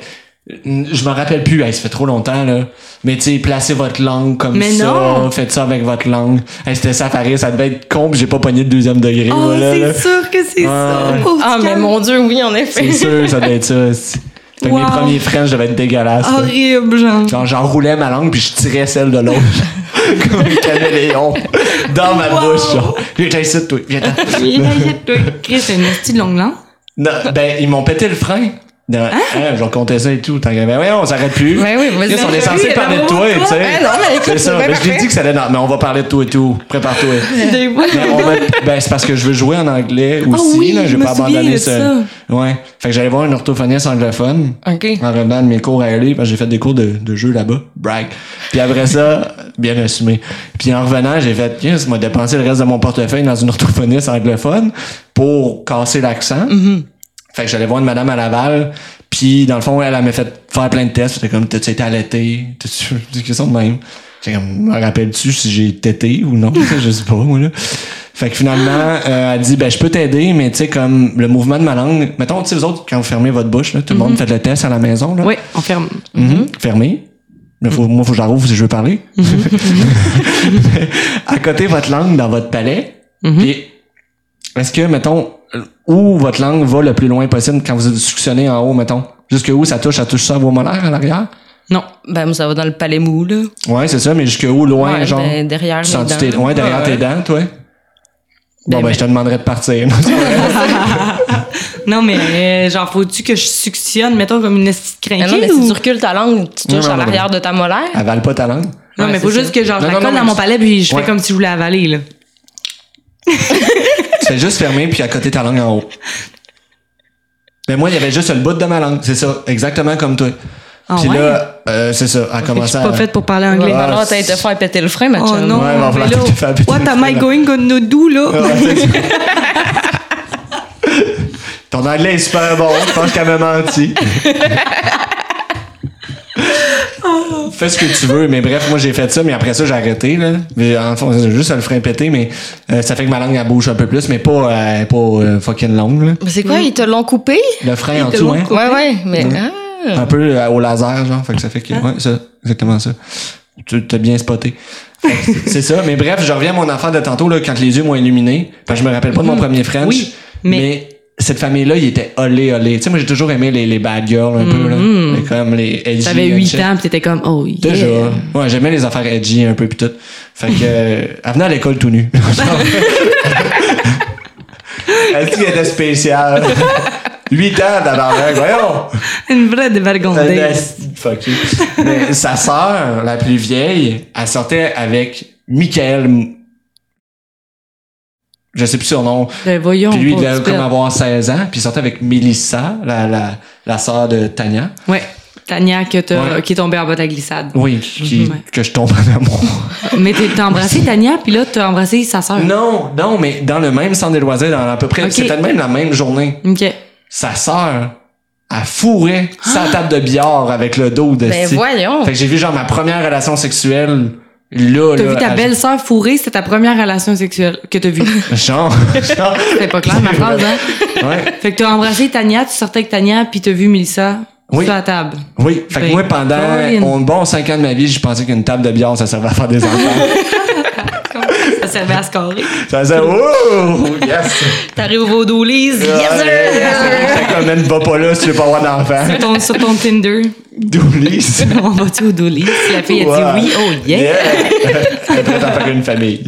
Je me rappelle plus. Hey, ça fait trop longtemps là. Mais tu sais, placez votre langue comme
Mais
ça.
non.
Faites ça avec votre langue. Hey, c'était safari. Ça devait être con. puis J'ai pas pogné de deuxième degré.
Oh,
voilà, là.
c'est sûr que c'est ça. Oh,
Ouais.
Pauvre
Ah, mais
calme.
mon Dieu, oui, en effet.
C'est sûr, ça devait être ça. aussi. Fait que
Wow.
mes premiers French devaient être dégueulasses. là.
Horrible, genre.
Genre, j'enroulais ma langue puis je tirais celle de l'autre. comme un caméléon. Dans ma bouche, genre. Viens, t'as ici, toi. Viens, t'as.
Il est là, il est là. Chris, c'est une hostie de longue langue.
Non, ben, ils m'ont pété le frein. Dans- hein, je leur contais ça et tout. Tant que, ben, ouais, on s'arrête plus.
Ben oui, vas-y.
Chris, on est
Lui,
censé
il
parler de
est
toi, tu sais.
Ben non, mais écoute,
c'est
c'est
ça.
bien
Ben, je t'ai
parfait.
dit que ça allait. Non, mais on va parler de toi et tout. Prépare-toi. Mais on va- ben, c'est parce que je veux jouer en anglais aussi.
oui,
là,
je
j'ai
me
pas
souviens
abandonné
de
ça.
ça.
Ouais. Fait que j'allais voir une orthophoniste anglophone.
OK.
En revenant de mes cours à aller, parce que j'ai fait des cours de, de jeu là-bas. Brag. Puis après ça, bien assumé. Puis en revenant, j'ai fait, yes, m'a dépensé le reste de mon portefeuille dans une orthophoniste anglophone pour casser l'accent. Fait que j'allais voir une madame à Laval. Puis dans le fond, elle, elle m'a fait faire plein de tests. C'était comme, t'as-tu été allaité? T'as-tu des questions de même? J'étais comme, me rappelles-tu si j'ai tété ou non? je sais pas, moi, là. Fait que finalement, euh, elle dit, ben, je peux t'aider, mais tu sais, comme le mouvement de ma langue. Mettons, tu sais, vous autres, quand vous fermez votre bouche, là, tout le monde fait le test à la maison, là.
Oui, on ferme.
Mhm. Fermé. Mais faut, moi, faut que je la rouvre si je veux parler.
Mhm.
à côté, votre langue dans votre palais.
Mhm.
Puis, est-ce que, mettons, euh, où votre langue va le plus loin possible quand vous suctionnez en haut, mettons? Jusque où ça touche? Ça touche ça à vos molaires à l'arrière?
Non, ben moi, ça va dans le palais mou, là.
Ouais, c'est ça, mais jusque où, loin,
Ouais,
genre?
ben, derrière
tu
mes
sens-tu
dents.
tes- ouais, derrière tes dents, toi? Bon, ben, je te demanderais de partir.
Non, mais euh, genre, faut-tu que je suctionne, mettons, comme une petite
Ah
crinquée
non, mais
ou...
si tu recules ta langue, tu touches
Ouais, ouais,
à l'arrière de ta molaire.
Avale pas ta langue.
Non, mais
Ouais,
faut
c'est
juste que genre, je
Non,
la
non,
colle
non,
dans
mais-
mon palais puis je
Ouais.
fais comme si je voulais avaler, là.
Tu fais juste fermer, puis à côté ta langue en haut. Mais moi, il y avait juste le bout de ma langue. C'est ça, exactement comme toi.
Ah
puis
ouais?
là, euh, c'est ça, elle
Fait que Je
commence
suis
à.
pas faite pour parler anglais.
Ouais.
Alors, t'as été faire péter le frein, ma
Oh
chum.
non,
Ouais, va
mais
falloir
là,
te faire péter
what
le
am I
frein,
going to do, là?
Ouais, c'est ça. Ton anglais est super bon. Je pense qu'elle m'a menti. Fais ce que tu veux, mais bref, moi j'ai fait ça, mais après ça j'ai arrêté. Là. Mais En fond, c'est juste le frein pété, mais euh, ça fait que ma langue elle bouge un peu plus, mais pas, euh, pas euh, fucking longue. là.
Mais c'est
Mm.
quoi, ils te l'ont coupé?
Le frein en dessous, hein?
Ouais, ouais, mais. ah,
Un peu euh, au laser, genre. Fait que ça fait que. Ouais, ça, exactement ça. Tu t'as bien spoté. Fait que C'est c'est ça. Mais bref, je reviens à mon enfant de tantôt, là, quand les yeux m'ont illuminé. Parce que je me rappelle pas de mon premier French.
Oui,
mais...
mais-
cette famille-là, il était olé olé. Tu sais, moi, j'ai toujours aimé les, les bad girls un peu, là. Mais Comme les edgy,
J'avais
là,
8
shit.
ans, pis t'étais comme, oh yeah.
Déjà. Ouais, j'aimais les affaires edgy un peu pis tout. Fait que, euh, elle venait à l'école tout nu. Elle dit qu'elle était spéciale. 8 ans, tabarnak, voyons!
Une vraie dévergondée.
Nasty, fuck you. Mais sa sœur, la plus vieille, elle sortait avec Michael. M- Je sais plus son nom.
Ben voyons.
Puis lui, il
pauvre
devait
petite.
comme avoir 16 ans. Puis il sortait avec Melissa, la, la, la sœur de Tania.
Ouais. Tania que t'as-
Ouais.
qui est tombée en bas de la glissade.
Oui, qui,
Mhm, ouais.
que je tombe en amour.
Mais t'es- t'as embrassé Tania, puis là, t'as embrassé sa sœur.
non, non, mais dans le même centre des loisirs, dans à peu près.
Ok.
C'était même la même journée.
OK.
Sa sœur, elle fourrait
Ah!
sa table de billard avec le dos de
Ben
Steve.
voyons.
Fait que j'ai vu genre ma première relation sexuelle là.
T'as
là,
vu ta
à-
belle-sœur fourrée, c'est ta première relation sexuelle que t'as vue.
Genre. genre.
C'est pas clair, ma phrase, hein?
Ouais.
Fait que t'as embrassé Tania, tu sortais avec Tania, puis t'as vu Mélissa
Oui.
sur la table.
Oui. Fait que
Ben,
moi, pendant
Colin.
un bon 5 ans de ma vie, je pensais qu'une table de billard, ça servait à faire des enfants.
Ça servait à scorer.
ça faisait Wow! Yes!
T'arrives au Doolies, yes sir!
J'étais comme, même va pas là si tu veux pas avoir d'enfant.
Sur ton, sur ton Tinder,
Doulis.
on va-tu au Doolies? La fille a dit oui, oh yeah!
Elle est prête à faire une famille.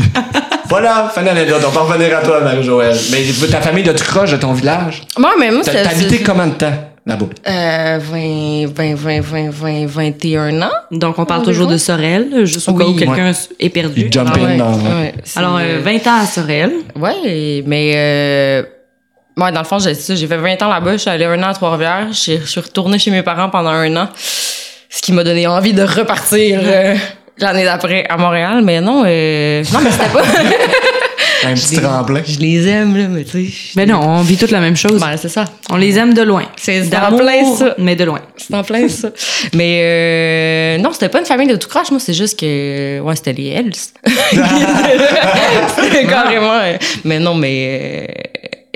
Voilà, fin d'anecdote. On va revenir à toi, Marie-Joëlle. Mais ta famille de croche de ton village,
Moi, mais moi,
t'as
c'est.
t'as habité combien de temps là-bas?
Euh, 20, 20, 20, 20, 20, 21 ans.
Donc, on
Oh,
parle toujours de Sorel, juste au cas où
Oui.
quelqu'un est perdu.
Il jump
Alors,
Ah
in.
ouais.
Ben non, ouais.
c'est-
Alors, euh, 20 ans à Sorel.
Ouais, mais euh, ouais, dans le fond, j'ai ça, j'ai fait 20 ans là-bas, je suis allée un an à Trois-Rivières, je suis- je suis retournée chez mes parents pendant un an, ce qui m'a donné envie de repartir euh, l'année d'après à Montréal, mais non, euh, non, mais c'était pas...
Un petit tremplin.
je les aime, là, mais tu sais...
Ben non, on vit toute la même chose.
Ben, c'est ça.
On les aime de loin.
C'est en
D'amour,
plein ça.
Mais de loin.
C'est en plein ça. Mais euh, non, c'était pas une famille de tout croche. Moi, c'est juste que. Ouais, c'était les Hells. C'était carrément. euh, Mais non, mais. euh,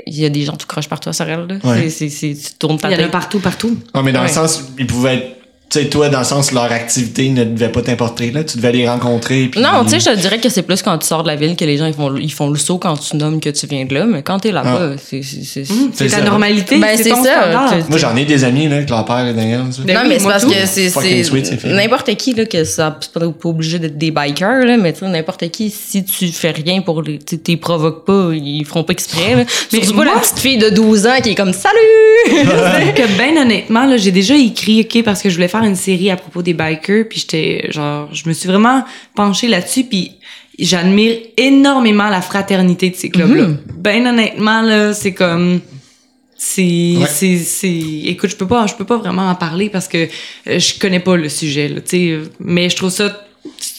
Il y a des gens tout croche partout à Sorel. Là.
Ouais.
C'est- c'est- c'est- tu tournes ta
Il y en a
tête.
partout, partout.
Non, mais dans le
Ouais.
sens, il pouvait être. tu sais, toi, dans le sens, leur activité ne devait pas t'importer, là. Tu devais les rencontrer. puis-
Non, tu sais, je te dirais que c'est plus quand tu sors de la ville que les gens ils font, ils font le saut quand tu nommes que tu viens de là, mais quand t'es là-bas, c'est. c'est- c'est-
C'est
C'est ta
ça.
normalité.
Ben,
c'est
c'est
ton
ça,
standard.
tu-
Moi, j'en ai des amis, là, que leur père est derrière. ça.
Ben
non,
oui,
mais c'est
moi
parce
tout.
que c'est.
Fucking
c'est-
sweet, c'est fait.
N'importe qui, là, que ça. C'est pas, pas obligé d'être des bikers, là, mais tu sais, n'importe qui, si tu fais rien pour les. Tu sais, t'es provoques pas, ils feront pas exprès, là.
Mais
Surtout pas la
moi-
petite fille de 12 ans qui est comme Salut!
que ben honnêtement là j'ai déjà écrit ok parce que je voulais faire une série à propos des bikers puis j'étais genre je me suis vraiment penchée là-dessus puis j'admire énormément la fraternité de ces clubs là
Mhm.
ben honnêtement là c'est comme c'est
Ouais.
c'est c'est écoute je peux pas je peux pas vraiment en parler parce que euh, je connais pas le sujet là, tu sais euh, mais je trouve ça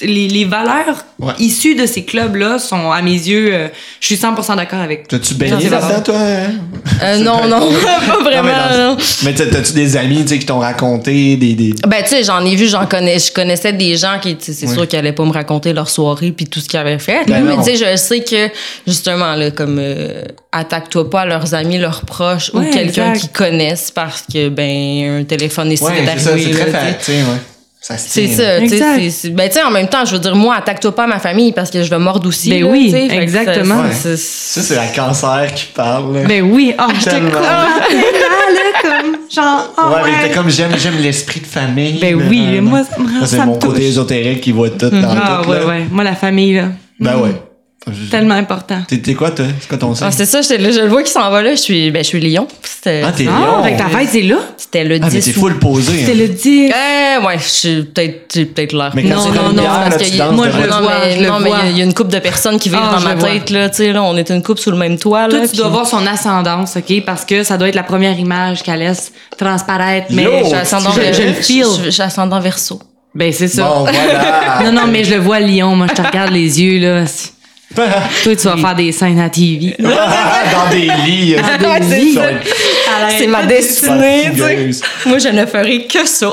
les, les valeurs
Ouais.
issues de ces clubs là sont à mes yeux euh, je suis 100% d'accord avec
T'as-tu
Non,
baigné
c'est
là-dedans,
pas
toi? hein?
Euh, non, non, pas
Non,
vraiment,
mais dans-
non.
Mais t'as- t'as-tu des amis, tu sais, qui t'ont raconté des. des...
Ah,
Ben, tu sais, j'en ai vu, j'en connais, je connaissais des gens qui, tu sais, c'est sûr qu'ils allaient pas me raconter leur soirée puis tout ce qu'ils avaient fait.
Ben
là, mais
non.
tu sais, je sais que, justement, là, comme, euh, attaque-toi pas à leurs amis, leurs proches
Ouais,
ou quelqu'un
exact.
qu'ils connaissent parce que, ben, un téléphone est
Ouais,
est
c'est ça,
arrivé.
c'est très
là, tu sais.
fa- tu sais, ouais. Ça se
C'est
tient,
ça, tu sais,
Exact.
c'est- c'est- ben tu sais en même temps, je veux dire moi attaque-toi pas à ma famille parce que je vais mordre aussi.
Ben
là,
oui,
tu sais, fait que ça-
exactement.
ça-
Ouais.
c'est-
Ça, c'est la cancer qui parle. là.
ben oui ah je te
Tellement.
comprends tellement, là, comme genre ah
ouais, mais
ouais.
t'es comme j'aime, j'aime l'esprit de famille.
Ben
là,
oui,
là, là.
moi, ça me-
c'est
ça me
mon côté
touche.
ésotérique qui voit tout dans
Ah
tout.
ouais,
là.
ouais. Moi, la famille, là.
Ben ouais.
Tellement important.
T'es, t'es quoi, toi? C'est quoi ton signe?
Ah, c'est ça, j'étais là, je le vois qui s'en va là, je suis ben je suis Lyon. C'était
Ah, t'es
Ah,
lion.
fait que ta fête, c'est là?
c'était le
Ah, mais
10
t'es
août.
full posé. hein.
C'est le 10.
Eh, ouais, je suis peut-être, j'ai peut-être l'air.
Mais quand
Non,
c'est
non,
comme
non,
hier,
c'est
là,
parce
tu
que
danses
Moi, je
devant-
le
non,
vois,
mais,
je le
non, mais
vois.
il y a- il y a une couple de personnes qui vivent
Ah,
dans
je
ma
le vois.
tête, là, tu sais, là, on est une couple sous le même toit, là.
Toi, tu dois
puis-
voir son ascendance, OK? Parce que ça doit être la première image qu'elle laisse transparaître. Mais
Yo!
Je suis
je-
ascendant
je, je le
Verseau.
feel.
Je je suis ascendant verso.
Ben, c'est ça.
Bon, voilà.
Non, non, mais je le vois, Lyon. Moi, je te regarde les yeux, là. C'est- Toi, tu vas faire des scènes à TV.
dans des lits.
Ah,
euh,
Des vies.
ça va être
C'est ma destinée, tu sais.
fatigueuse.
Moi, je ne ferai que ça.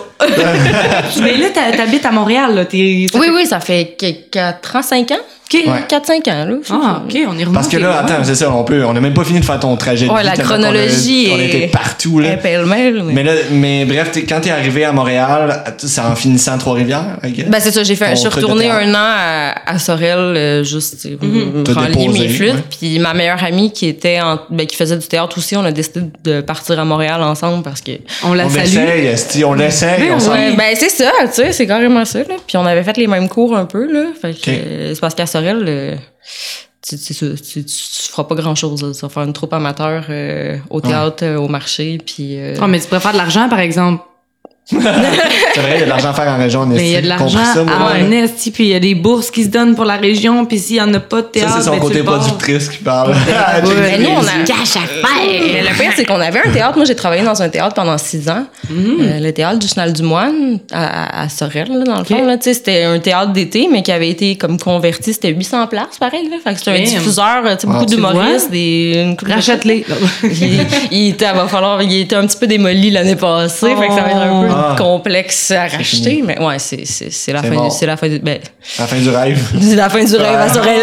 mais là, t'as- t'habites à Montréal, là. T'es...
Oui, oui, ça fait 4 ans, 5 ans?
Ouais.
4-5 ans, là. je sais
Ah,
pas.
OK, on est remonté.
Parce que là, attends, c'est ça, on peut, on a même pas fini de faire ton trajet. de
Ouais,
vie,
la
tellement qu'on a-
chronologie
On
est-
était partout, là.
Eh, pêle-mêle, mais-
Mais là, mais bref, t'es- quand t'es arrivé à Montréal, c'est en finissant Trois-Rivières, I guess?
Ben c'est ça, j'ai fait,
Ton
je suis
truc de
retournée
théâtre.
un an à, à Sorel, euh, juste euh,
T'as
relier
déposé,
mes flûtes.
ouais.
Puis ma meilleure amie qui était, en, ben, qui faisait du théâtre aussi, on a décidé de partir à Montréal ensemble parce que.
On la
on
salue.
essaye, esti,
Ben
on l'essaye, on s'en
Ouais, ben c'est ça, tu sais, c'est carrément ça. Là. Puis on avait fait les mêmes cours un peu là. Fait que
Ok.
euh, c'est parce qu'à Sorel, euh, tu, tu, tu, tu- tu feras pas grand chose. Tu vas faire une troupe amateur euh, au théâtre, euh, au marché, puis. euh,
Ah, mais tu pourrais faire de l'argent, par exemple.
C'est vrai, il y a de l'argent à faire en région, on
Mais il y a de l'argent à
moi.
en esti, puis il y a des bourses qui se donnent pour la région, puis s'il y en a pas de
Ça,
théâtre,
hein,
c'est son
ben, tu
côté
le bordes.
productrice qui parle. Ah,
Ben, nous, on a,
Cache à
Mais
faire.
le pire, c'est qu'on avait un théâtre. Moi, j'ai travaillé dans un théâtre pendant six ans. Euh, le théâtre du Chenal du Moine à, à- à Sorel, là, dans le fond. là. Tu sais, C'était un théâtre d'été, mais qui avait été comme converti. C'était 800 places, pareil. Là. Fait que c'était un
Damn.
diffuseur, tu sais, beaucoup
tu
d'humoristes.
vois?
des- une couple de-
Rachète-les.
il, il était, va falloir, il était un petit peu démoli l'année passée. Fait que ça va être un peu
Ah.
complexe à
fini.
racheter. Mais ouais, c'est- c'est c'est la,
C'est
fin du-
mort.
c'est la fin du... Ben,
La fin du rêve.
c'est la fin du rêve à Sorel.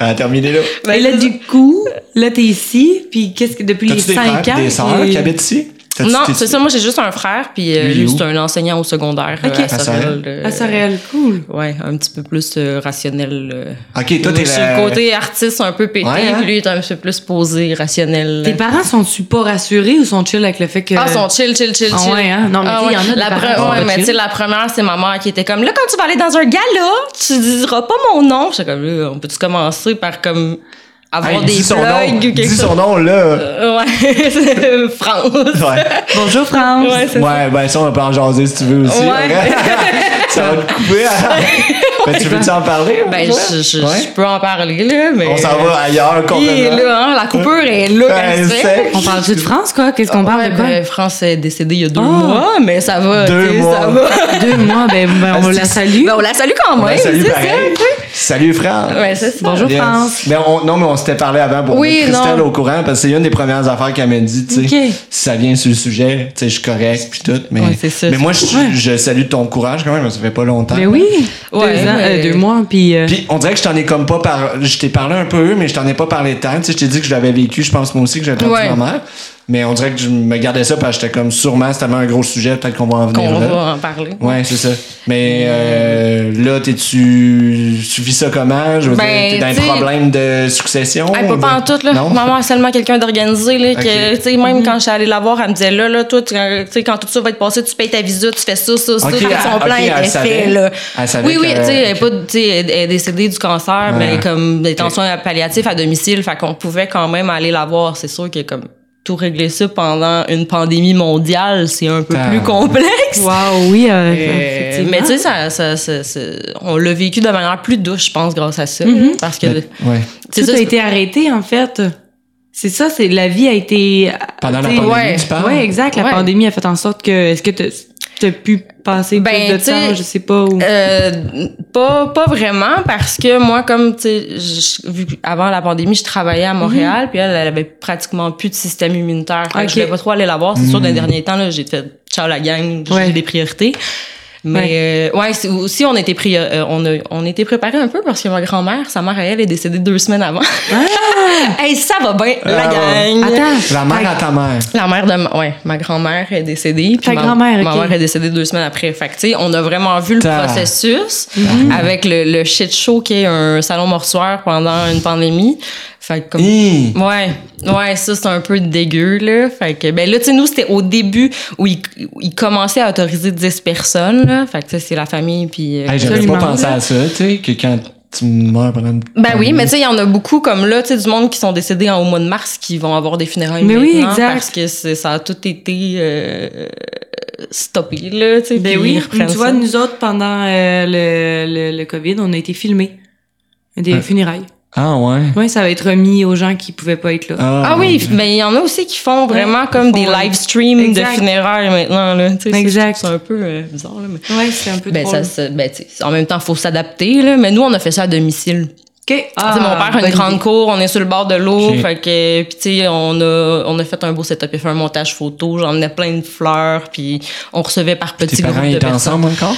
On a terminé là.
Et là, du coup, là, t'es ici, puis qu'est-ce que depuis les
T'as-tu des
5
frères
ans?
pis des sœurs
t'es-
qui habitent ici? T'as-tu-
Non,
Ah, t'es-
c'est ça. Moi, j'ai juste un frère, puis euh,
Lui, il est
lui,
où?
c'est un enseignant au secondaire euh,
Ok.
à
À
Sorel.
Sorel. euh,
Ah, Sorel, cool.
Ouais, un petit peu plus euh, rationnel. euh.
Ok, toi, t'es
Sur
la-
le côté artiste un peu pété,
Ouais, hein?
puis lui, il est un peu plus posé, rationnel.
Tes parents sont-tu pas rassurés ou sont chill avec le fait que.
Ah, sont chill, chill, chill,
Ah
chill.
ouais, hein? Non, mais
Ah
tu sais, il y en a des
La,
parents
pre-
qui sont
ouais,
pas
mais
chill.
tu sais, la première, c'est ma mère qui était comme, là, quand tu vas aller dans un gala, tu diras pas mon nom. J'étais comme, là, on peut-tu commencer par comme avoir
Hey,
des
dis son
plugs
nom.
ou quelque
Dis
chose?
son nom, là.
Euh, Ouais, France.
Ouais.
Bonjour, France.
Ouais, c'est
Ouais, ben ça, on peut en jaser si tu veux aussi. hein.
Ouais.
ça va te couper. ben, tu veux-tu en parler?
Ben, je, je- je
Ouais.
peux en parler, là, mais.
On s'en va ailleurs
Il est
complètement.
là, hein, la coupure est là.
Ben,
quand tu sais.
c'est-
On parle-tu de France, quoi? Qu'est-ce qu'on parle de
Ouais,
quoi?
ben, France est décédée il y a deux
Ah.
mois, mais ça va.
Deux
tu sais,
mois.
Ça va.
Deux mois, ben,
Ah,
ben, on la salue.
Ben, on la salue quand
Ben,
même.
salut,
c'est
pareil. Salut, frère.
ça. Ouais, c'est ça.
Bonjour, France.
Ben, on- non, mais on s'était parlé avant pour
Oui,
mettre Christelle
non.
au courant parce que c'est une des premières affaires qu'elle m'a dit, tu sais.
Ok.
Si ça vient sur le sujet, tu sais, je suis correct puis tout. Mais,
Ouais, c'est ça.
mais moi, je, je salue ton courage quand même, ça fait pas longtemps.
Ben oui.
Ouais,
deux, ans,
mais-
euh, deux mois, puis. euh,
Puis on dirait que je t'en ai comme pas par je t'ai parlé un peu mais je t'en ai pas parlé tant, tu sais, je t'ai dit que je l'avais vécu, je pense moi aussi que j'avais perdu
Ouais.
ma mère. Mais on dirait que je me gardais ça parce que j'étais comme sûrement, c'est tellement un gros sujet, peut-être qu'on va en venir
qu'on
là.
va en parler.
Ouais, c'est ça. Mais euh, là, t'es-tu. Tu vis ça comment? Je veux
Ben,
dire, t'es dans
t'sais-
un problème de succession?
Hey, pas,
ou-
pas en tout, là.
Non?
Maman a seulement quelqu'un d'organisé, là, que,
Ok.
tu sais, même quand je suis allée la voir, elle me disait, là, là, toi, tu tu sais, quand tout ça va être passé, tu payes ta visite, tu fais ça, ça, ça,
Ok,
tu fais son
elle-
plan
ok,
était
elle
fait,
savait.
là.
Elle savait
oui, oui,
que-
tu sais, elle,
euh,
est pas- tu sais, elle- elle est décédée du cancer, mais comme des tensions palliatives à domicile, fait qu'on pouvait quand même aller la voir. C'est sûr que, comme, tout régler ça pendant une pandémie mondiale, c'est un peu
Ah.
plus complexe.
Wow, oui, euh,
Euh,
effectivement.
mais tu sais, ça, ça- ça- ça- on l'a vécu de manière plus douce, je pense, grâce à ça. Parce que.
Ouais.
c'est
Mm-hmm. tout
ça,
a
c'est-
été arrêté, en fait. C'est ça, c'est la vie a été.
Pendant la
tu sais,
pandémie,
ouais.
tu parles?
Ouais, exact. La
Ouais.
pandémie a fait en sorte que. Est-ce que tu as pu passer
Ben,
plus de
tu sais,
temps, je sais pas où.
Euh, pas, pas vraiment, parce que moi, comme, tu sais, je- vu que avant la pandémie, je travaillais à Montréal, puis elle, elle avait pratiquement plus de système immunitaire.
Mhm.
Fait que
Ok.
je voulais pas trop aller la voir. C'est sûr, dans
Mhm.
les derniers temps, là, j'ai fait ciao la gang, j'ai
Ouais.
des priorités. Mais euh, ouais, c'est- aussi on était pris, euh, on, a- on était préparé un peu parce que ma grand-mère, sa mère à elle est décédée deux semaines avant. hey, ça va bien la
Ah, ouais.
gang.
Attends.
La mère à ta mère.
La mère de ma, ouais, ma grand-mère est décédée.
Ta
ma-
grand-mère,
ma
ok.
mère est décédée deux semaines après. Fait que, tu sais, on a vraiment vu le
Ta- Mhm.
processus avec le, le shit show qui est un salon mortuaire pendant une pandémie. Fait que comme.
Hi!
Ouais, ouais, ça c'est un peu dégueu là. Fait que ben là tu sais nous c'était au début où ils, où ils commençaient à autoriser 10 personnes là. Fait que tu sais, c'est la famille puis euh,
Hey, J'avais
Absolument.
pas pensé à ça, tu sais, que quand tu meurs pendant une
Ben oui,
Mhm.
mais tu sais, il y en a beaucoup comme là, tu sais, du monde qui sont décédés en, au mois de mars qui vont avoir des funérailles
Mais oui,
maintenant
exact.
parce que c'est- ça a tout été euh, stoppé là, tu sais.
Ben
puis ils
oui,
reprennent
tu vois,
ça.
nous autres, pendant euh, le, le, le COVID, on a été filmés. Des
Hein?
funérailles.
Ah ouais.
Oui, ça va être remis aux gens qui pouvaient pas être là.
Ah
mon
oui,
Dieu.
mais il y en a aussi qui font vraiment
ils
comme
font,
des
ouais.
live streams
Exact.
de funérailles maintenant là, tu sais.
Exact.
C'est c'est un peu euh, bizarre là, mais.
Ah.
Ouais, c'est un peu
Ben,
drôle.
ça, se- ben, tu sais, en même temps, faut s'adapter, là. Mais nous, on a fait ça à domicile.
OK.
Tu sais, mon père a une
Ah, bonne
grande
idée.
cour, on est sur le bord de l'eau,
Ok.
fait que puis tu sais on a on a fait un beau setup, il a fait un montage photo, j'emmenais plein de fleurs, puis on recevait par petits
Tes
groupes
parents
de
étaient
personnes.
ensemble encore?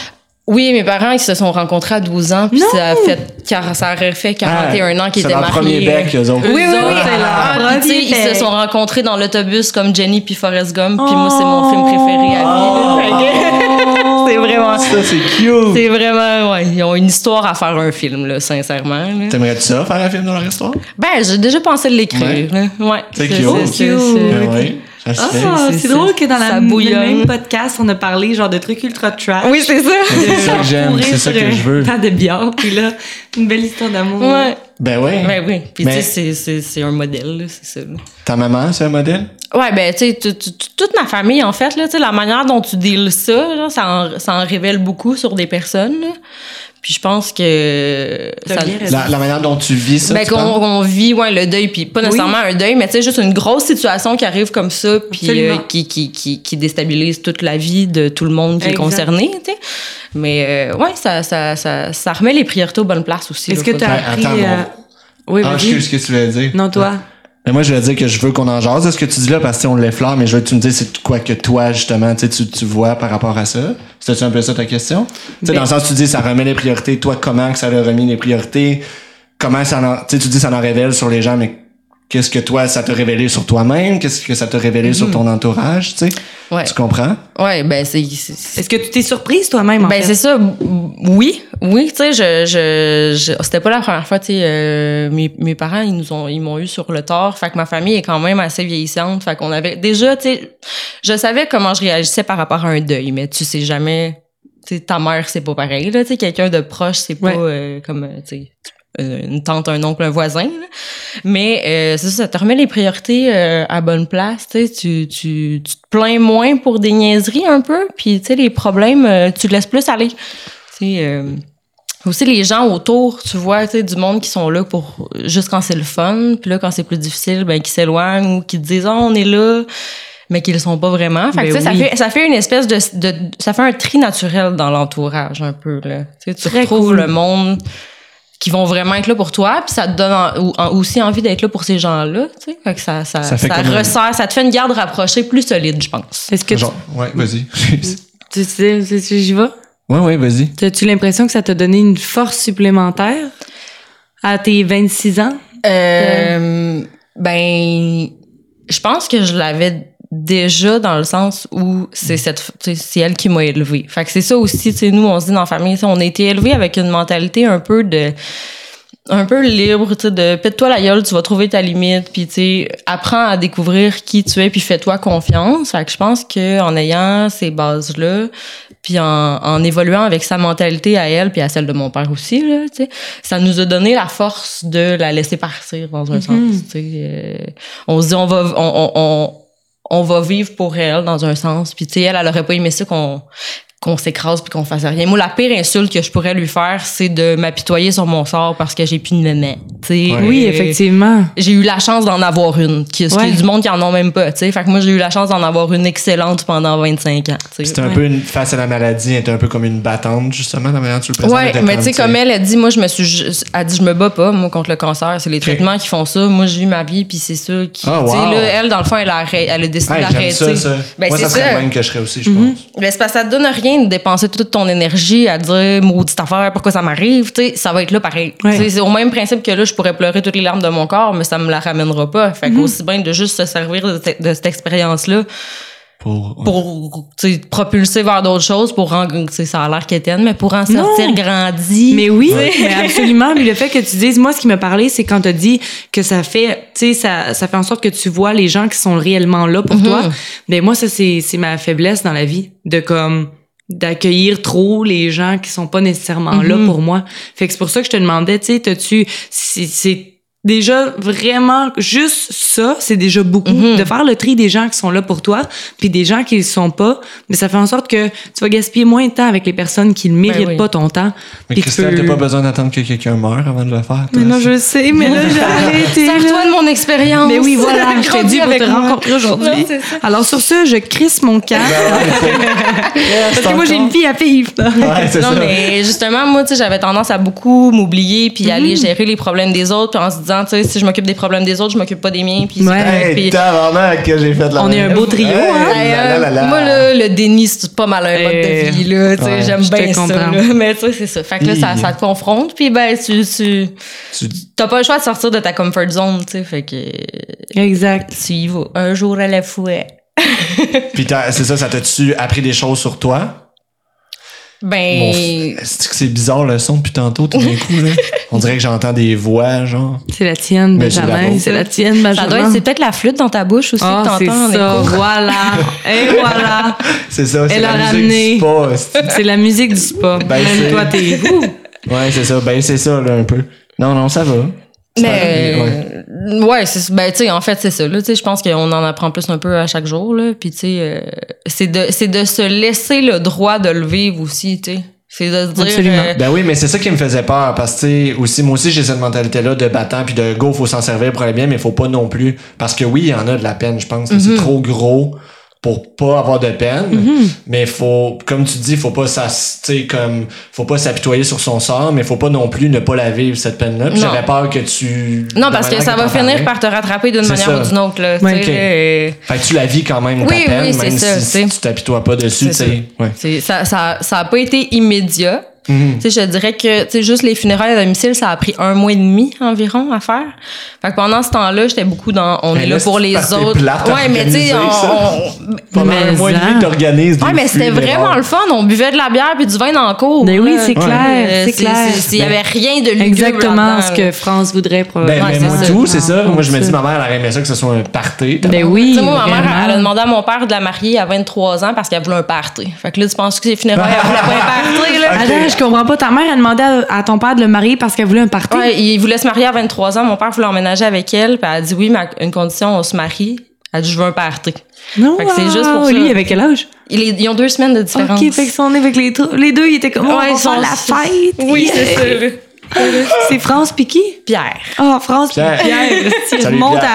Oui, mes parents ils se sont rencontrés à 12 ans, puis ça a fait car- ça aurait fait 41
Ah,
ans qu'ils
C'est
étaient
leur premier
mariés.
bec, eux autres.
Oui, oui, oui.
autres, c'est leur
Ah, puis tu sais,
premier
ils
bec.
se sont rencontrés dans l'autobus comme Jenny puis Forrest Gump, puis moi, c'est mon film préféré à
Oh!
vie. là. Fait que- c'est vraiment...
Ah! Ça, c'est cute!
C'est vraiment, ouais. Ils ont une histoire à faire un film, là, sincèrement. là.
T'aimerais-tu ça, faire un film dans leur histoire?
Ben, j'ai déjà pensé de l'écrire. là. Ouais.
C'est cute. Ben oui, Ben, ça se fait.
Ah,
C'est-
c'est
c'est-
drôle que dans la
ça
le
bouillonne.
même podcast, on a parlé genre de trucs ultra trash.
Oui, c'est ça.
C'est ça que j'aime, c'est ça que je veux.
Pas de bière, puis là, une belle histoire d'amour.
Ouais.
Ben ouais.
Ben oui. Puis
Mais-
tu sais, c'est- c'est- c'est un modèle, là, c'est ça. là.
Ta maman, c'est un modèle?
Ouais, ben tu sais, tu- tu- tu- toute ma famille, en fait, là, tu sais, la manière dont tu deals ça, genre, ça, en, ça en révèle beaucoup sur des personnes. là. Puis je pense que...
T'as
ça-
bien raison.
La, la manière dont tu vis ça,
ben,
tu parles?
qu'on qu'on vit ouais, le deuil, puis pas nécessairement un deuil, mais tu sais, juste une grosse situation qui arrive comme ça, puis
Absolument.
euh, qui, qui, qui, qui déstabilise toute la vie de tout le monde qui
Exact.
est concerné, tu sais. Mais euh, ouais, ça, ça, ça, ça remet les priorités aux bonnes places aussi.
Est-ce
là,
que
faut-
t'as
Ouais,
appris...
Ben, attends,
euh, Oui,
Ah,
vas-y.
je sais ce que tu voulais dire.
Non, toi.
Mais moi, je veux dire que je veux qu'on en jase de ce que tu dis là parce que tu sais, on l'effleure, mais je veux que tu me dises c'est quoi que toi, justement, tu, sais, tu, tu vois par rapport à ça. C'était-tu un peu ça ta question? Tu sais, dans le sens, tu dis ça remet les priorités. Toi, comment que ça leur a remis les priorités? Comment ça en, tu sais, tu dis ça en révèle sur les gens, mais qu'est-ce que toi, ça t'a révélé sur toi-même? Qu'est-ce que ça t'a révélé sur ton entourage? Tu sais?
Ouais.
Tu comprends?
Ouais, ben c'est... c'est-
Est-ce que tu t'es surprise toi-même, en
Ben
fait?
c'est ça, m- oui, oui, tu sais, je, je, je- c'était pas la première fois, tu sais, euh, mes, mes parents, ils nous ont, ils m'ont eu sur le tort, fait que ma famille est quand même assez vieillissante, fait qu'on avait, déjà, tu sais, je savais comment je réagissais par rapport à un deuil, mais tu sais jamais, tu sais, ta mère, c'est pas pareil, là, tu sais, quelqu'un de proche, c'est pas
Ouais.
euh, comme, euh, tu sais, euh, une tante, un oncle, un voisin, là. Mais euh, c'est ça, ça te remet les priorités euh, à bonne place. tu sais, Tu, tu, tu te plains moins pour des niaiseries un peu, puis tu sais, les problèmes, euh, tu te laisses plus aller. Tu sais, euh, aussi, les gens autour, tu vois, tu sais, du monde qui sont là pour juste quand c'est le fun, puis là, quand c'est plus difficile, ben, qui s'éloignent ou qui te disent, Ah, on est là, mais qu'ils le sont pas vraiment. Fait que,
Ben
tu sais,
oui.
ça, fait, ça fait une espèce de, de- Ça fait un tri naturel dans l'entourage, un peu, là. Tu sais, tu
Très
retrouves
cool.
le monde qui vont vraiment être là pour toi, puis ça te donne en- ou- en- aussi envie d'être là pour ces gens-là, tu sais. Fait que ça, ça,
Ça
ça,
fait comme un-
resserre, ça te fait une garde rapprochée plus solide, je pense.
Est-ce que tu-
Genre, ouais, vas-y.
tu sais, c'est- c'est- j'y vais?
ouais, ouais, vas-y.
T'as-tu l'impression que ça t'a donné une force supplémentaire à tes 26 ans?
Euh, ben, Je pense que je l'avais déjà dans le sens où c'est cette tu sais, c'est elle qui m'a élevée. Fait que c'est ça aussi, tu sais, nous on se dit dans la famille, tu sais, on a été élevés avec une mentalité un peu de un peu libre, tu sais, de pète-toi la gueule, tu vas trouver ta limite, puis tu sais, apprends à découvrir qui tu es, puis fais-toi confiance. Fait que je pense que en ayant ces bases là, puis en, en évoluant avec sa mentalité à elle, puis à celle de mon père aussi là, tu sais, ça nous a donné la force de la laisser partir dans un sens. tu sais. Euh, on se dit on va on, on, on, on va vivre pour elle dans un sens. Puis tu sais, elle, elle aurait pas aimé ça qu'on qu'on s'écrase puis qu'on fasse rien. Moi, la pire insulte que je pourrais lui faire, c'est de m'apitoyer sur mon sort parce que j'ai plus de maman. tu sais.
Oui, effectivement.
J'ai eu la chance d'en avoir une, qui, ce qui
Ouais.
est du monde qui en ont même pas. tu sais. Fait que moi, j'ai eu la chance d'en avoir une excellente pendant 25 ans. tu sais.
C'était un peu une, face à la maladie, elle était un peu comme une battante, justement, dans la manière dont tu le présentes.
Ouais,
elle était
mais tu sais, comme elle, elle dit, moi, je me suis. ju- Elle dit, je me bats pas, moi, contre le cancer. C'est les traitements qui font ça. Moi, j'ai eu ma vie, puis c'est ça qui.
Ah,
tu sais,
wow.
là, elle, dans le fond, elle a, arrêt- elle a décidé
Hey,
d'arrêter.
j'aime ça, ça.
Ben,
Moi,
c'est
ça serait
ça.
le même que je serais aussi, je
Mm-hmm.
pense.
Ben, c'est parce que ça te donne rien de dépenser toute ton énergie à dire maudite affaire, pourquoi ça m'arrive, tu sais, ça va être là pareil.
Ouais.
Tu sais, C'est au même principe que là, je pourrais pleurer toutes les larmes de mon corps, mais ça me la ramènera pas. Fait qu'aussi bien de juste se servir de, te- de cette expérience-là
Pour,
pour tu sais, te propulser vers d'autres choses, pour en, tu sais, ça a l'air quétaine, mais pour en sortir grandi.
Mais oui, mais absolument. Mais le fait que tu dises, moi, ce qui m'a parlé, c'est quand tu dit que ça fait, tu sais, ça, ça fait en sorte que tu vois les gens qui sont réellement là pour toi. Mais moi, ça, c'est c'est ma faiblesse dans la vie, de comme d'accueillir trop les gens qui sont pas nécessairement là pour moi. Fait que c'est pour ça que je te demandais, tu sais, t'as-tu, c'est- c'est déjà vraiment juste ça, c'est déjà beaucoup de faire le tri des gens qui sont là pour toi, puis des gens qui le sont pas. Mais ça fait en sorte que tu vas gaspiller moins de temps avec les personnes qui ne méritent
oui.
pas ton temps.
Mais
puis
Christelle,
tu
t'as
peux-
pas besoin d'attendre que quelqu'un meure avant de le faire.
mais
toi,
non,
c'est-
je le sais, mais là, j'ai arrêté.
Sers-toi
là.
de mon expérience.
Mais oui, voilà, je t'ai
Grandis
dit pour
avec
te
moi.
rencontrer
Non,
aujourd'hui.
c'est ça.
Alors, sur ce, je crisse mon camp.
Ben,
Parce que moi, j'ai une vie à vivre.
Ouais, c'est
non,
ça.
mais justement, moi, tu sais, j'avais tendance à beaucoup m'oublier puis
Mm.
aller gérer les problèmes des autres puis en se disant, tu sais, si je m'occupe des problèmes des autres, je m'occupe pas des miens puis c'est
Ouais.
correct, puis-
Hey, tabarnak que j'ai fait la
On est un beau trio, hein?
Hey,
là, là, là, là.
Moi, là, le déni, c'est pas mal un mode
Euh,
de vie, là. Tu sais,
ouais.
j'aime
Je te
bien ça,
comprends.
là. Mais tu sais, c'est ça. Fait que là, ça,
Hi.
ça te confronte, puis ben, tu, tu,
Tu-
t'as pas le choix de sortir de ta comfort zone, tu sais. Fait que euh,
Exact.
tu y vas un jour à la fois.
Puis t'as- c'est ça, ça t'a-tu appris des choses sur toi? Mon
Ben,
f- C'est-tu que c'est bizarre le son depuis tantôt, tout d'un coup, là? On dirait que j'entends des voix, genre.
C'est la tienne,
Mais c'est la
Benjamin.
vôtre.
C'est la tienne, Benjamin.
ça doit être, c'est peut-être la flûte dans ta bouche aussi
Ah,
que
c'est
t'entends en
ça.
écho.
Voilà. Et voilà.
C'est ça, c'est
Elle
la
a
musique
ramené.
du spa, c'est-
C'est la musique du spa.
Ben,
Même
c'est-
toi, t'es.
Ouais, c'est ça. Ben, c'est ça, là, un peu. Non, non, ça va. Ça
Mais
va,
ouais, c'est ben tu sais en fait c'est ça là, tu sais je pense qu'on en apprend plus un peu à chaque jour là, puis tu sais euh, c'est de c'est de se laisser le droit de le vivre aussi, tu sais. C'est de se dire
Absolument.
euh,
Ben oui, mais c'est ça qui me faisait peur parce que tu sais, aussi moi aussi j'ai cette mentalité là de battant puis de go, faut s'en servir pour aller bien mais faut pas non plus parce que oui, il y en a de la peine, je pense, mais
Mhm.
c'est trop gros pour pas avoir de peine, mais faut comme tu dis, faut pas ça comme faut pas s'apitoyer sur son sort, mais faut pas non plus ne pas la vivre cette peine là. Puis
Non.
J'avais peur que tu
Non,
la
parce que
manière
ça va
t'en
finir
parlais.
par te rattraper d'une
C'est ça.
manière ou d'une autre. Là,
Ouais,
tu sais, euh,
Fait que tu la vis quand même
Oui,
ta peine
oui, c'est
même
ça,
si,
tu sais.
tu t'apitoies pas dessus, tu
C'est
sais. Ouais. Mhm.
c'est- ça, ça, ça a pas été immédiat. Tu sais, Je dirais que tu sais, juste les funérailles à domicile, ça a pris un mois et demi environ à faire. Fait que pendant ce temps-là, j'étais beaucoup dans on
Mais
est
là,
là pour
c'est
les
parce que t'es
autres.
plate à
ouais, mais tu sais, on,
organiser, ça.
on- hein.
Pendant
Mais
un mois et demi
ça.
que t'organises des
Ouais, mais c'était
funérailles.
vraiment le fun. On buvait de la bière puis du vin dans le cours.
Mais oui,
là.
c'est clair,
Euh,
c'est clair.
c'est- Il y avait rien de lugubre
Exactement
là-dedans,
ce
là.
que France voudrait
Ben,
probablement.
Ouais,
mais
c'est
moi
ça.
tout, c'est ça.
Ah,
Moi, je me dis,
ça.
ma mère, elle aurait aimé ça que ce soit un party.
Ben oui.
Tu sais, moi, ma mère,
vraiment.
elle a demandé à mon père de la marier à 23 ans parce qu'elle voulait un party. Fait que là, tu penses que c'est funérailles, elle voulait pas un party, là.
Attends, je comprends pas. Ta mère a demandé à, à ton père de le marier parce qu'elle voulait un party.
Ouais, il voulait se marier à 23 ans. Mon père voulait emménager avec elle. Puis elle a dit oui, mais à une condition, on se marie. Elle a dit je veux un party.
Non,
Fait que c'est juste pour
wow,
ça.
Lui, il avait quel âge?
Il est- Ils ont deux semaines de différence.
Ok, fait que si on est avec les, trois- les deux, ils étaient comme, oh, on
Ouais, ils
va
sont-
faire la fête.
Oui, c'est ça. là.
C'est France Piquet?
Pierre.
Ah, France
Pierre.
Pierre. Pierre. si,
Salut,
remonte
Pierre.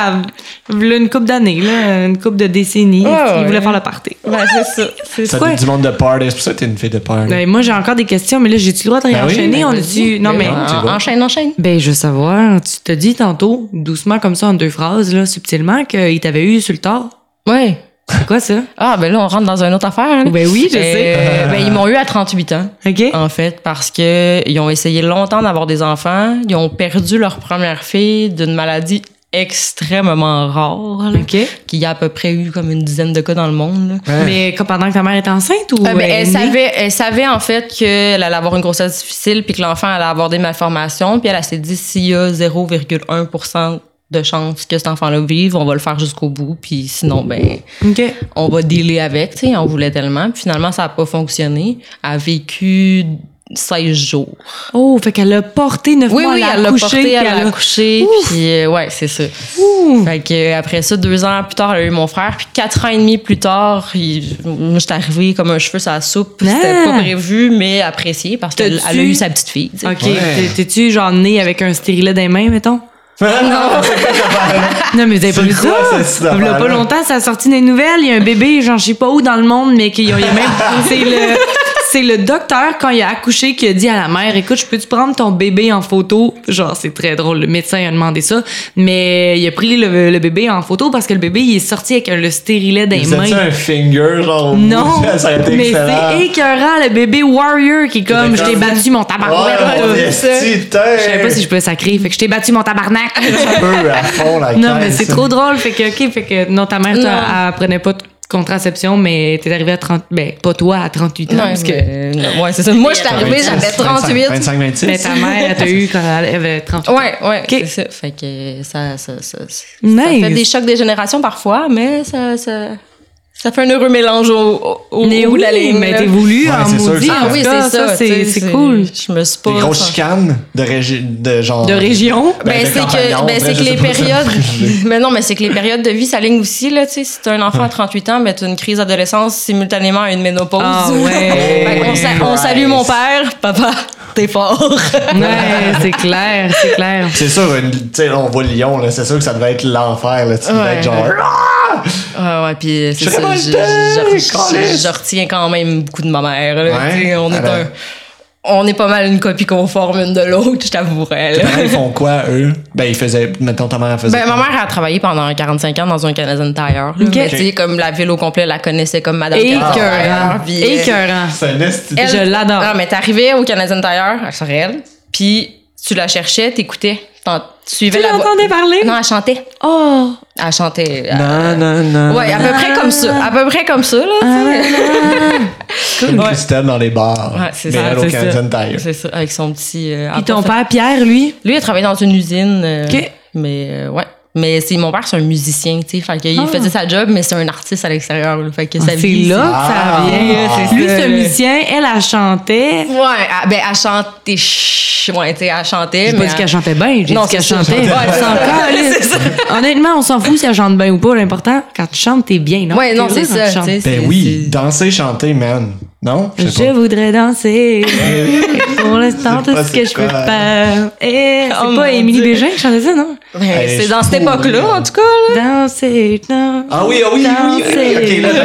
à v'là une couple d'années, là, une couple de décennies.
Ah,
il
ouais.
voulait faire le party.
Ben, c'est ça. C'est
Ça
ça.
Ouais.
doit être du monde de party. C'est pour ça que t'es une fille de party.
Ben, moi, j'ai encore des questions, mais là, j'ai-tu le droit de
Ben oui,
réenchaîner?
ben
on a-tu... Non, mais...
non. tu vas.
Ah, enchaîne, enchaîne.
Ben, je veux savoir, tu te dis tantôt, doucement comme ça, en deux phrases, là, subtilement, qu'il t'avait eu sur le tort.
Ouais.
C'est quoi, ça?
Ah, ben là, on rentre dans une autre affaire. là.
Ben oui, je
Euh,
sais.
Ben, ils m'ont eu à 38 ans.
OK?
En fait, parce que ils ont essayé longtemps d'avoir des enfants. Ils ont perdu leur première fille d'une maladie extrêmement rare, là,
OK.
qu'il y a à peu près eu comme une dizaine de cas dans le monde. là.
Mais comme pendant que ta mère est enceinte ou.
Euh, ben, elle,
est née?
savait, elle savait en fait qu'elle allait avoir une grossesse difficile puis que l'enfant allait avoir des malformations. Puis elle, elle s'est dit s'il y a 0,1 de chance que cet enfant-là vive, on va le faire jusqu'au bout. Puis sinon, ben,
OK.
on va dealer avec. tu sais, on voulait tellement. Puis finalement, ça n'a pas fonctionné. Elle a vécu 16 jours.
Oh, fait qu'elle a porté neuf
Oui,
mois,
oui,
elle
elle
l'a
l'a
couché,
porté,
puis
elle l'a couché, puis euh, ouais, c'est ça. Fait que euh, après ça, deux ans plus tard, elle a eu mon frère, puis quatre ans et demi plus tard, il- moi, j'étais arrivée comme un cheveu sur la soupe. C'était
Ah!
pas prévu, mais apprécié parce qu'elle
T'as-tu-
elle a eu sa petite fille. tu sais.
OK.
Ouais.
T'es- T'es-tu genre née avec un stérilet dans les mains, mettons?
Ah!
Non, mais vous avez pas
C'est
vu
quoi,
ça?
cette histoire-là?
Il y a pas longtemps, ça a sorti des nouvelles. Il y a un bébé, genre, je sais pas où dans le monde, mais qu'il y a il y a même. C'est le. C'est le docteur, quand il a accouché, qui a dit à la mère Écoute, je peux-tu prendre ton bébé en photo Genre, c'est très drôle. Le médecin a demandé ça, mais il a pris le, le bébé en photo parce que le bébé, il est sorti avec le stérilet dans les
Vous
mains.
avez un finger, genre. au bout?
Non,
ça aurait été
mais
excellent.
c'est écœurant, le bébé warrior qui est comme « je t'ai
comme-
battu mon tabarnak
Oh, mon
tout ça.
esti,
Je savais pas si je pouvais sacrer, fait que « je t'ai battu mon tabarnak ».
peu à fond la
Non, mais
caisse.
c'est trop drôle, fait que, ok, fait que, non, ta mère, toi,
Non.
elle, elle prenait pas de contraception, mais t'es arrivée à 30, ben, pas toi, à 38 ans,
Non,
parce que,
mais, euh, ouais, c'est ça. Moi, j'étais arrivée, j'avais 38.
25, 26.
mais ben, ta mère, elle t'a eu quand elle avait 38 ans.
Ouais, ouais,
Ok.
c'est ça. Fait que ça, ça, ça, ça- ça
Nice.
fait des chocs des générations parfois, mais ça, ça, ça fait un heureux mélange au, au, au
Mais
bout
oui,
de la ligne.
mais
là.
Ben, t'es voulu
Ouais,
en
c'est sûr que
maudit,
ça-
en
Ah
tout
oui,
cas,
c'est ça. tu sais,
c'est c'est cool.
Je me suis pas.
Des grosses chicanes de, régi- de genre.
De région,
Ben, c'est que, ben, c'est que les périodes. Mais non, mais c'est que les périodes de vie s'alignent aussi, là, tu sais. Si t'as un enfant à 38 ans, ben, t'as une crise d'adolescence simultanément à une ménopause.
Ah ouais.
Fait qu'on sa- on,
Christ.
salue mon père. Papa, t'es fort.
Ben,
ouais, c'est clair, c'est clair.
C'est sûr, une- tu sais, on voit Lyon, là, c'est sûr que ça devait être l'enfer, là. Tu devais
Ouais.
être genre. Ah!
Ah Ouais, ouais, puis c'est
Je
ça.
révoltais,
Je, je-
câlisse.
je- je retiens quand même beaucoup de ma mère, là.
Ouais.
Tu sais, on est
Elle a-
un- On est pas mal une copie conforme une de l'autre, je t'avouerais, là.
Ils font quoi, eux? Ben, ils faisaient. Mettons, ta mère elle faisait.
Ben, ma
quoi?
mère a travaillé pendant 45 ans dans un Canadian Tire. là. Mais, tu sais, comme la ville au complet la connaissait comme Madame Canadian
Écœurant,
Tire, puis, euh,
écœurant.
C'est un esti-
Elle-
Je l'adore.
Non, mais t'arrivais au Canadian Tire, sur elle, puis tu la cherchais, t'écoutais, t'en- tu suivais
Tu
la voix.
l'entendais parler?
Non, elle chantait.
Oh!
Elle chantait. elle-
Non, non, non.
Ouais, à peu près comme ça. À peu près comme ça,
Ah
là. tu sais.
Comme Christelle dans les bars.
Ouais, c'est
mais
ça,
elle
c'est
au Canadian Tire.
C'est ça, avec son petit. euh,
Puis
apport
ton
fait-
père, Pierre, lui?
Lui, il travaillait dans une usine. euh,
Ok.
Mais euh, ouais. Mais c'est mon père, c'est un musicien, tu sais. Fait qu'il
Ah.
faisait sa job, mais c'est un artiste à l'extérieur. là. Fait que sa
C'est
vie,
là que
Ah,
ça
c'est
vient.
ça,
Lui, c'est
là.
un musicien, elle, elle chantait.
c'est- Ouais, elle- ben, elle chantait. ch- Ouais, tu sais, elle chantait.
J'ai
mais
pas dit
elle-
qu'elle chantait bien, j'ai
Non,
dit qu'elle
c'est ça.
chantait.
Ouais,
On s'en
c'est
calisse. Honnêtement, on s'en fout si elle chante bien ou pas. L'important, quand tu chantes, t'es bien, non?
Ouais, non,
T'es
c'est
heureux quand
ça.
tu chantes.
tu sais,
Ben
c'est-
oui, danser, chanter, man. Non?
Je,
Je sais pas.
voudrais danser. Pour l'instant,
Je sais
tout
pas
ce que
c'est
je peux
quoi.
faire. Eh,
Oh
c'est
mon
pas Émilie
Dieu.
Bégin qui chantait ça, non?
Ben,
Hey,
c'est
je
dans cette
trouve,
époque-là,
oui.
en tout cas. là.
Danser, non.
Ah oui, ah oui, oui, oui, oui,
Danser.
ok, là,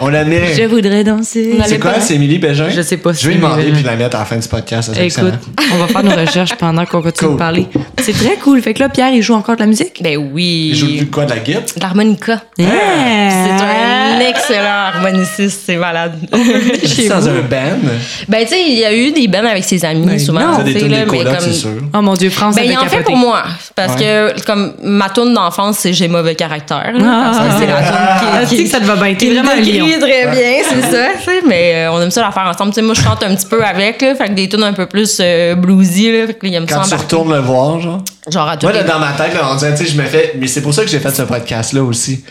on la met.
Je voudrais danser.
On a-
C'est quoi, c'est Émilie Bégin?
Je sais pas si
Je vais
c'est
demander
Émilie
puis la mettre à la fin du podcast. ça serait
Écoute,
excellent.
on va faire nos recherches pendant qu'on continue
Cool.
de parler. C'est très cool. Fait que là, Pierre, il joue encore de la musique?
Ben
Il joue du
oui.
quoi de la guitare?
L'harmonica. C'est
Yeah.
un excellent harmoniciste, c'est malade.
C'est dans un band.
ben, tu sais, il y a eu des bands avec ses amis,
Ben non.
souvent.
Ça
tu sais,
détourne
là,
des
mais
colocs,
comme-
c'est sûr.
Oh mon Dieu, France,
Ben,
avait
il en fait
capoté.
pour moi. Parce
Ouais.
que, comme, ma tourne d'enfance, c'est J'ai mauvais caractère. là,
Ah.
parce que c'est la tourne
Ah,
qui,
tu sais
qui,
que ça te va bien. T'es
qui me
vraiment un
décrit
lion.
très bien, c'est ça. tu sais, Mais euh, on aime ça la faire ensemble. Tu sais, moi, je chante un petit peu avec, là, fait que des tunes un peu plus euh, bluesy. Là, fait que, là, il aime
Quand
ça
tu
embarquer.
retournes le voir, genre.
Genre à tous
Moi, là,
les-
dans ma tête, là, on dirait, tu sais, je me fais. Mais c'est pour ça que j'ai fait ce podcast-là aussi.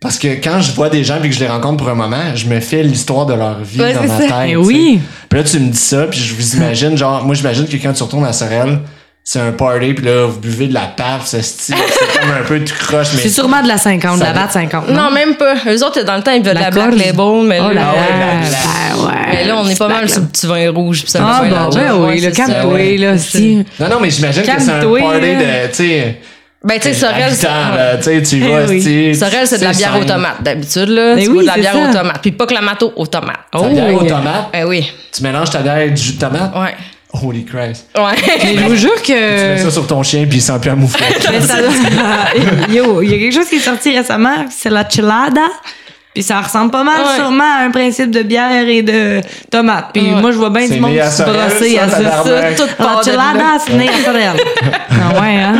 Parce que quand je vois des gens puis que je les rencontre pour un moment, je me fais l'histoire de leur vie
Ouais,
dans
c'est
ma
ça.
tête.
Mais
tu
oui.
sais. Puis là, tu me dis ça, puis je vous imagine, genre, moi, j'imagine que quand tu retournes à Sorel, c'est un party, puis là, vous buvez de la paf, ce style. C'est comme un peu du croche, mais.
C'est sûrement de la 50, de la batte 50.
Non, même pas. Eux autres, dans le temps, ils veulent de la Black
Corde.
Label, mais
Oh
là,
là
Ah ouais,
là,
la-
ben ouais.
mais là, on est pas mal sur le petit vin rouge. Pis ça
Ah
fait
bon,
l'argent.
ben
Ouais,
oui, le
c'est ça.
camp, oui, là, si.
Non, non, mais j'imagine que c'est un
Calme-toi,
party
là.
de. Tu sais.
Ben, tu sais, Sorel, c'est-
habitant, là, tu sais, tu y
Eh
vas,
oui.
tu sais,
Sorel, c'est de la
tu sais,
bière
ça-
aux tomates, d'habitude, là.
Ben
Tu
oui,
bois de la
c'est
bière
ça. Oh.
aux tomates. Puis pas clamato, aux tomates.
Ta bière aux tomates,
Ben oui,
tu mélanges ta bière avec du jus de tomate.
Oh, ouais.
Holy Christ.
Ouais.
Mais je vous jure
Tu
Euh.
mets
que.
ça sur ton chien puis il sent plus à moufler.
Mais ça- Yo, il y a quelque chose qui est sorti récemment, c'est la chelada. Puis ça ressemble pas mal
Ouais.
sûrement à un principe de bière et de tomate. Puis moi, je vois bien
C'est
du monde
né à
se
Sorel,
brosser
ça,
à ça.
tabarnak.
La
part de là.
chelada, c'est né à Sorel. Ah ouais, hein?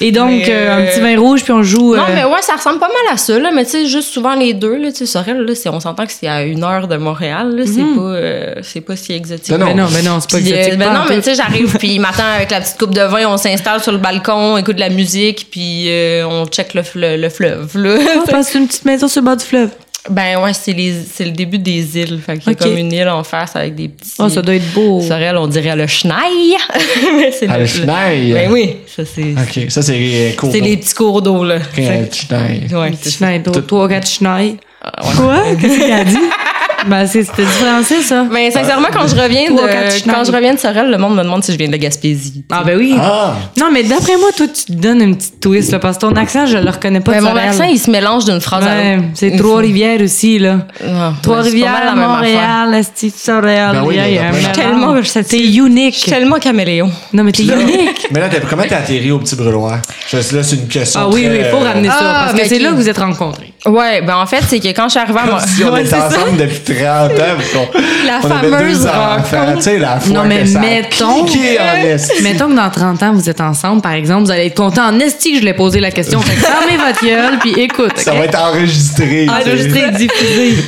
Et donc,
Mais,
euh, un
euh,
petit vin rouge, puis on joue.
Non,
euh,
mais ouais, ça ressemble pas mal à ça, là. Mais tu sais, juste souvent les deux, là, tu sais, Sorel, là, c'est- on s'entend que c'est à une heure de Montréal, là.
Mhm.
C'est pas, euh, c'est pas si exotique.
Ben non.
Mais non, mais non, c'est pas
Puis, euh,
exotique.
ben
pas
non,
en
mais
tout.
tu sais, j'arrive, puis il m'attend avec la petite coupe de vin, on s'installe sur le balcon, on écoute de la musique, puis euh, on check le, fle- le fleuve, là.
On passe une petite maison sur le bord du fleuve.
ben ouais, c'est les- c'est le début des îles. Fait qu'il y a
Ok.
comme une île en face avec des petits.
oh, ça doit être beau.
Sorel, on dirait le Schneil. Mais c'est
Ah, le Schneil.
Ben oui, ça c'est.
OK, ça, c'est euh, court.
C'est les petits cours d'eau, là.
Quel Schneil.
Ouais,
Petit
c'est ça. Ah,
Schneid,
Tout-
trois, quatre Schneid.
ouais.
Quoi? Qu'est-ce qu'elle a dit? ben, c'est- c'était du français, ça.
Mais Ben, sincèrement, quand je reviens
Trois, quatre
de,
Schneid.
quand je reviens de Sorel, le monde me demande si je viens de la Gaspésie.
Ah, ben oui.
Ah!
Non, mais d'après moi, toi, tu te donnes une petite twist, là, parce que ton accent, je le reconnais pas
Mais
de
Ben, mon
Sorel.
accent, il se mélange d'une phrase à
Ouais,
l'autre.
c'est Trois-Rivières aussi, là.
Ah, ouais, c'est pas
Trois-Rivières,
mal la même affaire.
Montréal, Esti, Sorel.
Ben oui,
il y a-
il y a
il y a
plein
un
d'affaires.
mélange.
Tellement, je sais-
T'es
Je
unique.
suis tellement caméléon.
Non, mais t'es
Là-
unique.
mais là, t'as- comment t'as atterri au petit brûloir? Je sais, là, c'est une question.
Ah oui,
très,
oui, il faut
euh,
ramener ça,
Ah,
parce que
mais
c'est
ok.
là que vous êtes rencontrés.
Ouais, ben en fait, c'est que quand je suis arrivée à
Comme
moi.
si on
Ouais,
était
c'est ça.
ensemble depuis 30 ans. puis qu'on-
La
on avait
fameuse
deux enfants.
rencontre.
Tu sais, la fois
Non, mais
que ça a
mettons
cliqué en est.
Mettons que dans 30 ans, vous êtes ensemble, par exemple, vous allez être content en esti que je l'ai posé la question. Fait que fermez votre gueule, puis écoute.
Ça
ok?
va être enregistré.
Ah,
tu sais.
Enregistré, diffusé.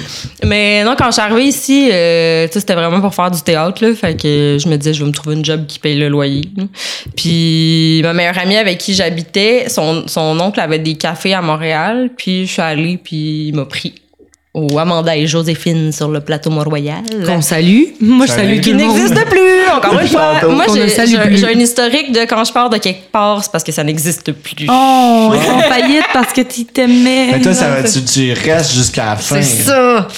Mais non, quand je suis arrivée ici, euh, tu sais, c'était vraiment pour faire du théâtre, là. Fait que je me disais, je vais me trouver une job qui paye le loyer. là. Puis ma meilleure amie avec qui j'habitais, son, son oncle avait des cafés à Montréal. Puis je suis allée, puis il m'a pris au Amanda et Joséphine sur le plateau Mont-Royal.
Qu'on salue. Moi, je
Ça
salue
va.
tout
Qui
le monde.
n'existe plus, encore
Depuis
une fois.
tantôt.
Moi,
Qu'on ne
j'ai-
salue
j'ai
plus.
j'ai un historique de quand je pars de quelque part, c'est parce que ça n'existe plus.
Oh,
Ils sont faillites parce que tu t'aimais.
Mais toi, ça va, tu, tu restes jusqu'à la fin.
C'est ça.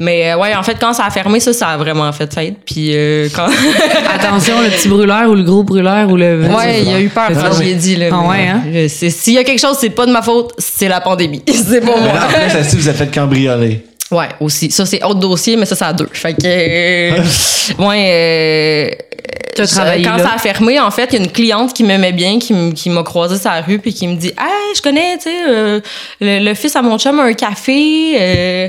Mais euh, ouais, en fait, quand ça a fermé, ça, ça a vraiment fait faillite. Puis euh, quand.
Attention, le petit brûleur ou le gros brûleur ou le.
ouais, il a eu peur
Non,
quand je
mais-
lui ai dit. Là,
Ah
mais,
ouais, hein?
euh, c'est- S'il y a quelque chose, c'est pas de ma faute, c'est la pandémie. c'est pour
Mais là, en
moi.
plus, si vous êtes fait cambrioler.
Ouais, aussi. Ça, c'est autre dossier, mais ça, c'est à deux. Fait que. euh, ouais, euh,
T'as
je-
travaillé
Quand
là.
ça a fermé, en fait, il y a une cliente qui m'aimait bien, qui, m- qui m'a croisé sur la rue, puis qui me dit Hey, je connais, tu sais, euh, le, le fils à mon chum a un café. euh,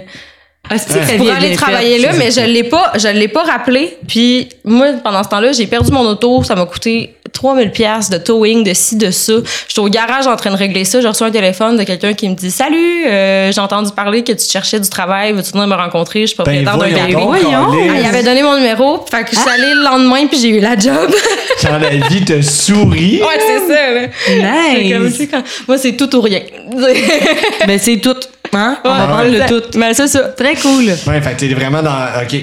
Esti,
Ouais.
ta vie
pour
est
aller
bien
travailler
faite.
là, mais je l'ai pas, je l'ai pas rappelé. Puis moi, pendant ce temps-là, j'ai perdu mon auto. Ça m'a coûté 3000 pièces de towing, de ci, de ça. J'étais au garage en train de régler ça. J'ai reçu un téléphone de quelqu'un qui me dit Salut, euh, j'ai entendu parler que tu cherchais du travail. Veux-tu venir me rencontrer Je suis
Ben,
propriétaire d'un
voyons
café.
donc,
Ah, il avait donné mon numéro. Fait que je suis allée le lendemain puis j'ai eu la job.
Quand la vie te sourit.
ouais, c'est ça. là. C'est comme, tu
Nice.
sais, quand- Moi, c'est tout ou rien.
Ah
Ben, c'est tout. Hein? On va
Ouais,
prendre le
c'est-
tout. Mais c'est ça. Très cool.
Ouais, fait que t'es vraiment dans. OK.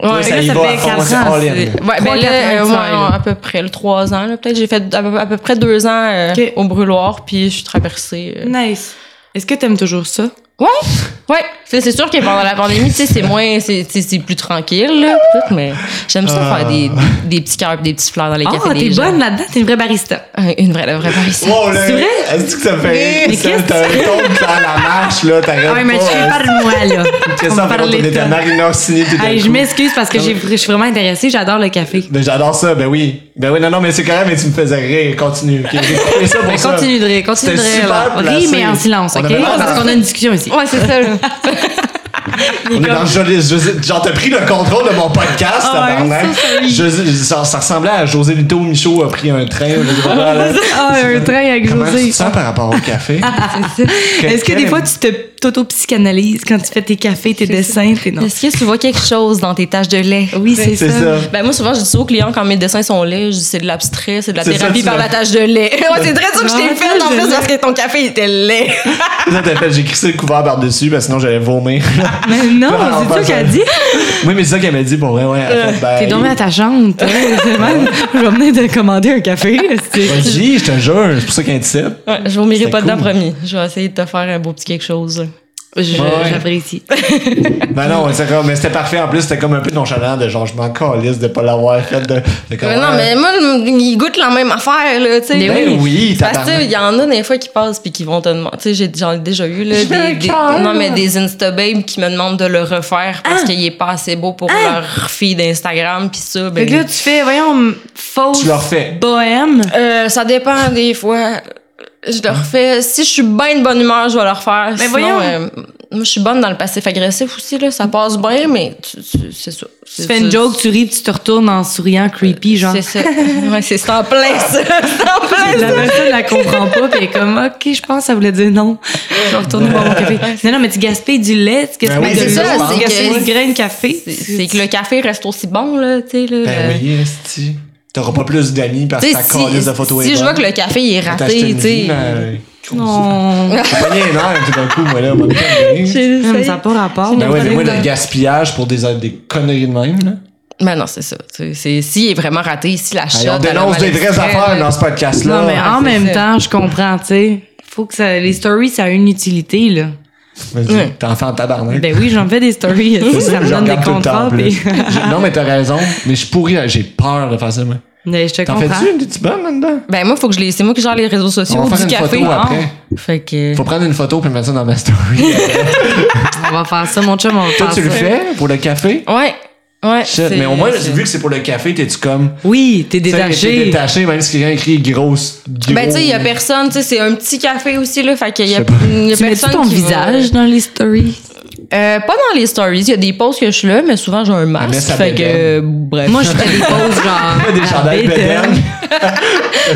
Toi,
Ouais,
ça
là,
y
ça
va
fait
à fond,
quatre
c'est
ans,
all in.
c'est- Ouais,
Trois, quatre ans,
ben là, euh,
tu
ouais,
travailles, là.
à peu près le trois ans, là, peut-être. J'ai fait à peu, à peu près deux ans euh,
Ok.
au brûloir, puis je suis traversée. euh.
Nice. Est-ce que t'aimes toujours ça?
Ouais, c'est c'est sûr que pendant la pandémie, tu sais, c'est moins, c'est- c'est c'est plus tranquille, là, pis tout, mais j'aime ça
Ah.
faire des, des petits cœurs, pis des petits fleurs dans les
Ah,
cafés des
t'es
gens.
bonne là-dedans. T'es une vraie barista.
Ouais, Une vraie, la vraie barista.
Wow, là,
C'est vrai?
Est-ce que ça me fait
Mais
rire? ça?
qu'est-ce
T'as un ton dans la marche, là, t'arrêtes
Ah Ouais, mais tu
pas.
parles moi, là.
Qu'est-ce
On
que ça fait
parle
quand on
de
était
toi.
à Marina Orsini tout d'un
Hey, je
coup?
m'excuse parce que j'ai- je suis vraiment intéressée, j'adore le café.
Ben, j'adore ça, ben oui. Ben oui, non, non, mais c'est quand même, mais tu me faisais rire, continue. ok? J'ai coupé ça pour
Ben,
ça.
continue de rire, continue de
C'était
rire.
super
là.
placé.
Ris, mais en silence,
On
OK?
avait l'air
Parce
d'en-
qu'on a une discussion ici.
Ouais, c'est ça, là.
On est dans José- José- genre, t'as pris le contrôle de mon podcast,
Ah
tabarnak. José- genre, ça ressemblait à José Lito Michaud a pris un train. je sais pas, là.
Ah, un train avec
Comment tu
José.
te sens par rapport au café?
Ah,
Est-ce que des fois, tu te t'auto-psychanalyses quand tu fais tes cafés, tes dessins, tes noms?
Est-ce que tu vois quelque chose dans tes taches de lait?
Oui, c'est
C'est
ça.
ça.
Ben moi souvent je dis ça aux clients quand mes dessins sont laids, je dis c'est de l'abstrait, c'est de la
C'est ça,
thérapie
tu
par
l'as-
la tache de lait. ouais, c'est très sûr que je
Ah,
t'ai fait
tache
en
de
plus
lait.
parce que ton café il était laid.
Ça, t'as fait, j'ai crissé le couvert par-dessus, parce que sinon j'allais vomir.
Mais non,
Non,
c'est
pas
ça
ça.
qu'elle dit.
oui, mais c'est ça qu'elle m'a dit pour vrai, ouais. Elle fait, ben,
T'es tombée attachante. hein, c'est même. Je vais venir te commander un café. c'est-
Vas-y, je te jure, c'est pour ça qu'elle dit ça.
Ouais, je vomirai
C'était
pas dedans,
cool.
promis. Je vais essayer de te faire un beau petit quelque chose.
Je-
Ouais.
J'apprécie.
Ben non, c'est comme, mais c'était parfait. En plus, c'était comme un peu nonchalant de genre, je m'en calisse de pas l'avoir fait. De, de comme, ah,
Mais non,
ouais.
mais moi, le- ils goûtent la même affaire, là, tu sais.
Ben oui,
Parce que, tu
tabarnak.
sais, il y en a des fois qui passent puis qui vont te demander. Tu sais, j'ai- j'en ai déjà eu, là. Des, des- non, mais des Instababes qui me demandent de le refaire
Ah.
parce qu'il est pas assez beau pour leur fille d'Instagram puis ça.
Fait
Ben,
que là, tu fais, voyons, fausse
Tu leur fais.
bohème.
euh, ça dépend des fois. Je le refais. Si je suis bien de bonne humeur, je vais le refaire.
Mais
Sinon,
voyons.
euh, Moi, je suis bonne dans le passif-agressif aussi, là. Ça passe bien, mais tu- tu- c'est ça. Euh,
Tu fais une joke, tu ris, puis tu te retournes en souriant creepy, genre.
C'est ça. Ouais, c'est ça en plein, ça. C'est en plein,
La
ça.
personne la comprend pas, puis elle est comme, OK, je pense, ça voulait dire non. Je vais retourner boire mon café. Non, non, mais tu gaspilles du lait, tu
Ben oui,
gaspilles
c'est
de
ça,
l'eau,
c'est
tu gaspilles
que-
une graine de café.
C'est- C'est que le café reste aussi bon, là, tu sais, là.
Ben
le-
oui, esti. T'auras pas plus d'amis parce
euh, Tu
que
sais,
ta
si,
calice de photo est
si je vois
bonne.
que le café il est
T'as acheté
raté,
une
tu sais.
vie, mais-
Non,
J'ai pogné les nerfs tout d'un coup, moi, là, au moment de venir.
mais ça n'a pas rapport.
Ben ouais, mais moi, le gaspillage pour des, des conneries de même, là.
Mais Ben non, c'est ça. tu sais. C'est s'il est vraiment raté, si la shot.
Hey, Ah, on
elle a
dénonce des
mal
vraies
extrait,
affaires
là.
dans ce podcast-là.
Non, mais en
c'est
même
ça.
temps, je comprends, tu sais. Faut que ça, les stories, ça a une utilité, là.
Vas-y, t'en fais en tabarnak.
Ben oui, j'en fais des stories, ça me
Je
donne des
regarde tout le temps,
contrats,
en plus.
puis...
J'ai- Non, mais t'as raison. Mais je pourris, j'ai peur de faire ça, moi.
Mais Ben, je te
T'en
comprends.
fais-tu une petite bonne là-dedans?
Ben moi, faut que je les. C'est moi qui gère les réseaux sociaux
On va
du
faire une
café.
hein?
photo
Ah.
après.
Fait que.
Faut prendre une photo puis mettre ça dans ma story.
On va faire ça, mon chum, on va
Toi,
faire
tu le
ça.
fais pour le café?
Ouais. Ouais.
Shit,
c'est-
mais au moins,
c'est-
vu que c'est pour le café, t'es-tu comme.
Oui, t'es
t'sais, T'es
détaché.
détaché, même si quelqu'un écrit grosse.
Ben tu sais, il y a
gros-
personne, tu sais, c'est un petit café aussi là, fait qu'il y a,
Je sais pas.
y a
Tu mets
personne
ton
qui va-
visage dans les stories?
Euh, pas dans les stories, il y a des pauses que je suis là, mais souvent j'ai un
Ah, Mais
masque,
ça
fait que euh,
bédaine.
bref.
Moi, je fais des pauses, genre...
Pas des chandails
bête,
bédaines.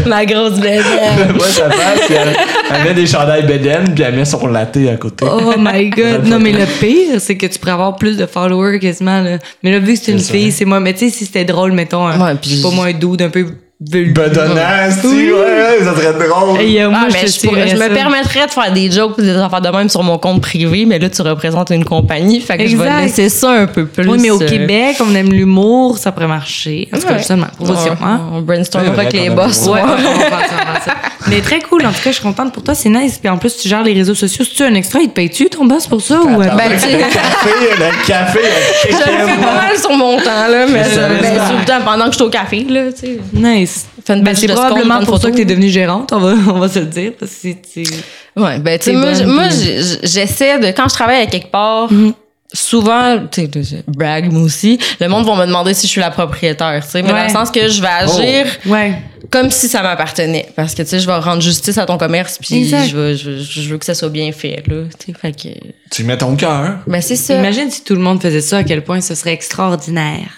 ma grosse bête.
Moi, ça passe, puis elle, elle met des chandails bédaines, puis elle met son latte à côté.
Oh my god. Non, mais le pire, c'est que tu pourrais avoir plus de followers quasiment, là. Mais là, vu que c'est une
C'est
fille, c'est moi. Mais tu sais, si c'était drôle, mettons, un,
Ouais, puis
je sais pas
je-
moi, un dude un peu vulgaire.
Bedonnant, si,
Oui.
ouais, ouais, ça serait drôle.
Hey, euh, moi,
Ah, mais
te
je, pourrais- je
tirerais
me
ça.
permettrais de faire des jokes et des affaires de même sur mon compte privé, mais là, tu représentes une compagnie, fait que je
Exact.
vais laisser ça un peu plus.
Oui, mais au
euh,
Québec, on aime l'humour, ça pourrait marcher. En tout cas,
Ouais.
justement, proposition,
on,
hein?
on
Ouais,
brainstormera avec
ouais,
les
qu'on a
boss.
Ouais,
ouais.
on va faire ça, on va faire ça. Mais très cool, en tout cas, je suis contente pour toi, c'est nice. Puis en plus, tu gères les réseaux sociaux. Si tu as un extra, il te paye-tu ton boss pour ça? Ou... euh,
Attends,
Ben,
le
tu sais-
café, euh, le café, le
Je le fais pas mal sur mon temps, là, mais
ça,
ça, ben,
ça.
sur le temps, pendant que je suis au café, là, tu sais.
Nice.
Fais une
Ben,
batch
c'est
de secondes,
probablement
prends
pour
une
ça que
photo.
tu es devenue gérante, on va, on va se le dire. Parce que tu...
Ouais, ben, tu
T'es
sais, moi,
bonne,
j- moi,
puis-
j- j- j'essaie de, quand je travaille à quelque part,
Mm-hmm.
souvent, tu sais, je brague, moi aussi, le monde va me demander si je suis la propriétaire, tu sais, mais
Ouais.
dans le sens que je vais
Oh.
agir
Ouais.
comme si ça m'appartenait. Parce que, tu sais, je vais rendre justice à ton commerce, puis
Exact.
je, vais- je, veux- je veux que ça soit bien fait, là, tu sais, fait que...
Tu mets ton cœur.
Ben, c'est ça.
Imagine si tout le monde faisait ça, à quel point ce serait extraordinaire.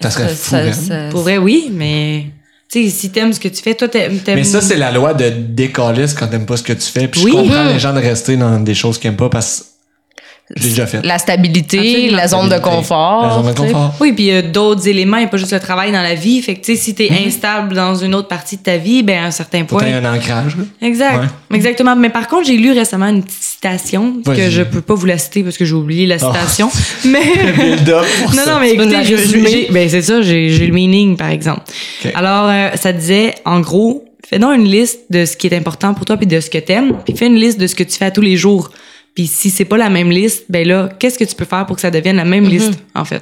Ça serait
Ça-
fou,
ça-
hein.
ça-
Pour vrai, oui, mais tu sais, si t'aimes ce que tu fais, toi, t'aimes.
Mais ça, c'est la loi de décaliste quand t'aimes pas ce que tu fais. Puis
Oui.
je comprends les gens de rester dans des choses qu'ils aiment pas parce que j'ai déjà fait.
la stabilité,
Absolument.
la zone de confort.
La zone de
tu sais.
confort.
Oui, puis il y a d'autres éléments, il n'y a pas juste le travail dans la vie. Fait que, tu sais, si t'es instable dans une autre partie de ta vie, ben, à un certain
Mhm. Faut
point.
t'aies un ancrage. là.
Exact. Exactement. Mais par contre, j'ai lu récemment une petite citation que
Vas-y.
je peux pas vous la citer parce que j'ai oublié la
Oh.
citation. Mais.
Build-up pour
non,
ça.
non, mais
Tu veux
écoutez,
la
je-
résumer?
j'ai- ben, c'est ça, j'ai j'ai le meaning, par exemple.
Ok.
Alors, euh, ça disait, en gros, fais donc une liste de ce qui est important pour toi puis de ce que t'aimes, puis fais une liste de ce que tu fais à tous les jours. Puis si c'est pas la même liste, ben là, qu'est-ce que tu peux faire pour que ça devienne la même liste, en fait?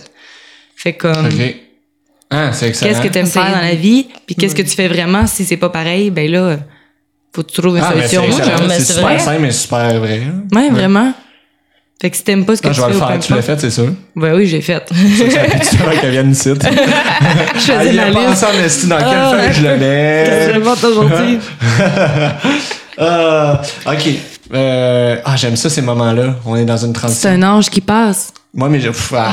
Fait comme,
Mhm. Ok. Ah, c'est excellent.
qu'est-ce que t'aimes
C'est-
faire dans la vie, puis qu'est-ce
Mhm.
que tu fais vraiment si c'est pas pareil, ben là, faut que tu trouves une
ah, mais c'est
solution.
excellent.
genre, mais
C'est
c'est
super
vrai.
simple mais super vrai. hein.
Ouais, vraiment. Fait que si t'aimes pas ce que
Non,
tu
Ah, je
fais,
vais le
ou peu
faire. Tu l'as
importe-
fait, c'est sûr.
Ben oui, j'ai fait.
C'est sûr que ça fait du temps qu'elle vienne ici.
je
Ah,
faisais
il
ma
a
liste.
pensé en esti dans quelle
Ah,
feuille je le
Qu'est-ce que je
mets.
porte aujourd'hui?
Euh, ok. Euh, ah, j'aime ça ces moments-là. On est dans une
C'est
transition.
un ange qui passe.
Moi, mais je. pff, ah.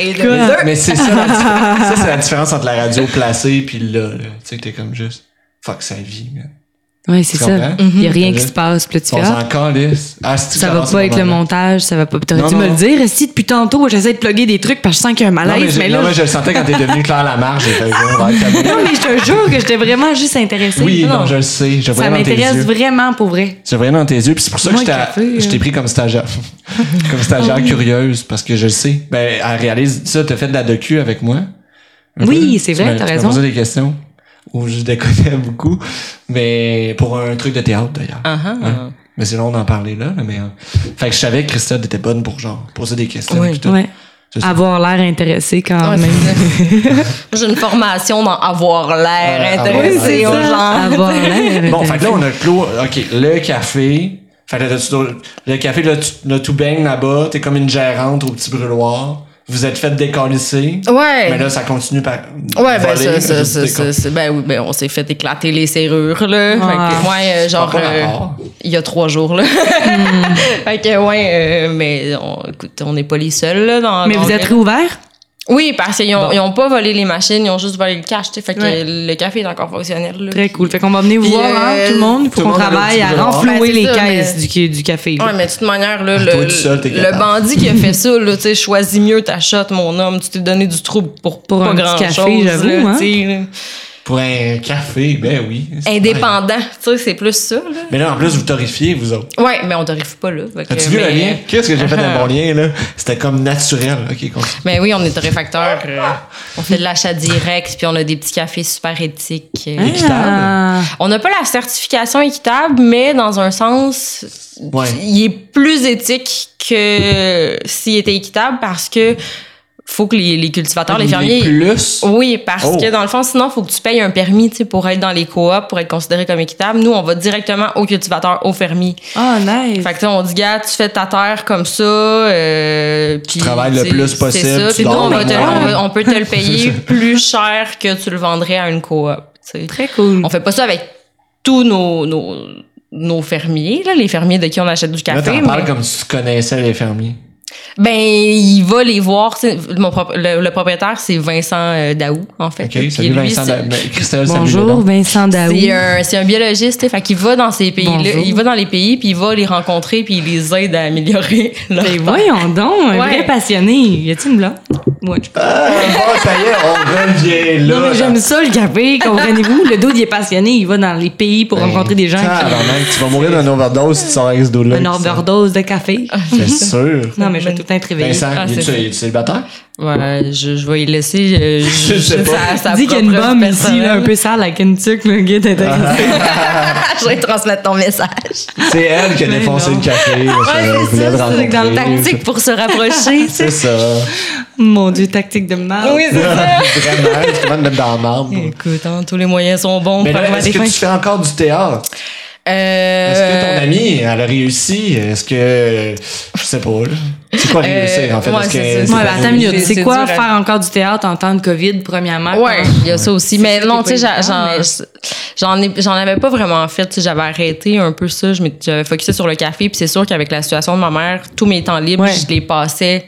Et le-
Mais c'est ça, la diffé- ça c'est la différence entre la radio placée puis là. là. Tu sais que t'es comme juste fuck sa vie. man.
Ouais, c'est
Tu
ça.
comprends?
Il y a rien
Mhm.
qui se passe. Puis là, tu
On
fais, ah,
s'en calisse. Ah, c'est-tu que
ça va
dans ce
pas avec le
moment-là?
montage, ça va pas. Puis
Non,
T'aurais dû me
non.
le dire, si depuis tantôt, j'essaie de plugger des trucs parce que je sens qu'il y a un
Non, mais,
malaise.
je,
mais
non,
là,
mais je le sentais quand t'es devenu Claire Lamarche. J'ai fait genre, ouais, calme-toi.
non, mais je te jure que j'étais vraiment juste intéressée.
Oui,
Non,
non, je le sais. Je le
Ça
voyais dans tes
m'intéresse
yeux.
vraiment pour vrai.
Je le voyais dans tes yeux. Puis c'est pour ça que
Moi,
je
le café,
t'ai- je
euh. Oh,
t'ai pris comme stagiaire. comme stagiaire curieuse parce que je le sais. Ben, elle réalise ça. T'as fait de la docu avec moi. Un
Oui,
peu.
c'est
Tu
vrai,
m'as-
t'as
tu m'as
raison.
posé des questions où je déconnais beaucoup. Mais pour un truc de théâtre d'ailleurs.
Ah, ah.
Hein? Mais sinon, on en parlait là, là, mais. euh, Fait que je savais que Christelle était bonne pour genre poser des questions.
Oui.
pis tout.
Ouais.
C'est ça.
Avoir l'air intéressé quand
Ouais,
même.
c'est ça. Moi, J'ai une formation dans avoir
Ouais,
l'air
avoir
intéressé
l'air.
aux gens.
Avoir l'air.
Euh,
Bon, fait que là, on a clos. OK, le café. Fait que là, tu dois- le café, là, tu, là, tout baigne là-bas. T'es comme une gérante au petit brûloir. vous êtes fait décalisser.
Ouais.
Mais là, ça continue par.
Ouais, ben,
voler,
ça, ça,
juste
ça,
décoller.
ça, ça- ben oui, ben on s'est fait éclater les serrures, là. Fait que, ouais, euh, genre,
Pas par
euh,
rapport.
il y a trois jours, là.
Hmm.
fait que, ouais, euh, mais on, écoute, on n'est pas les seuls, là. Dans,
Mais
dans
vous
le-
êtes réouvert?
Oui, parce qu'ils ont, ils ont pas volé les machines, ils ont juste volé le cash, tu sais. Fait que le café est encore fonctionnel, là.
Très cool. Fait qu'on va venir vous
Puis,
voir, hein,
euh,
tout le monde, pour
tout le
qu'on
monde a le
travaille
petit
à
bras.
renflouer
Ben, c'est
les
ça,
caisses
mais-
du, ca- du café. là.
Ouais, mais de toute manière, là,
Ah, toi,
le,
tout seul, t'es
le
capable.
bandit qui a fait ça, là, tu sais, choisis mieux ta shot, mon homme. Tu t'es donné du trouble pour,
Pour
pas
un petit
grand
café,
chose, là,
j'avoue, hein.
tu sais, là.
Pour un café, ben oui. C'est vrai.
Indépendant, tu sais, c'est plus ça, là.
Mais là, en plus, vous torrifiez, vous autres.
Ouais, mais on t'arrive pas là. Fait que-
Euh,
As-tu vu
mais-
le lien? Qu'est-ce que j'ai fait d'un bon lien, là? C'était comme naturel. Ok, continue.
Mais oui, on est torréfacteur. euh, on fait de l'achat direct, puis on a des petits cafés super éthiques. euh.
Hein? Équitable.
On n'a pas la certification équitable, mais dans un sens,
Ouais.
il est plus éthique que s'il était équitable parce que faut que les, les cultivateurs, les fermiers.
Ah, Plus.
Oui, parce
Oh.
que dans le fond, sinon, faut que tu payes un permis tu sais, pour être dans les coops, pour être considéré comme équitable. Nous, on va directement aux cultivateurs, aux fermiers.
Ah, nice.
Fait que tu sais, on dit, gars, tu fais ta terre comme ça. Euh, tu
travailles le plus possible, tu
C'est ça. Puis nous,
dors
on, va
le
te-
moins.
on va- on peut te le payer plus cher que tu le vendrais à une coop. tu sais.
Très cool.
On fait pas ça avec tous nos, nos, nos fermiers, là, les fermiers de qui on achète du
Là,
café.
t'en
mais-
parles comme si tu connaissais les fermiers.
Ben, il va les voir. tu sais, mon prop- le, le propriétaire, c'est Vincent euh, Daou, en
Ben,
fait.
Ok,
Puis
salut
lui,
Vincent.
c'est-
Da- mais Christelle, salut
Bonjour,
Léon.
Vincent Daou.
C'est euh, un, c'est un biologiste, tu sais, fait qu'il va dans ces pays-là,
Bonjour.
il va dans les pays, puis il va les rencontrer, puis il les aide à améliorer leur
Ben
terre.
voyons donc, un
Ouais.
vrai passionné. Y a-t-il une blonde? Moi, je pense.
Ah, bon, ça y est, on revient là. euh,
Non, mais j'aime ça, le café, comprenez-vous? Le dude, il est passionné. Il va dans les pays pour
Ben,
rencontrer des gens qui
Tabarnak, tu vas mourir d'une overdose si tu sors avec ce dos-là.
une overdose de café.
C'est sûr.
Non, mais je vais tout le temps être réveillée.
Vincent,
Ah,
es-tu
c'est vrai.
es-tu célibataire?
Ouais, je, je vais y laisser. euh,
Je sais pas.
sa- sa
Dis qu'il y a une
propre
bombe ici,
personnelle.
là, un peu sale, avec une tuque, le guide
Ah,
intéressé.
je vais transmettre ton message.
C'est elle qui a
Mais
défoncé
non.
le café.
c'est ça, c'est dans le tactique
Pour se rapprocher.
C'est ça.
Mon Dieu, tactique de mal.
oui, c'est ça.
Vraiment, tu comment te mettre dans le marbre.
Écoute, hein, tous les moyens sont bons
Mais
pour
là,
avoir
est-ce
des
que
fins.
tu fais encore du théâtre?
Euh,
Est-ce que ton amie, elle a réussi? Est-ce que. Je sais pas, là. C'est quoi réussir, en fait?
Euh, ouais,
Est-ce
c'est
que-
ça,
Ouais,
c'est
ben, attends une minute.
C'est-
C'est
c'est
quoi
dur à-
faire encore du théâtre en temps de COVID, premièrement?
Ouais,
Comment-
il y a ça aussi. Mais
ça
non,
qui est
tu sais,
pas
j'a-
évident,
j'en- j'en ai- j'en avais pas vraiment fait. tu sais, J'avais arrêté un peu ça. Je m'étais- J'avais focusé sur le café. Puis c'est sûr qu'avec la situation de ma mère, tous mes temps libres,
Ouais. Mm-hmm.
je les passais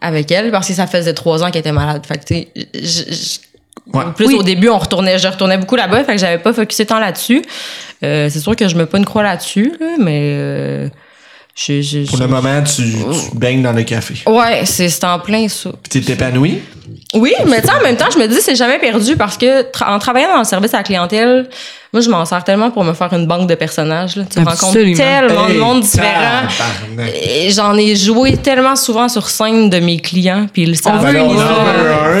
avec elle parce que ça faisait trois ans qu'elle était malade. Fait que, tu sais, je- je-
Ouais.
en Plus au début, on retournait, je retournais beaucoup là-bas, fait que j'avais pas focusé tant là-dessus. Euh, c'est sûr que je me pas une croix là-dessus, là, mais euh, je, je-
Pour
je-
le moment, tu,
Oh.
tu baignes dans le café.
ouais, c'est c'est en plein ça.
Puis t'es épanoui?
Oui, mais tu sais, en même temps, je me dis, c'est jamais perdu parce que tra- en travaillant dans le service à la clientèle, moi, je m'en sers tellement pour me faire une banque de personnages. là. Tu
Absolument.
rencontres tellement
Hey,
de monde différent. Ah
tabarnak.
Et J'en ai joué tellement souvent sur scène de mes clients, puis ils le savent.
veut une
Ils
histoire.
savent.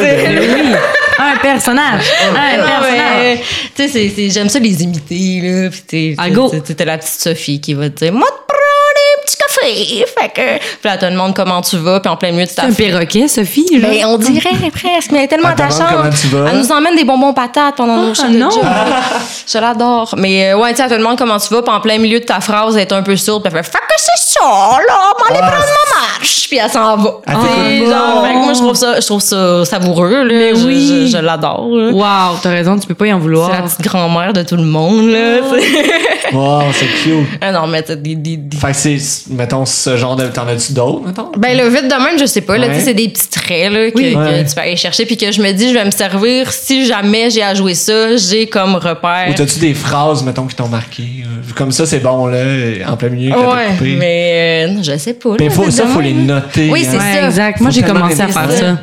Ben
C'est-
Un personnage.
Ah,
Un
Non,
personnage.
mais, tu sais, c'est- c'est- j'aime ça les imiter, là. Puis, tu sais,
Ah,
tu-
go.
tu- tu- t'as la petite Sophie qui va te dire, moi, te prends des petits cafés. Fait que, puis là, elle te demande comment tu vas, puis en plein milieu de
C'est
ta
un perroquet, Sophie. là.
ben, on dirait presque, mais elle est tellement
Elle te demande
attachante.
comment tu vas.
Elle nous emmène des bonbons patates pendant nos chats de
non.
job. Je l'adore. Mais euh, ouais, tu sais, elle te demande comment tu vas, puis en plein milieu de ta phrase, elle est un peu sourde, puis elle fait « Fait que c'est ça, là, m'en aller
Ah,
prendre ma marche! » Puis elle s'en va.
Ah,
Tu sais,
t'écoutes pas.
genre, fait que moi, je trouve ça, je trouve ça savoureux, là. Je-
oui.
Je, je l'adore, là.
Wow, t'as raison, tu peux pas y en
C'est la
vouloir.
petite grand-mère de tout le monde, là. tu sais.
Wow, c'est cute.
Ah non, mais t'as des- des- des-
Fait que c'est, mettons, ce genre de. T'en as-tu d'autres, mettons?
Ben le vite de même, je sais pas. Là,
Ouais.
tu sais, c'est des petits traits là, que,
Oui.
que
Ouais.
tu peux aller chercher, puis que je me dis, je vais me servir. Si jamais j'ai à jouer ça, j'ai comme repère.
Ou t'as-tu des phrases, mettons, qui t'ont marqué? euh, Comme ça, c'est bon, là, en plein milieu, quand t'as
Ouais,
coupé.
mais euh, je sais pas. là,
Mais Ben, faut,
vite
ça,
de
faut
même.
les noter. hein.
Oui, c'est
Ouais,
ça.
exact. Moi,
Faut
j'ai
tellement
commencé à faire
aimer ça.
ça.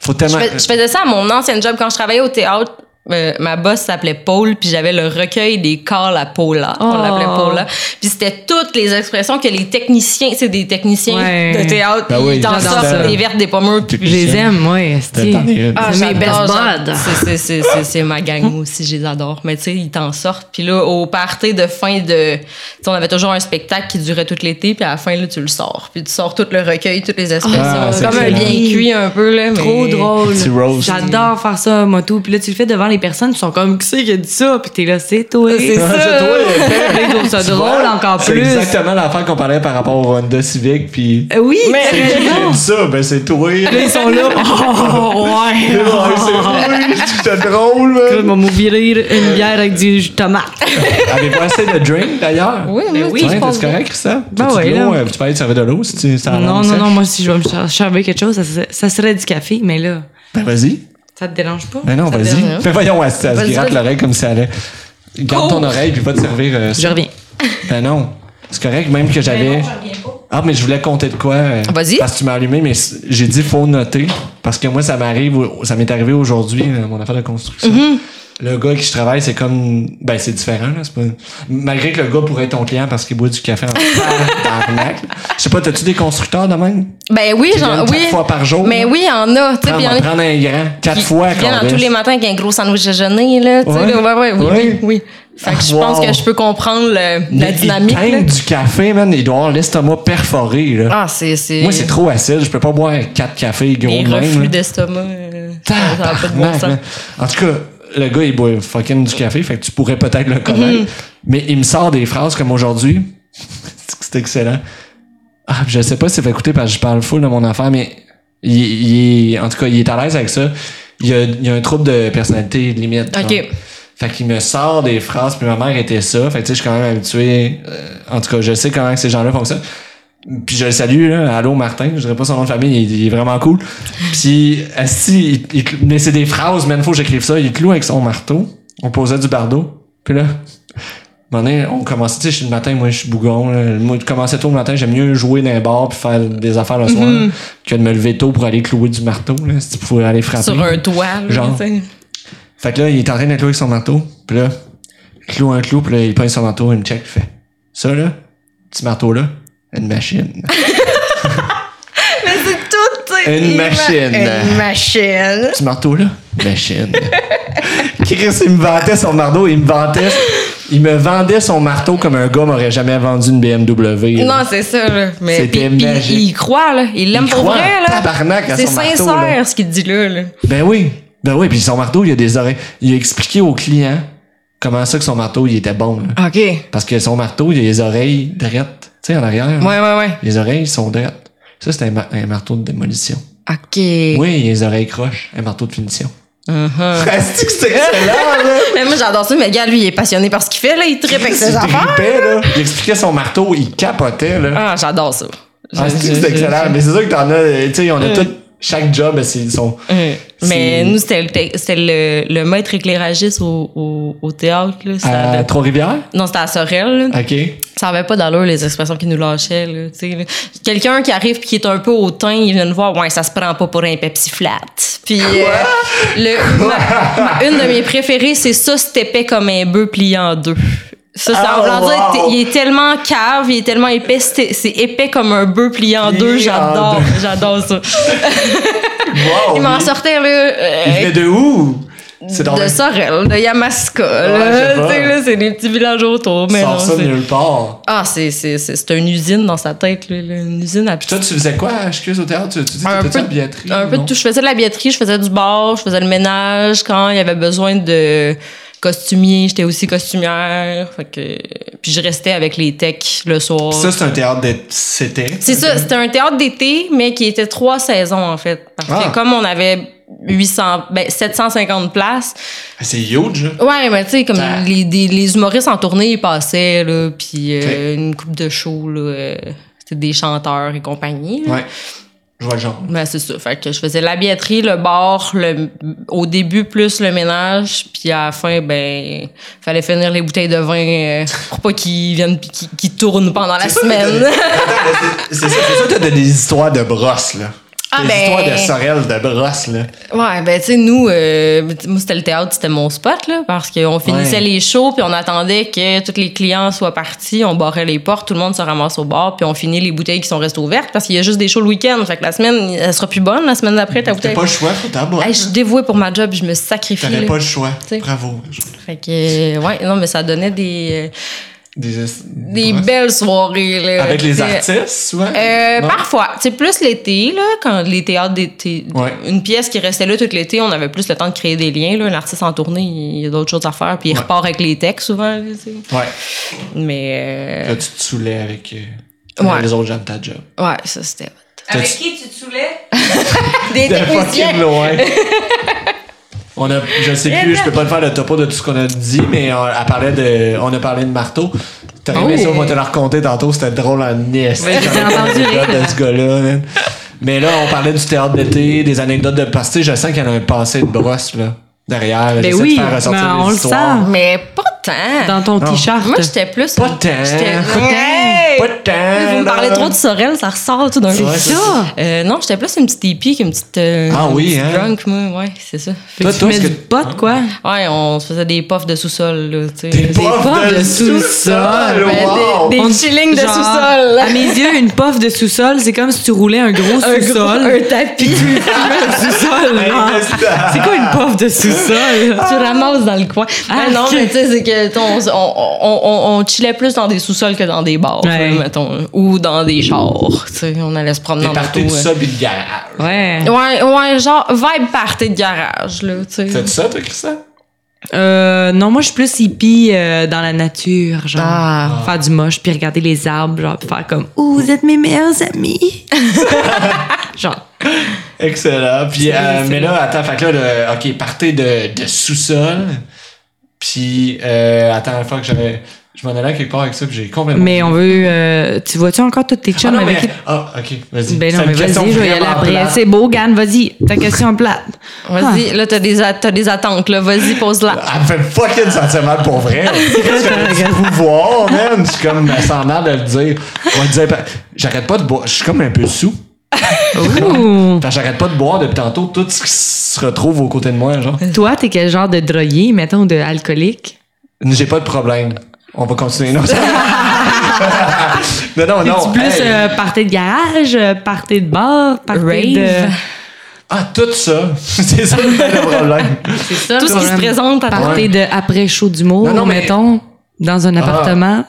Faut
Je,
tellement.
fais- je faisais ça à mon ancienne job quand je travaillais au théâtre. euh, ma boss s'appelait Paul, puis j'avais le recueil des calls à Paula. On l'appelait Paula. Puis c'était toutes les expressions que les techniciens, c'est des techniciens
Ouais.
de théâtre,
Ben oui,
ils t'en
j'adore
sortent
ça.
des vertes, des pommes
T'es
Je les aime, ouais, esti.
T'en es une.
Ah,
C'est mes
j'adore,
best
j'adore.
buds.
C'est- c'est- C'est c'est- c'est ma gang, moi aussi, je les adore. Mais tu sais, ils t'en sortent. Puis là, au party de fin de. tu sais, on avait toujours un spectacle qui durait tout l'été, puis à la fin, là, tu le sors. Puis tu sors tout le recueil, toutes les expressions.
Ah, c'est
comme un
excellent.
bien cuit, un peu, là. mais-
Trop drôle.
Petit roast.
J'adore faire ça, moi, tout. Puis là, tu le fais devant les les personnes qui sont comme, qui c'est qui a dit ça? Puis t'es là, c'est toi.
C'est
Ah, c'est toi, le père.
Ils trouvent ça
Tu
drôle
vois,
encore
C'est
plus.
exactement l'affaire qu'on parlait par rapport au Honda Civic, puis.
Euh, Oui,
Mais-
tu sais,
Qui
non.
aime ça, ben c'est toi.
Là, ils sont là. Oh, ouais.
Ouais, c'est oui, c'est drôle,
Je vais
man.
me virer une bière avec du jus de tomate.
Avez-vous assez de drink, d'ailleurs?
Oui, oui,
Ben
oui, je
T'es
pense bien.
correct, ça? euh,
Ben ouais, là.
Tu peux aller te servir de l'eau si tu ça
Non,
avance,
non,
hein?
non, moi, si je vais me cher- chercher quelque chose, ça, se- ça serait du café, mais là,
Ben vas-y.
ça te dérange pas?
Ben non,
Ça te
vas-y.
dérange-
Ben voyons, elle, se- elle se
Vas-y,
gratte
vas-y.
l'oreille comme si elle allait. Garde ton oreille puis va te servir. euh,
Je
ça.
reviens.
Ben non. C'est correct, même que j'avais. Ah, mais je voulais compter de quoi. euh,
Vas-y.
Parce que tu m'as allumé, mais c- j'ai dit faut noter. Parce que moi, ça m'arrive, au- ça m'est arrivé aujourd'hui, euh, mon affaire de construction.
Mhm.
Le gars avec qui je travaille, c'est comme. Ben, c'est différent, là. c'est Pas... Malgré que le gars pourrait être ton client parce qu'il boit du café en tabarnak. Je sais pas, t'as-tu des constructeurs de même?
Ben oui,
Qui
genre,
viennent
oui.
quatre fois par jour. Ah, ben,
Mais oui, il y en a. Tu sais,
Prends,
puis il y en
on va
a
prendre un grand. Quatre fois,
qui viennent
qu'on
tous les
reste.
matins avec un gros sandwich déjeuner, là. Tu sais,
Ouais.
là, ouais, ouais, oui,
Ouais.
oui, oui. Fait que je
Wow.
pense que je peux comprendre le- la
Mais
dynamique,
Il
là.
teinte du café, man. Il doit avoir l'estomac perforé, là.
Ah, c'est, c'est.
Moi, c'est trop acide. Je peux pas boire quatre cafés gros
Les
de même.
reflux
là.
d'estomac. euh, Ça ça a pas de bon
Tabarnak,
sens.
man. En tout cas, le gars, il boit fucking du café, fait que tu pourrais peut-être le connaître.
Mhm.
Mais il me sort des phrases comme aujourd'hui. c'est excellent. Ah, je sais pas si ça va écouter parce que je parle full de mon affaire, mais il, il est- en tout cas, il est à l'aise avec ça. Il a, il a un trouble de personnalité limite.
Ok.
genre. Fait qu'il me sort des phrases, puis ma mère était ça. Fait que tu sais, je suis quand même habitué. euh, en tout cas, je sais comment que ces gens-là fonctionnent. Puis je le salue, là. Allô, Martin. Je dirais pas son nom de famille. Il, il est vraiment cool. Puis, asti, il- il cl- mais c'est des phrases, man. Faut que j'écrive ça. Il cloue avec son marteau. On posait du bardeau. Puis là, un moment donné, on commençait, tu sais, je suis le matin, moi, je suis bougon. là. Moi, je commençais tôt le matin, j'aime mieux jouer dans les bars puis faire des affaires le soir
Mm-hmm.
que de me lever tôt pour aller clouer du marteau, là, si tu pouvais aller frapper.
Sur un toit, là,
Genre.
tu sais.
Fait que là, il est en train d'être clouer avec son marteau. Puis là, il cloue un clou, puis là, il prend son marteau, il me check, il fait Ça, là, petit marteau-là, une machine. Mais c'est tout, Une machine. Une machine. Petit marteau-là, machine. Chris, il me vantait son marteau, il me vantait. Il me vendait son marteau comme un gars m'aurait jamais vendu une BMW. là.
Non, c'est ça, là. Mais
C'était
puis, puis
magique.
il y croit, là. Il l'aime
Il
pour
croit
vrai,
en
là.
tabarnak à
C'est
son marteau, là.
sincère, ce qu'il dit là, là.
Ben oui. Ben oui, puis son marteau, il a des oreilles. Il a expliqué au client comment ça que son marteau, il était bon. là.
OK. Ouais,
Parce que son marteau, il a les oreilles drettes. Tu sais, en arrière.
ouais, ouais.
Les oreilles sont drettes. Ça, c'est un, ma- un marteau de démolition.
OK.
Oui, il a les oreilles croches. Un marteau de finition.
Uh-huh.
Est-ce que c'est excellent, là?
Mais moi, j'adore ça, mais gars, lui, il est passionné par ce qu'il fait, là. Il tripe avec ses
Il
affaires.
tripait, là. Il expliquait son marteau, il capotait, là.
Ah, j'adore ça.
Ah, c'est c'est excellent. Mais c'est sûr que t'en as. euh, Tu sais, on a tous. Chaque job, c'est son.
Euh,
C'est-
Mais nous, c'était le, te- c'était le, le maître éclairagiste au, au, au théâtre, là. Ça
À
avait-
Trois-Rivières?
Non, c'était à Sorel, là.
OK.
Ça avait pas d'allure, les expressions qu'il nous lâchait, là. tu sais, là. Quelqu'un qui arrive puis qui est un peu hautain, il vient nous voir, ouais, ça se prend pas pour un Pepsi flat. Puis, euh, le, ma- ma- une de mes préférées, c'est ça, c'était épais comme un bœuf plié en deux. Ça, ça
Ah,
en voulant dire,
wow!
t'es- il est tellement cave, il est tellement épais, c'est c'est épais comme un bœuf plié en
Plié en
deux. J'adore,
deux.
j'adore ça.
Wow!
Il m'en sortait, là. euh,
Il venait de où? C'est dans
de Sorel, de Yamaska,
je sais
là,
pas.
tu sais, là, c'est des petits villages autour, mais non,
Sors ça de
c'est-
nulle part.
ah, c'est, c'est, c'est, c'est une usine dans sa tête, là, là, une usine à
Puis toi, tu faisais quoi, excuse, au théâtre? Tu, tu dis
Un
que t'étais
peu-
à la billetterie?
Un peu de
non?
tout. Je faisais de la billetterie, je faisais du bar, je faisais le ménage quand il y avait besoin de costumier. J'étais aussi costumière. Fait que... Puis je restais avec les techs le soir.
Ça, c'est un théâtre de... C'était.
C'est ça, c'était un théâtre d'été, mais qui était trois saisons, en fait. Parce que
Ah.
comme on avait 800, ben, 750 places,
C'est huge. là.
Ouais, mais tu sais, comme
Ah.
les, des- les humoristes en tournée, ils passaient, là, puis euh, une coupe de show, là, euh, c'était des chanteurs et compagnie. là.
Ouais. Je vois le genre.
Ben, c'est ça. Fait que je faisais la billetterie, le bar, le, au début plus le ménage, puis à la fin, ben, fallait finir les bouteilles de vin euh, pour pas qu'ils viennent pis qu'ils qu'ils tournent pendant la
C'est ça que
semaine.
t'as- Attends, là, c'est- C'est ça c'est ça que t'as des histoires de brosse, là.
Ah,
des
ben-
histoires de Sorel de brosse, là.
Ouais, ben tu sais, nous, euh, moi c'était le théâtre, c'était mon spot, là, parce qu'on finissait
Ouais.
les shows, puis on attendait que tous les clients soient partis, on barrait les portes, tout le monde se ramasse au bar, puis on finit les bouteilles qui sont restées ouvertes, parce qu'il y a juste des shows le week-end, fait que la semaine, elle sera plus bonne, la semaine d'après, ta
T'as
bouteille...
pas hein? le choix, faut t'abattre.
Hey, je suis dévouée pour ma job, je me sacrifie.
T'avais
là.
pas le choix.
sais.
Bravo.
Fait que, euh, ouais, non, mais ça donnait des... euh,
Des,
Des
ouais.
belles soirées, là.
Avec les
Des-
artistes, souvent?
Euh,
Non?
parfois. C'est plus l'été, là, quand les théâtres d'été.
Ouais.
Une pièce qui restait là tout l'été, on avait plus le temps de créer des liens, là. Un artiste en tournée, il y a d'autres choses à faire, puis il
Ouais.
repart avec les textes, souvent, là, tu sais.
Ouais.
Mais,
Là, tu te saoulais avec euh,
Ouais.
les autres gens de ta job.
euh, ouais, ça, c'était.
Avec
qui tu te saoulais?
Des
De fucking
techniciens.
loin. On a, je sais plus, je peux pas te faire le topo de tout ce qu'on a dit, mais on, elle parlait de, on a parlé de marteau. T'as aimé ça, on va te le raconter tantôt, c'était drôle en est.
j'ai entendu rire.
de ce gars-là, man. Mais là, on parlait du théâtre d'été, des anecdotes de parce que tu sais, je sens qu'il y en a un passé de brosse, là, derrière.
Ben
J'essaie
oui,
de faire ressortir
ben
les
on le
histoires.
sent.
Mais pas tant.
Dans ton t-shirt.
Moi, j'étais plus.
Pas tant.
j'étais-
Pas
Ouais.
Pas de temps.
Vous me parlez trop de Sorel, ça ressort tout d'un coup.
Ouais, c'est
ça.
Euh, non, j'étais plus une petite hippie qu'une petite. euh,
Ah oui,
une petite
hein?
Drunk, moi, ouais, c'est ça. Fait
Toi,
que-
toi, ce que.
Pote, quoi?
Ouais, on se faisait des puffs de sous-sol, là, tu sais.
T'es
pof
pas
de
de sous-sol,
Ben,
wow!
Des, des
On-
chillings de
genre,
sous-sol.
À mes yeux, une pof de sous-sol, c'est comme si tu roulais un gros sous-sol.
Un tapis.
sous-sol, genre. C'est quoi une pof de sous-sol?
tu ramasses dans le coin.
Ah,
Ah, non,
ok.
mais tu sais, c'est que t'sais, on, on, on, on- on chillait plus dans des sous-sols que dans des bars,
Ouais.
là, mettons. Ou dans des chars, tu sais. On allait se promener
Des
en
parties
auto,
de
euh.
ça, puis de garage.
Ouais.
Ouais, ouais, genre vibe party de garage, là, tu sais.
C'est ça, toi, Christian?
Euh, non, moi, je suis plus hippie euh, dans la nature, genre.
Ah.
Faire du moche, puis regarder les arbres, genre, puis faire comme...
Ouh, vous êtes mes meilleurs amis.
Genre,
Excellent. Puis, euh, mais là, attends, fait que là, le- OK, partez de, de sous-sol. Puis, euh, attends, la fois que j'avais. Je m'en allais quelque part avec ça, puis j'ai complètement.
mais on veut... euh, tu vois-tu encore toutes tes
Ah,
chums
non,
avec
mais- ah, OK, vas-y.
Ben non,
C'est
mais
une question
vas-y, je vais y aller
vraiment
après.
plate.
C'est beau, Gann, vas-y. Ta question plate.
Vas-y, là, t'as des, a- t'as des attentes, là. Vas-y, pose-la.
Elle me fait Ah, fucking sentir mal pour vrai. C'est du pouvoir, man. Je suis comme, elle s'en a de le dire. On va dire, j'arrête pas de boire. Je suis comme un peu sous.
Ouh.
Fait que j'arrête pas de boire depuis tantôt tout ce qui se retrouve aux côtés de moi, genre.
Toi, t'es quel genre de drogué, mettons, de alcoolique?
J'ai pas de problème. On va continuer. Non, non, non. non.
Plus
Oh, Hey.
euh, partez de garage, euh, partez de bar, partez
Rave.
de...
Ah, tout ça. C'est ça le problème.
ça,
Tout ce qui se présente à toi.
Partez
Ouais.
de après chaud d'humour,
Non, non, mais- Ah.
mettons, dans un appartement.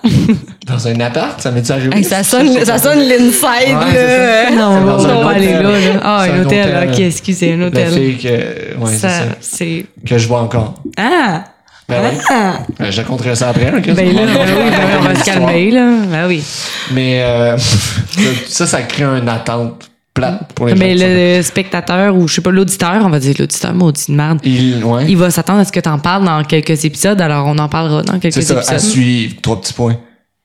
Dans un appart, ça m'est déjà arrivé.
Hey, ça sonne, ça sonne l'inside,
Ouais,
là.
c'est ça.
non,
C'est
on
dans
va
un
pas aller
hôtel.
là. là. Ah,
C'est
un
un
hôtel,
hôtel.
ok, excusez, un
La
hôtel.
fille que, ouais, c'est ça,
Ça, c'est...
que je vois encore.
Ah!
Ben oui.
Ah!
Ben, je raconterai ça après. là, qu'est-ce
Ben là,
qu'on va-
ben oui, ben oui, on va se calmer, là. Ben oui.
Mais euh, ça, ça crée une attente plate pour les
Mais
gens. ça.
Ben, le spectateur ou je sais pas l'auditeur, on va dire l'auditeur maudit de merde.
Il, ouais,
Il va s'attendre à ce que t'en parles dans quelques épisodes, alors on en parlera dans quelques
c'est ça, à
épisodes.
suivre, trois petits points.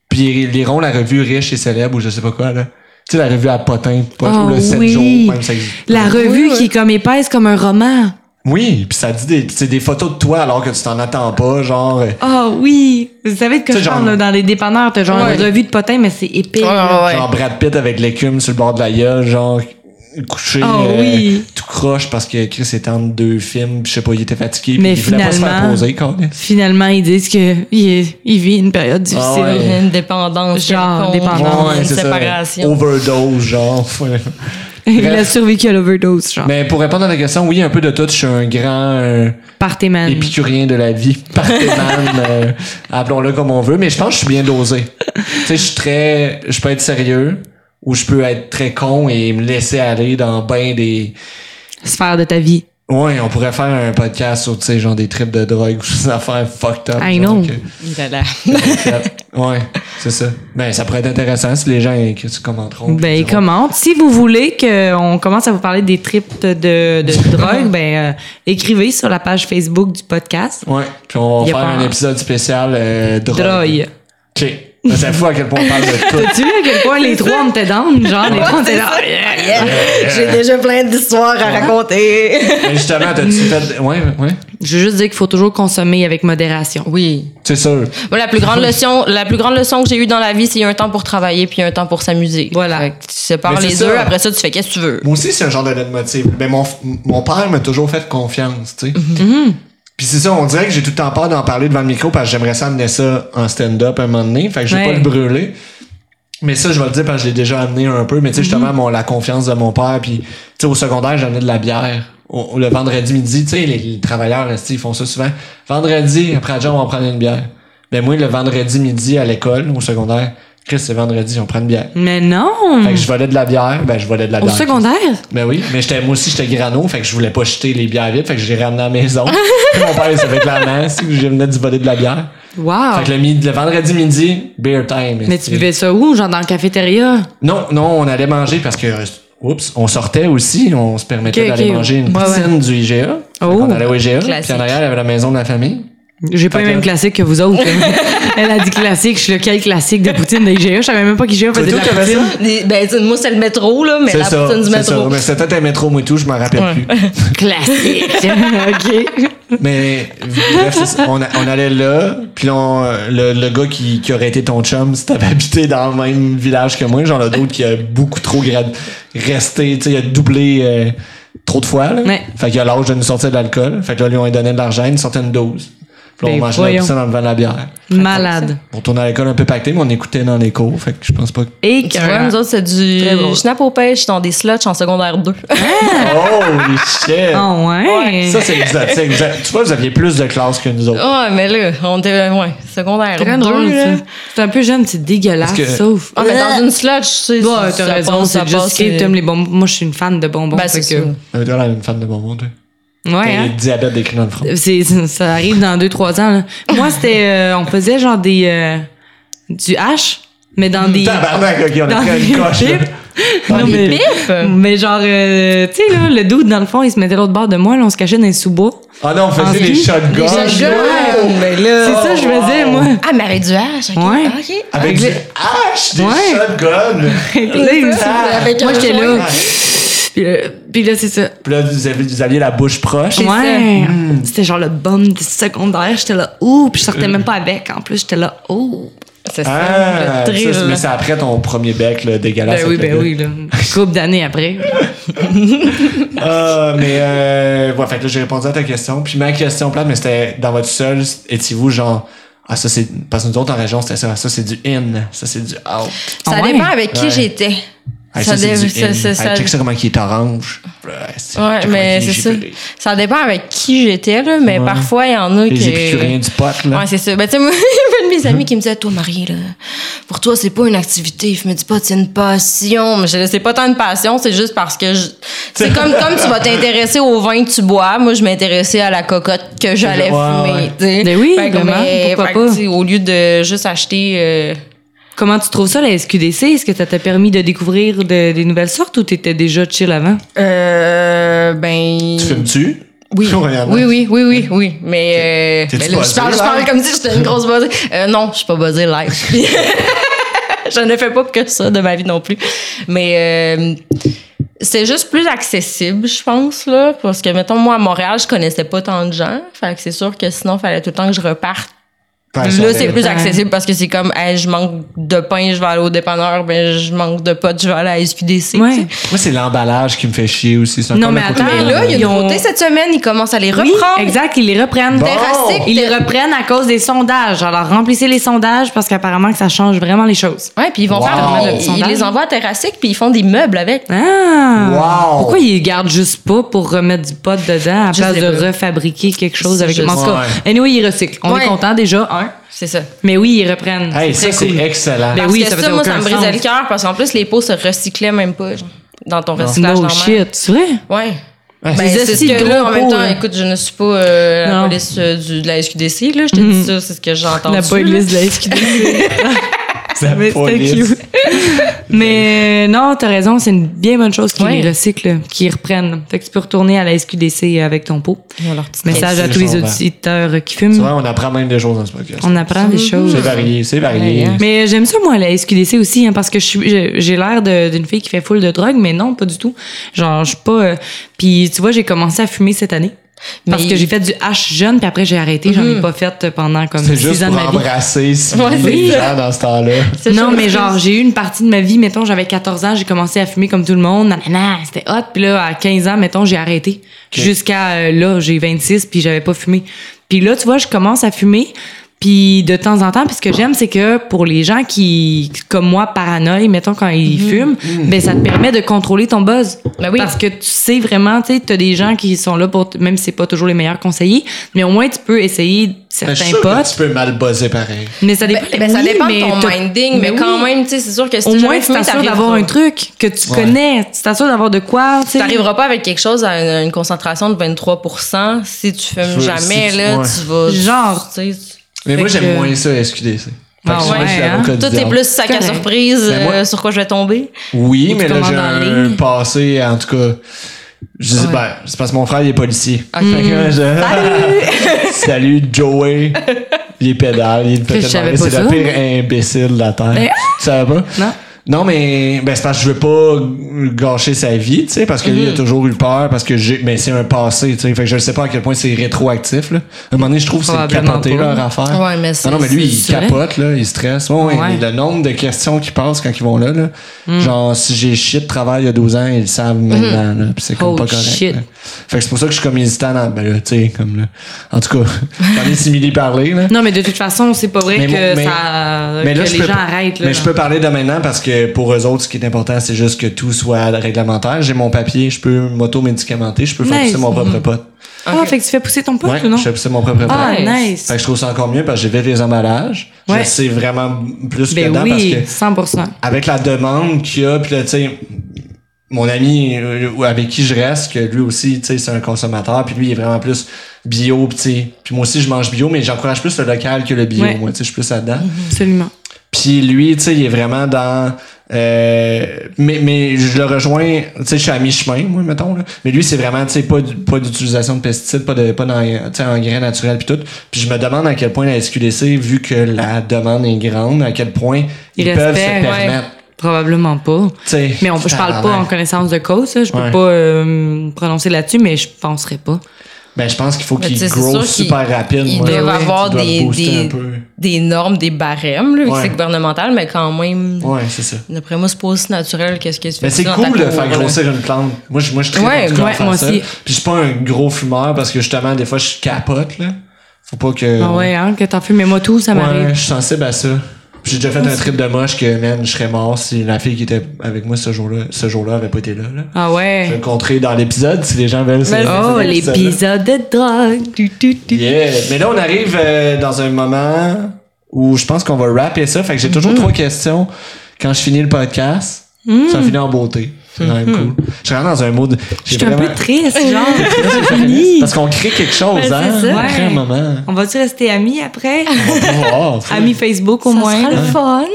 Puis ils liront la revue Riche et Célèbre ou je sais pas quoi, là. Tu sais, la revue à Potin, pas
Ah
ou le 7
oui.
jours, même ça existe.
La revue qui est comme épaisse comme un roman.
Oui, puis ça dit des, c'est des photos de toi alors que tu t'en attends pas, genre. euh,
Ah oui! Vous savez de quoi
C'est
je
genre-
parle, là, dans les dépanneurs, t'as genre
Ouais.
une revue de potin, mais c'est épais. là.
Ouais, ouais, ouais.
Genre Brad Pitt avec l'écume sur le bord de la gueule, genre couché
Ah
euh,
oui.
tout croche parce que Chris était entre deux films, puis je sais pas, il était fatigué, puis
Mais
il voulait pas se faire
finalement-
poser, quand
Finalement, ils disent que il, est- il vit une période difficile.
Ah ouais.
Une dépendance.
Genre,
quelconque,
dépendance.
Une
c'est ça. euh,
séparation.
Overdose, genre. Ouais.
Il a
Bref.
survécu à l'overdose, genre.
Mais pour répondre à ta question, oui, un peu de tout. Je suis un grand euh,
Partez, man.
épicurien de la vie, parthéman, euh, appelons-le comme on veut, mais je pense que je suis bien dosé. tu sais, je suis très. Je peux être sérieux ou je peux être très con et me laisser aller dans ben des.
Sphère de ta vie.
Ouais, on pourrait faire un podcast sur, tu sais, genre des trips de drogue ou des affaires fucked up.
I
genre,
know.
que-
Voilà.
ouais, c'est ça. Ben, ça pourrait être intéressant si les gens euh, qui commenteront.
Ben,
diront-
commente. Si vous voulez qu'on commence à vous parler des trips de, de drogue, ben, euh, écrivez sur la page Facebook du podcast.
Ouais, puis on va
Y a
faire
pas
un
un-
épisode spécial euh, drogue.
Drogue.
OK. Ben, C'est fou à quel point on parle de tout.
T'as-tu vu à quel point les trois, on était down? Genre, les trois, on était down.
J'ai déjà plein d'histoires à raconter.
Mais justement, t'as-tu fait. Ouais, ouais.
Je veux juste dire qu'il faut toujours consommer avec modération.
Oui.
C'est sûr.
Moi, la plus grande leçon, la plus grande leçon que j'ai eue dans la vie, c'est qu'il y a un temps pour travailler puis il y a un temps pour s'amuser.
Voilà.
Fait que tu sépares
Mais c'est
les
ça.
deux, après ça, tu fais qu'est-ce que tu veux.
Moi aussi, c'est un genre de leitmotiv. Mais mon, f- mon père m'a toujours fait confiance, tu sais.
Mm-hmm.
Puis c'est ça, on dirait que j'ai tout le temps peur d'en parler devant le micro parce que j'aimerais ça amener ça en stand-up un moment donné. Fait que je vais
Ouais.
pas le brûler. Mais ça, je vais le dire parce que je l'ai déjà amené un peu. Mais tu sais, justement,
Mm-hmm.
mon- la confiance de mon père. Puis, tu sais, au secondaire, j'amenais de la bière. Au- le vendredi midi, tu sais, les, les travailleurs, esti, ils font ça souvent. Vendredi, après le job, on va prendre une bière. Ben moi, le vendredi midi à l'école, au secondaire, Chris, c'est vendredi, on prend une bière.
Mais non!
Fait que je volais de la bière, ben je volais de la
Mm. Au
bière.
secondaire?
Ben oui, mais j'étais moi aussi j'étais grano, fait que je voulais pas jeter les bières vides, fait que j'ai ramené à la maison. Puis mon père il s'est fait clairement, si j'ai venu du voler de la bière.
Wow!
Fait que le, midi- le vendredi midi, beer time.
Ah. Mais
esti.
tu buvais ça où? Genre dans la cafétéria?
Non, non, on allait manger parce que euh, oups, on sortait aussi, on se permettait
Ok,
d'aller
ok.
manger une
Ouais, ouais.
piscine du IGA. Fait
Oh.
qu'on allait au IGA,
Classique.
puis en arrière, il y avait la maison de la famille.
J'ai pas
Fait
le
que-
même classique que vous autres. Elle a dit classique, je suis le quel classique de Poutine d'IGA. Je savais même pas qu'IGA faisait de
Toi,
la
t'avais ça?
Poutine.
Des- Ben, tu sais, moi, c'est le métro, là, mais
C'est
la
ça,
personne du
c'est ça.
métro.
Mais c'était un métro, moi et tout, je m'en rappelle plus.
Classique! OK.
Mais bref, c'est ça. on, a- on allait là, puis là, on- le, le gars qui, qui aurait été ton chum, si t'avais habité dans le même village que moi, genre le d'autre qui a beaucoup trop gra- resté, tu sais, il a doublé euh, trop de fois, là.
Ouais.
Fait qu'il a l'âge de nous sortir de l'alcool. Fait que là, lui, on lui donnait de l'argent, une certaine dose. Puis là, on
Ben,
mangeait la
voyons.
piscine en levant la bière.
Malade.
On tournait à l'école un peu pacté, mais on écoutait dans les cours. Fait que je pense pas que...
Et
Tu vois, nous autres, c'est
Très drôle.
du snap aux pêches dans des slotch en secondaire 2.
Holy shit!
Oh, ouais. Oh.
Ça, c'est exotique. Vous avez- Tu vois, vous aviez plus de classe que nous autres.
Ah, mais là, on était, ouais, secondaire
C'est très
2,
drôle,
là.
ça. C'est un peu jeune, c'est dégueulasse,
hein? Parce que-
sauf. Euh,
Ah, mais dans une slotch, c'est.
Bah,
ça
t'as raison,
passe, ça
c'est juste
passe,
que
c'est-
t'aimes les bonbons. Moi, je suis une fan de bonbons.
Ben,
fait
c'est
que-
ça.
Euh, Toi, là, une fan de bonbons, toi.
Ouais,
T'as
hein?
le diabète décrit dans le front.
C'est- ça arrive dans deux, trois ans. là. Moi, c'était. euh, on faisait genre des. euh, du hash, mais dans des.
Tabarnak, ok, on
Dans
a pris une
les
coche. là.
pipes.
Dans
Non,
les
mais,
pipes.
mais genre, euh, tu sais, là, le dude, dans le fond, il se mettait l'autre bord de moi, là, on se cachait dans les sous-bois.
Ah non, on faisait
En
des
ski.
shotguns.
Des shotguns, Oh, mais là.
c'est ça, je faisais, moi.
Ah, mais avec du H, ok.
Ouais.
Ah, ok.
Avec du hache, des
Ouais. Là,
shotguns.
il me
Ah.
saoulait. moi, j'étais là. Puis, euh, puis là, c'est ça.
Puis là, vous avez- vous aviez la bouche proche.
Ouais.
Hmm.
C'était genre le bum du secondaire. J'étais là, ouh, puis je sortais même pas avec. En plus, j'étais là, ouh.
C'est ça.
Ah,
le
ça,
thrill.
c'est- mais c'est après ton premier bec, là, dégueulasse.
Ben oui,
avec
ben
le
oui, là. Couple d'années après.
gars. Ah, mais euh, ouais, fait que là, j'ai répondu à ta question. Puis ma question plate, mais c'était dans votre sol, étiez-vous genre, ah, ça c'est, parce que nous autres en région, c'était ça, ah, ça c'est du in, ça c'est du out.
Ça
Ah ouais?
dépend avec qui
Ouais.
j'étais.
Ah, ça, c'est
dé-
du
ça-
in.
ça- ça-
Ah, check ça comment il est orange. c'est- check
Ouais,
comment
mais
il est
c'est ça.
givré.
Ça dépend avec qui j'étais, là, mais
Ouais.
parfois, il y en a qui.
Les épicuriens du pot, là.
Ouais, c'est ça. Ben, tu sais, moi, il y a un de mes amis qui me disait, toi, Marie, là, pour toi, c'est pas une activité. Je me dis pas, c'est une passion. Mais je dis, c'est pas tant une passion, c'est juste parce que je- c'est comme, comme tu vas t'intéresser au vin que tu bois. Moi, je m'intéressais à la cocotte que j'allais
Ouais, ouais.
fumer, tu sais.
Ben oui,
Fait que,
vraiment, pourquoi
fait que,
pas?
tu sais, au lieu de juste acheter, euh,
Comment tu trouves ça, la SQDC? Est-ce que ça t'a permis de découvrir de- des nouvelles sortes ou t'étais déjà chill avant?
euh, ben.
Tu fumes-tu?
Oui.
Regarde.
oui, oui, oui, oui, oui. Mais, euh,
T'es-tu
mais là, je,
buzzée,
parle, je
là?
parle comme si j'étais une grosse buzzée. Euh, non, je suis pas buzzée live. Puis- je ne fais pas que ça de ma vie non plus. Mais euh, c'est juste plus accessible, je pense, là. Parce que, mettons, moi, à Montréal, je connaissais pas tant de gens. Fait que c'est sûr que sinon, il fallait tout le temps que je reparte.
Ouais, ça,
Là, c'est plus
Ouais.
accessible parce que c'est comme, Hey, je manque de pain, je vais aller au dépanneur, ben, je manque de potes, je vais aller à la SQDC. tu sais.
Moi, c'est l'emballage qui me fait chier aussi. C'est
Non,
encore
mais
le côté
attends,
Mais
de
là, il y a
Ils
une
ont-
nouveauté cette semaine, ils commencent à les
Oui,
reprendre.
exact, ils les reprennent.
Bon.
Terrassic,
Ils les reprennent à cause des sondages. Alors, remplissez les sondages parce qu'apparemment que ça change vraiment les choses.
Ouais, puis ils vont
Wow.
faire.
Ils-
Ils, les envoient à Terrassic, puis ils font des meubles avec.
Ah!
Wow.
Pourquoi ils gardent juste pas pour remettre du pot dedans à
Je
place
sais
de
pas.
refabriquer quelque chose
Je
avec...
sais
En tout cas,
pas.
anyway, ils recyclent. On
Ouais.
est content déjà, un.
C'est ça.
Mais oui, ils reprennent.
Hey,
C'est
ça,
très
c'est
cool.
excellent.
Ben
Parce
oui,
que
ça
ça,
faisait
moi, ça
aucun
me brisait
sens.
le cœur, parce qu'en plus, les pots se recyclaient même pas genre, dans ton recyclage
No
normal.
shit, c'est vrai?
Ouais.
Ouais.
Ben,
Les
c'est ce
assis
que
de
là,
gros
en même
pots,
temps,
là.
écoute, je ne suis pas euh, la
Non. Mhm.
police euh, du, de la SQDC, là, je te dis ça, c'est ce que j'ai entendu.
La playlist de la SQDC.
C'est
Mais c'était cute. Mais euh, non, t'as raison, c'est une bien bonne chose qu'ils
Ouais.
les recyclent, qu'ils euh, reprennent. Fait que tu peux retourner à la SQDC euh, avec ton pot.
Ils ont leur petit
Message à
c'est
tous les
genre, ben,
auditeurs euh, qui
C'est
fument.
vrai, on apprend même des choses dans ce podcast.
On apprend des choses.
C'est varié, c'est varié.
Mais euh, j'aime ça, moi, la SQDC aussi, hein, parce que je suis- je- j'ai l'air de- d'une fille qui fait full de drogue, mais non, pas du tout. Genre, je suis pas. euh, Puis, tu vois, j'ai commencé à fumer cette année. Parce
Mais- Mhm.
que j'ai fait du H jeune, puis après, j'ai arrêté. J'en ai pas fait pendant comme
C'est
six
juste
ans de
pour
ma vie.
embrasser si
Ouais, c'est
les
ça.
gens dans ce temps-là.
Non,
chaud,
mais
c'est
genre, j'ai eu une partie de ma vie, mettons, j'avais 14 ans, j'ai commencé à fumer comme tout le monde, nanana, c'était hot. Puis là, à 15 ans, mettons, j'ai arrêté. Jusqu'à euh, là, j'ai 26, puis j'avais pas fumé. Puis là, tu vois, je commence à fumer. Puis de temps en temps, puis ce que j'aime, c'est que pour les gens qui, comme moi, paranoïent, mettons, quand ils fument, ben ça te permet de contrôler ton buzz.
Mhm. Ben oui.
Parce que tu sais vraiment, tu sais, t'as des gens qui sont là pour, t- même si c'est pas toujours les meilleurs conseillers, mais au moins tu peux essayer
Mais Ben, je suis
certains
sûr que
potes.
Tu peux mal buzzer pareil.
Mais ça dépend,
Ben, ben, ça
oui,
dépend
mais
de ton
t'as-
minding, mais,
mais
quand
oui.
même, tu sais, c'est sûr que si
Au
t'as
moins,
jamais
tu
fumé,
t'assures
t'arriveras-
d'avoir un truc que tu
Ouais.
connais. Tu t'assures d'avoir de quoi, tu sais.
T'arriveras pas avec quelque chose à une, une concentration de 23 si tu fumes
Je-
jamais,
si tu-
là,
ouais.
tu vas.
Genre.
tu sais,
Mais
Fait
moi, j'aime
que-
moins ça, SQDC. Fait que
Ah
souvent,
ouais,
je suis
hein?
l'avocat du
Tout est
diable.
plus sac à
Correct.
surprise
Mais Ben, moi-
euh, sur quoi je vais tomber.
Oui,
Ou
mais
tu
là, j'ai
commandes en
un
ligne.
passé, en tout cas. Je dis,
Ouais. Mm.
ben, c'est parce que mon frère, il est policier. Fait que là, je- Salut! Joey! Il est pédale, il est
je
pédale.
savais pas
C'est le
ça,
pire imbécile de la Terre.
Ben,
Tu savais pas?
Non.
Non, mais ben, c'est parce que je veux pas gâcher sa vie, tu sais, parce que lui, il a
Mm-hmm.
toujours eu peur, parce que j'ai. Mais c'est un passé, tu sais. Fait que je sais pas à quel point c'est rétroactif, là. À un moment donné, je trouve que c'est
Probablement
capoté,
pas.
leur affaire.
Ouais, mais c'est-
Non, non, mais lui, il
c'est vrai.
capote, là, il stresse. Ouais, ouais,
Ouais. Mm.
mais le nombre de questions qui passent quand ils vont là, là. Genre, si j'ai chié de travail il y a 12 ans, ils le savent maintenant, là. Puis c'est comme
Oh,
pas correct.
Mm-hmm. shit.
là. Fait que c'est pour ça que je suis comme hésitant dans. Ben là, tu sais, comme là. En tout cas, j'en ai simili parlé, là.
Non, mais de toute façon, c'est pas vrai
Mais
que,
mon- mais-
ça,
Mais là,
que
je
les
peux
gens
pas-
arrêtent. là.
Mais je peux parler de maintenant parce que pour eux autres, ce qui est important, c'est juste que tout soit réglementaire. J'ai mon papier, je peux m'auto-médicamenter, je peux faire
Nice.
pousser mon propre pote.
Ah, fait que tu fais pousser ton pote
ouais,
ou non?
je fais pousser mon propre pote.
Ah, nice.
Fait que je trouve ça encore mieux parce que j'évite les emballages.
Ouais.
Je sais vraiment plus que
Ben
dedans
oui,
parce que
100%.
avec la demande qu'il y a, puis là, tu sais, mon ami euh, ou avec qui je reste, que lui aussi, tu sais, c'est un consommateur, puis lui, il est vraiment plus bio, puis tu sais, puis moi aussi, je mange bio, mais j'encourage plus le local que le bio,
Ouais. Mm-hmm.
moi, tu sais, je suis plus là-dedans.
Absolument.
Puis lui, tu sais, il est vraiment dans. euh, mais, mais je le rejoins, tu sais, je suis à mi-chemin, moi, mettons. Là. Mais lui, c'est vraiment, tu sais, pas, du- pas d'utilisation de pesticides, pas de pas d'en- tu sais, engrais naturels, puis tout. Puis je me demande à quel point la SQDC, vu que la demande est grande, à quel point ils,
Ils
peuvent se
respectent, ouais.
permettre.
Probablement pas.
tu sais. Ah, ben,
Mais on, je parle pas en connaissance de cause, là. je peux
Ouais.
pas euh, me prononcer là-dessus, mais je penserais pas.
Ben, je pense qu'il faut
Mais tu
qu'il
sais, c'est
grow
sûr qu'il-
super rapide.
Ils
moi. Ben
doivent
Ouais.
avoir
Ils doivent
des,
booster
des,
un peu.
des normes, des barèmes, là, vu que
Ouais.
c'est gouvernemental, mais quand même,
Ouais, c'est ça.
d'après moi, c'est pas aussi naturel que ce que tu fais.
Mais Ben, c'est
dans ta
cool de
cour,
faire
là.
grossir une plante. Moi, je, moi, je suis très
Ouais,
contre
ouais,
faire
moi
ça.
aussi.
Puis je suis pas un gros fumeur parce que justement, des fois, je capote, là. Faut pas que.
Ah ouais, hein, que t'en fumes, mais moi tout, ça
Ouais,
m'arrive.
je suis sensible à ça. Puis J'ai déjà fait un trip de moche que, man, je serais mort si la fille qui était avec moi ce jour-là, ce jour-là avait pas été là, là.
Ah
Je vais
ouais.
le contrer dans l'épisode si les gens veulent. c'est-
Oh,
c'est- c'est-
l'épisode de drogue. Tu, tu, tu.
Yeah. Mais là, on arrive euh, dans un moment où je pense qu'on va rapper ça. Fait que j'ai toujours trois questions quand je finis le podcast. Ça finit en beauté. C'est quand même cool. Je suis vraiment dans un mode.
Hmm. Je suis un peu triste, genre.
Parce qu'on crée quelque chose,
Ben,
hein?
c'est ça.
Après un
Ouais.
moment.
On va-tu rester amis après?
On va pouvoir, tu sais.
amis Facebook au moins.
sera le
Hein?
là.
fun.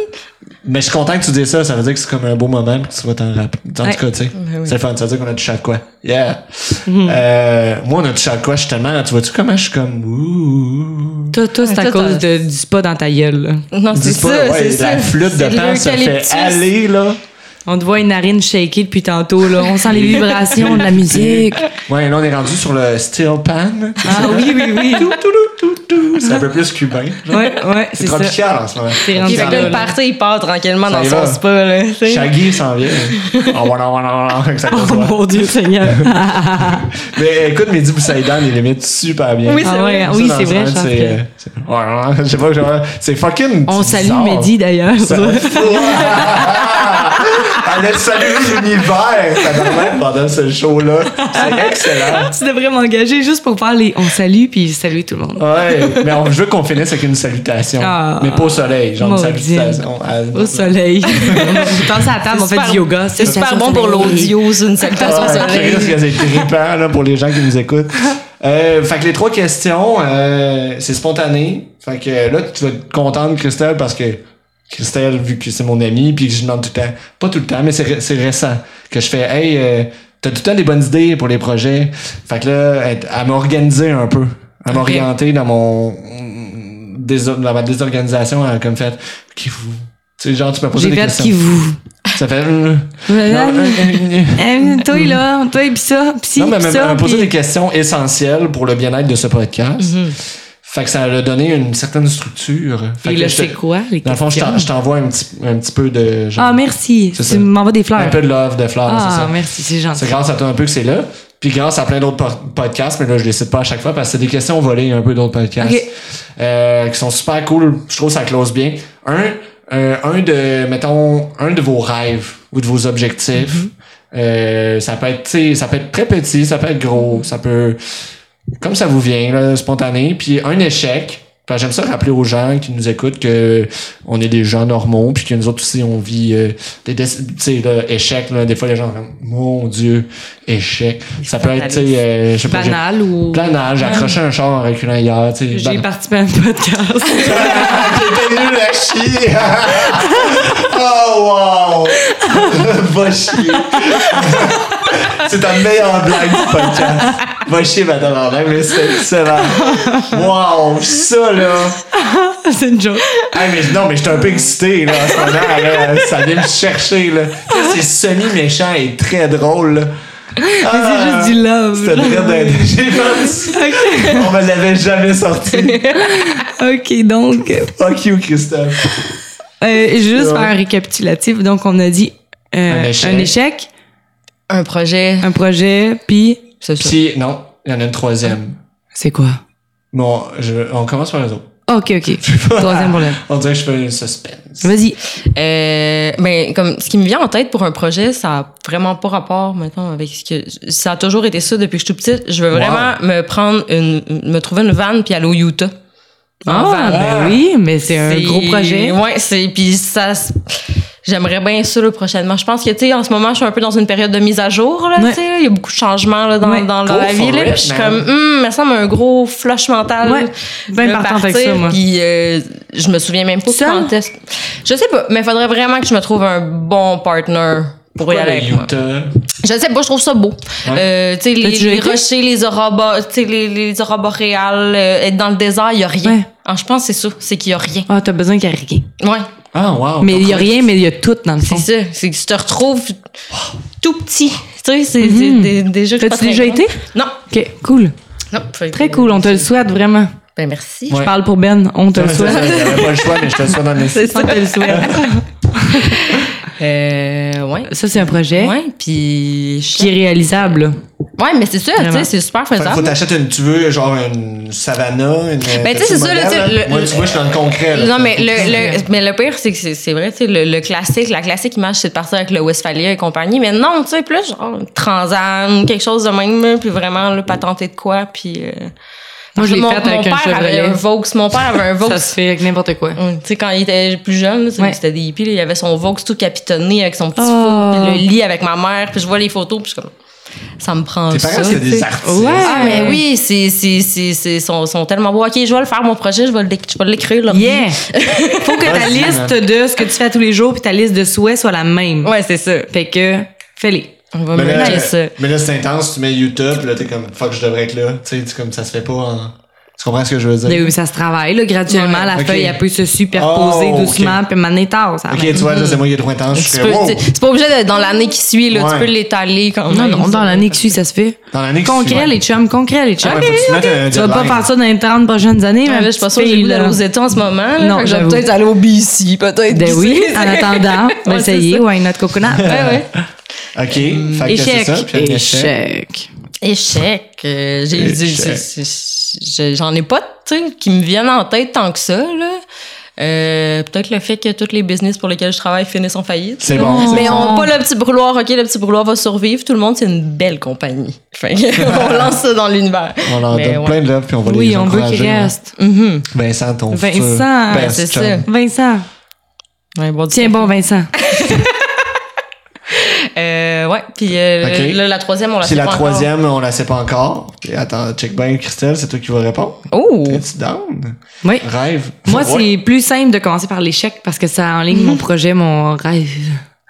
Mais je suis content que tu dises ça. Ça veut dire que c'est comme un beau moment pis que tu vas t'en rappeler. En
Ouais. Ben
tout cas, tu sais.
oui.
C'est le fun. Ça veut dire qu'on a touché à quoi? Yeah.
Hmm.
Euh, moi, on a touché à quoi? Je suis tellement. Tu vois-tu comment je suis comme. Ouh.
Toi, toi, c'est à
Toi,
cause de,
t'as-
du spa dans ta gueule. là.
Non, c'est
Dis pas,
ça,
ouais,
c'est ça.
la flûte de
C'est
pan se fait
l'eucalyptus.
aller, là.
On te voit une narine shaker depuis tantôt, là. On sent les vibrations de la musique.
Ouais, là, on est rendu sur le steel pan.
Ah oui, oui, oui.
Tout, tout, tout, tout, tout. C'est un peu plus cubain. genre.
Ouais, ouais, c'est
C'est
ça.
tropical en ce moment.
T'es rendu
Puis fait que là, le
là.
party, il part tranquillement
Ça
dans
y va.
son spa, là. tu sais.
Shaggy s'en vient. Oh, voilà, voilà, voilà, que ça
Oh
cause, ouais.
mon Dieu Seigneur.
Mais écoute, Mehdi Boussaïdan, il limite super bien.
Oui,
Ah
c'est
ouais,
vrai.
Ça,
oui,
dans
c'est
ce
vrai,
sens,
Charles.
c'est, euh, c'est- ouais, ouais, Je sais pas, je- c'est fucking.
On salue
bizarre.
Mehdi d'ailleurs.
Ça- Elle a salué l'univers tabarnak, pendant ce show-là. C'est excellent.
tu devrais m'engager juste pour faire les on salue puis saluer tout le monde.
Ah. Ouais, mais on, je veux qu'on finisse avec une salutation.
Ah.
mais pas au soleil, genre une
Mon Dieu.
salutation. Ah, à-
Au soleil. Je pense à la table, on fait
super-
du yoga.
C'est super bon pour l'audio, c'est une salutation
Ah,
sur
je
les-
risque que c'est trippant là, pour les gens qui nous écoutent. Euh, fait que les trois questions, euh, c'est spontané. Fait que euh, là, tu vas te contente, Christelle, parce que Christelle, vu que c'est mon amie, puis que je demande tout le temps, pas tout le temps, mais c'est, ré- c'est récent, que je fais, hey, euh, t'as tout le temps des bonnes idées pour les projets. Fait que là, elle, elle m'a organisé un peu. Elle m'a orienté dans mon. désor- dans ma désorganisation, elle a comme fait, qui vous. Tu sais, genre, tu m'as posé
J'ai
des
fait
questions.
qui vous.
Ça fait. euh,
Voilà.
non, euh,
Euh, toi là, toi pis ça, pis ci,
non, mais
pis
même euh,
ça.
poser
pis- Mm-hmm.
des questions essentielles pour le bien-être de ce podcast. Fait que ça a donné une certaine structure. Fait
Et
que
là,
je
c'est
te-
quoi les
Dans le fond, je
questions?
t'en- je t'envoie un petit, un petit peu de. genre,
Ah merci,
C'est
tu
ça.
m'envoies des
un
fleurs.
peu de love, de fleurs, c'est
Ah
ça.
merci, c'est gentil.
C'est grâce à toi un peu que c'est là. Puis grâce à plein d'autres po- podcasts, mais là, je les cite pas à chaque fois parce que c'est des questions volées un peu d'autres podcasts.
Ok.
Euh, qui sont super cool. Je trouve que ça close bien. Un, euh, un de, mettons, un de vos rêves ou de vos objectifs.
Mm-hmm.
Euh, ça peut être, tu sais, ça peut être très petit, ça peut être gros, ça peut, comme ça vous vient, là, spontané. Puis un échec. Enfin, J'aime ça rappeler aux gens qui nous écoutent que on est des gens normaux, puis que nous autres aussi, on vit euh, des dé- tu sais, là, échecs. Là, des fois, les gens sont comme, mon Dieu, échec. Ça peut être, tu sais, euh, je sais pas, j'ai-
Banal ou.
planage, accrocher un char en reculant hier. tu sais,
J'ai
ban-
participé à un podcast.
J'étais nul à chier. oh wow. Va chier. C'est ta meilleure blague du podcast. Va chier, madame Arnaud, mais c'est excellent. Wow, ça là.
C'est une joke.
Hey, mais, non, mais j'étais un peu excité là, en ce moment. là. ça vient me chercher. là. Ça, C'est semi-méchant et très drôle. là. Ah,
C'est juste du love.
C'était très dingue. J'ai pensé. On me l'avait jamais sorti.
OK, donc, euh,
Fuck you, Christophe.
juste
Ouais.
faire un récapitulatif. Donc, on a dit euh,
Un échec.
un échec,
Un projet,
un projet, puis
c'est ça.
Puis, non, il y en a une troisième.
C'est quoi?
Bon, je- on commence par les autres.
OK, OK.
Troisième problème.
On dirait que je fais un suspense.
Vas-y.
Euh, ben, comme ce qui me vient en tête pour un projet, ça a vraiment pas rapport maintenant avec ce que ça a toujours été ça depuis que je suis toute petite. Je veux vraiment me prendre une, me trouver une vanne puis aller au Utah.
Ah,
En van.
ben oui, mais c'est un gros projet.
Ouais, c'est puis ça. s- J'aimerais bien ça là, prochainement. Je pense que tu sais, en ce moment, je suis un peu dans une période de mise à jour là.
Ouais.
Tu sais, il y a beaucoup de changements là dans,
Ouais.
dans
Go
la
for
vie là.
it,
Puis Je suis
man.
comme, hum, me semble un gros flush mental.
Ouais. Ben
de
partant avec
partir,
ça, moi.
Puis euh, je me souviens même pas
Seule?
quand est-ce. Je sais pas, mais il faudrait vraiment que je me trouve un bon partner pour y
Pourquoi
aller.
le
avec moi.
Utah?
Je sais pas, je trouve ça beau. Euh, tu sais, les,
déjà
les
été?
rochers, les auroras, tu sais, les, les auroras boréales, euh, être dans le désert, il y a rien.
Ouais.
Ah, je pense que c'est ça, c'est qu'il y a rien.
Ah, t'as besoin qu'il y ait rien.
Ouais,
Ah, wow.
Mais il y a rien, mais il y a tout dans le fond.
c'est ça, c'est que tu te retrouves tout petit. Tu sais, c'est c'est des, des jeux que
Mm-hmm. T'as-tu
pas très
déjà
grands.
été?
Non,
OK, cool.
non. fait que-
Très cool. On te le souhaite vraiment.
Ben merci.
Je parle pour Ben. On te le
J'avais
souhaite.
pas le choix, mais je te le souhaite dans le
On te le souhaite.
Euh, ouais.
Ça, c'est un projet
Ouais, puis je-
qui est réalisable. là.
Ouais, mais c'est ça, tu sais, c'est super
Fait que faut
faisable.
t'acheter une, tu veux, genre une savana, une.
Ben, tu sais, c'est ça, là, tu sais, le-
Moi,
le-
tu vois, je suis dans le concret, là.
Non, mais le, le- mais le pire, c'est que c'est c'est vrai, tu sais, le, le classique, la classique image, c'est de partir avec le Westphalia et compagnie, mais non, tu sais, plus genre Transam, quelque chose de même, puis vraiment, là, patenter de quoi, puis... euh,
Moi, je l'ai
mon-
faite
mon
avec un
père avait
Chevrolet.
un Vaux, mon père avait un Vaux.
Ça se fait avec n'importe quoi.
Hum, Tu sais, quand il était plus jeune, là,
Ouais.
c'était des hippies, là, il avait son Vaux tout capitonné avec son petit
Oh.
four, puis le lit avec ma mère, puis je vois les photos, puis je suis comme... Ça me prend
Tes
ça.
parents, c'est
tu sais.
des artistes.
Ah, mais oui, c'est, c'est, c'est, c'est, sont, sont tellement beaux. Ok, je vais le faire, mon projet, je vais le, je vais l'écrire, là.
Yeah! Faut que ta
Vas-y,
liste de ce que tu fais à tous les jours puis ta liste de souhaits soit la même.
Ouais, c'est ça.
Fait que, fais-les.
On va
Mais
me
là, euh,
mettre ça.
mais là, c'est intense, tu mets Utah, puis là, t'es comme, fuck, je devrais être là. Tu sais, tu- comme, ça se fait pas en. Tu comprends ce que je veux dire?
Mais oui, ça se travaille, là, graduellement. la
ok.
feuille, elle peut se superposer
Oh, ok.
doucement, puis maintenant, tard, ça
Ok,
arrive.
tu vois, là, c'est moi qui ai trop intense. Je
Tu
suis
peux-
comme, wow!
tu- c'est pas obligé d'être dans l'année qui suit, là.
Ouais.
Tu peux l'étaler quand
Non,
même.
non, dans l'année qui suit, ça se fait.
Dans l'année qui
Concret,
suit.
les chums, concret, les chums.
Ouais, faut que tu mettes un
Tu vas pas
deadline.
faire ça dans les 30 prochaines années,
Ouais,
mais
là, je suis pas sûre que j'ai le goût d'aller aux États en ce moment. là.
Non,
Fait que je vais
j'avoue.
peut-être aller au BC, peut-être.
Ben oui,
Qui sait?
en attendant, on va
Ouais, c'est
essayer,
ça.
why not coconut?
Ouais, ouais.
Ok, fait que c'est
Échec.
ça. puis un échec.
Échec.
Échec. euh, j'ai- j'ai-
Échec.
c'est- c'est- j'ai- J'en ai pas, tu sais, qui me viennent en tête tant que ça, là. Euh, peut-être le fait que tous les business pour lesquels je travaille finissent en faillite.
C'est bon.
Mais on pas le petit brûloir, ok, le petit brûloir va survivre. Tout le monde, c'est une belle compagnie. Fait que on lance ça dans l'univers.
On leur
Mais
donne
ouais.
plein de love puis on va
Oui,
les
on veut Ben, qu'il
encourager.
reste.
Mhm.
Vincent, ton futur
Vincent,
best
c'est
chum.
ça.
Mm. Vincent,
Ouais, bon,
tiens bon, Vincent.
Euh, ouais, puis euh,
Ok.
là, la troisième, on la
C'est
sait
la
pas
troisième, on la sait pas encore. Et attends, check bien, Christelle, c'est toi qui vas répondre.
encore. Oh!
Es-tu down?
Oui.
Rêve.
Moi,
Ouais.
c'est plus simple de commencer par l'échec parce que ça en
Ligne
ligne
mon projet, mon rêve.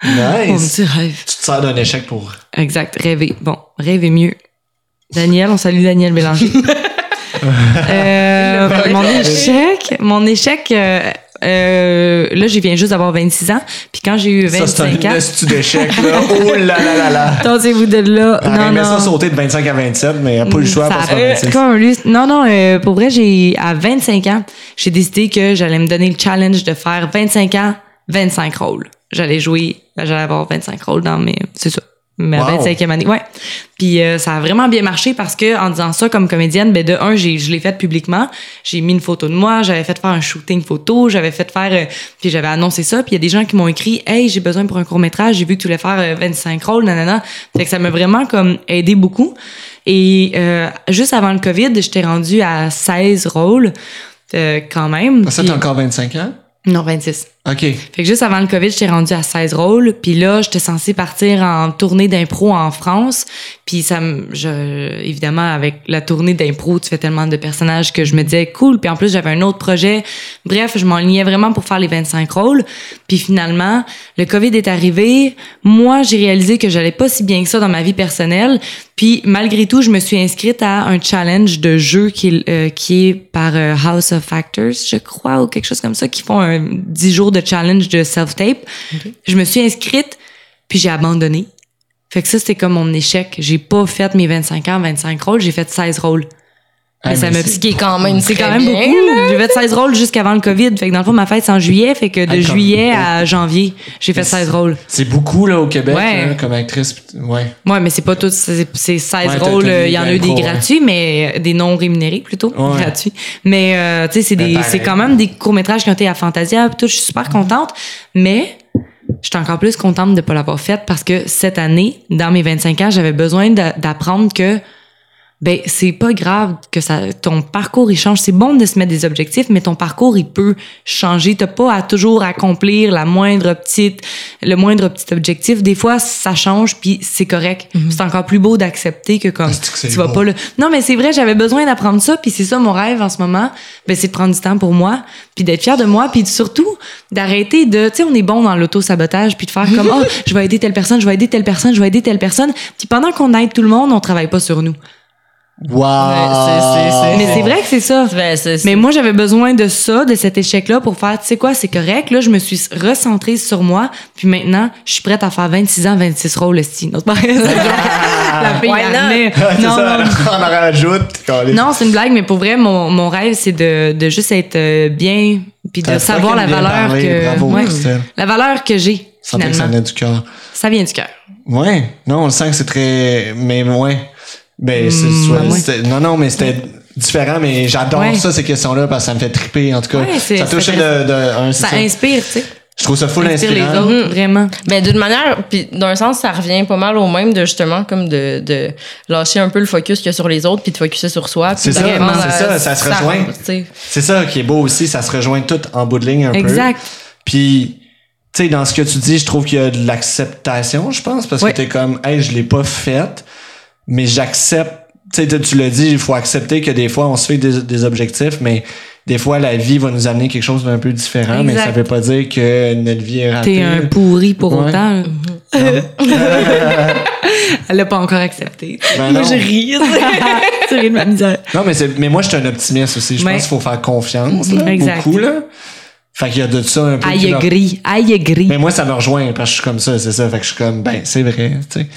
Mon
Nice.
petit rêve.
Tu te sers d'un échec pour.
Exact, rêver. Bon, rêver mieux. Daniel, on salue Daniel Bélanger. Euh, mon échec, mon échec, euh, euh, là, je viens juste d'avoir 26 ans. Puis quand j'ai eu
Ça, c'est un
25 ans,
institut d'échec, là. Oh là là là là.
attendez-vous de là.
Elle
non,
aimait ça
non. Mm,
sauter de 25 à 27, mais elle a pas eu le choix
Ça
parce
a-
qu'elle
c'est comme un lustre. Non, non, euh, pour vrai, j'ai, à 25 ans, j'ai décidé que j'allais me donner le challenge de faire 25 ans, 25 rôles. J'allais jouer, j'allais avoir 25 rôles dans mes, c'est ça. Ma
Wow.
25e année. Ouais. Puis euh, ça a vraiment bien marché parce que en disant ça comme comédienne, ben de un, j'ai, je l'ai fait publiquement. J'ai mis une photo de moi, j'avais fait faire un shooting photo, j'avais fait faire, euh, puis j'avais annoncé ça. Puis il y a des gens qui m'ont écrit, hey, j'ai besoin pour un court métrage, j'ai vu que tu voulais faire euh, 25 rôles, nanana. Fait que ça m'a vraiment comme aidé beaucoup. Et euh, juste avant le COVID, j'étais rendue à 16 rôles. euh, quand même.
Ah, Ça,
Puis-
t'as encore 25 ans?
Non, 26.
OK.
Fait que juste avant le COVID, j'étais rendue à 16 rôles. Puis là, j'étais censée partir en tournée d'impro en France. Puis ça me... Je, évidemment, avec la tournée d'impro, tu fais tellement de personnages que je me disais, cool. Puis en plus, j'avais un autre projet. Bref, je m'enlignais vraiment pour faire les 25 rôles. Puis finalement, le COVID est arrivé. Moi, j'ai réalisé que j'allais pas si bien que ça dans ma vie personnelle. Puis malgré tout, je me suis inscrite à un challenge de jeu qui, est, euh, qui est par euh, House of Factors, je crois, ou quelque chose comme ça, qui font un 10 jours de challenge de self-tape. Je me suis inscrite, puis j'ai abandonné. Fait que ça, c'était comme mon échec. J'ai pas fait mes 25 ans, 25 rôles, j'ai fait 16 rôles.
Ah,
Mais ça
mais
me
c'est-
Ce qui est quand même
c'est
Oh, très
quand même
bien,
beaucoup. J'ai fait 16 rôles jusqu'avant le COVID. Fait que dans le fond, ma fête, c'est en juillet. Fait que de
Ah, quand-
juillet à janvier, j'ai fait 16 rôles.
C'est beaucoup, là, au Québec,
Ouais.
là, comme actrice. pis- Ouais.
Ouais, mais c'est pas tout. C'est c'est 16
Ouais, t'as-
rôles.
t'as
euh,
des
Il y en a eu des
impros, ouais.
gratuits, mais euh, des non rémunérés plutôt.
Ouais.
Gratuits. Mais euh, tu sais, c'est
Mais
des-
pareil. Mm.
c'est quand même des courts-métrages qui ont été à Fantasia. pis Tout, je suis super contente. Mais je suis encore plus contente de ne pas l'avoir faite parce que cette année, dans mes 25 ans, j'avais besoin d'a- d'apprendre que ben c'est pas grave que ça ton parcours il change c'est bon de se mettre des objectifs mais ton parcours il peut changer t'as pas à toujours accomplir la moindre petite le moindre petit objectif des fois ça change puis c'est correct c'est encore plus beau d'accepter que comme
Ah, c'est que c'est
tu vas
beau.
pas le non mais c'est vrai j'avais besoin d'apprendre ça puis c'est ça mon rêve en ce moment ben c'est de prendre du temps pour moi puis d'être fier de moi puis surtout d'arrêter de tu sais on est bon dans l'auto sabotage puis de faire comme oh je vais aider telle personne je vais aider telle personne je vais aider telle personne puis pendant qu'on aide tout le monde on travaille pas sur nous
Wow!
Ouais,
mais c'est vrai que c'est ça.
Ben, c'est- c'est-
Mais moi, j'avais besoin de ça, de cet échec-là, pour faire, tu sais quoi, c'est correct. Là, je me suis recentrée sur moi. Puis maintenant, je suis prête à faire 26 ans, 26 rôles, esti. Notre père- La fille,
Why
elle
not?
venait.
C'est
Non,
ça,
non,
on en rajoute. quand les-
non, c'est une blague, mais pour vrai, mon, mon rêve, c'est de, de juste être euh, bien, puis de
T'as
savoir la
fucking bien
valeur
parlé,
que...
bravo,
ouais.
Christelle.
la valeur que j'ai,
Ça fait que ça
finalement.
venait du cœur.
Ça vient du cœur.
Ouais, non, on le sent que c'est très. Mais ouais. Ben,
Hmm,
c'est- soit-
ouais.
c'était- Non, non, mais c'était différent, mais j'adore
Ouais.
ça, ces questions-là, parce que ça me fait triper, en tout cas.
Ouais, c'est-
ça touche
c'est
de, de- un, c'est
Ça
ça.
inspire, tu sais.
Je trouve ça full
Inspire les
inspirant.
autres, vraiment.
Ben, d'une manière, puis d'un sens, ça revient pas mal au même de justement comme de, de lâcher un peu le focus qu'il y a sur les autres puis de focuser sur soi. puis
C'est ça,
d'apprendre
c'est
à-
ça, ça se rejoint.
tu sais.
C'est ça qui est beau aussi, ça se rejoint tout en bout de ligne un peu.
Exact.
Puis, tu sais, dans ce que tu dis, je trouve qu'il y a de l'acceptation, je pense, parce
Ouais.
que t'es comme, hey, je l'ai pas faite, mais j'accepte. Tu sais, tu- tu le dis, il faut accepter que des fois, on se fait des, des objectifs, mais des fois, la vie va nous amener quelque chose d'un peu différent, mais
Exact.
ça veut pas dire que notre vie est ratée.
T'es un pourri pour
Ouais.
autant.
Ah.
là. Elle l'a pas encore accepté.
Ben non.
ris. tu ris de ma misère.
Non, mais, c'est- mais moi, je suis un optimiste aussi. Je
Ouais.
pense qu'il faut faire confiance, là,
Exact.
beaucoup, là. Fait qu'il y a de ça un peu. qui
Aïe
leur-
gris, aïe gris.
Mais moi, ça me rejoint parce que je suis comme ça, c'est ça. Fait que je suis comme, ben, c'est vrai, tu sais.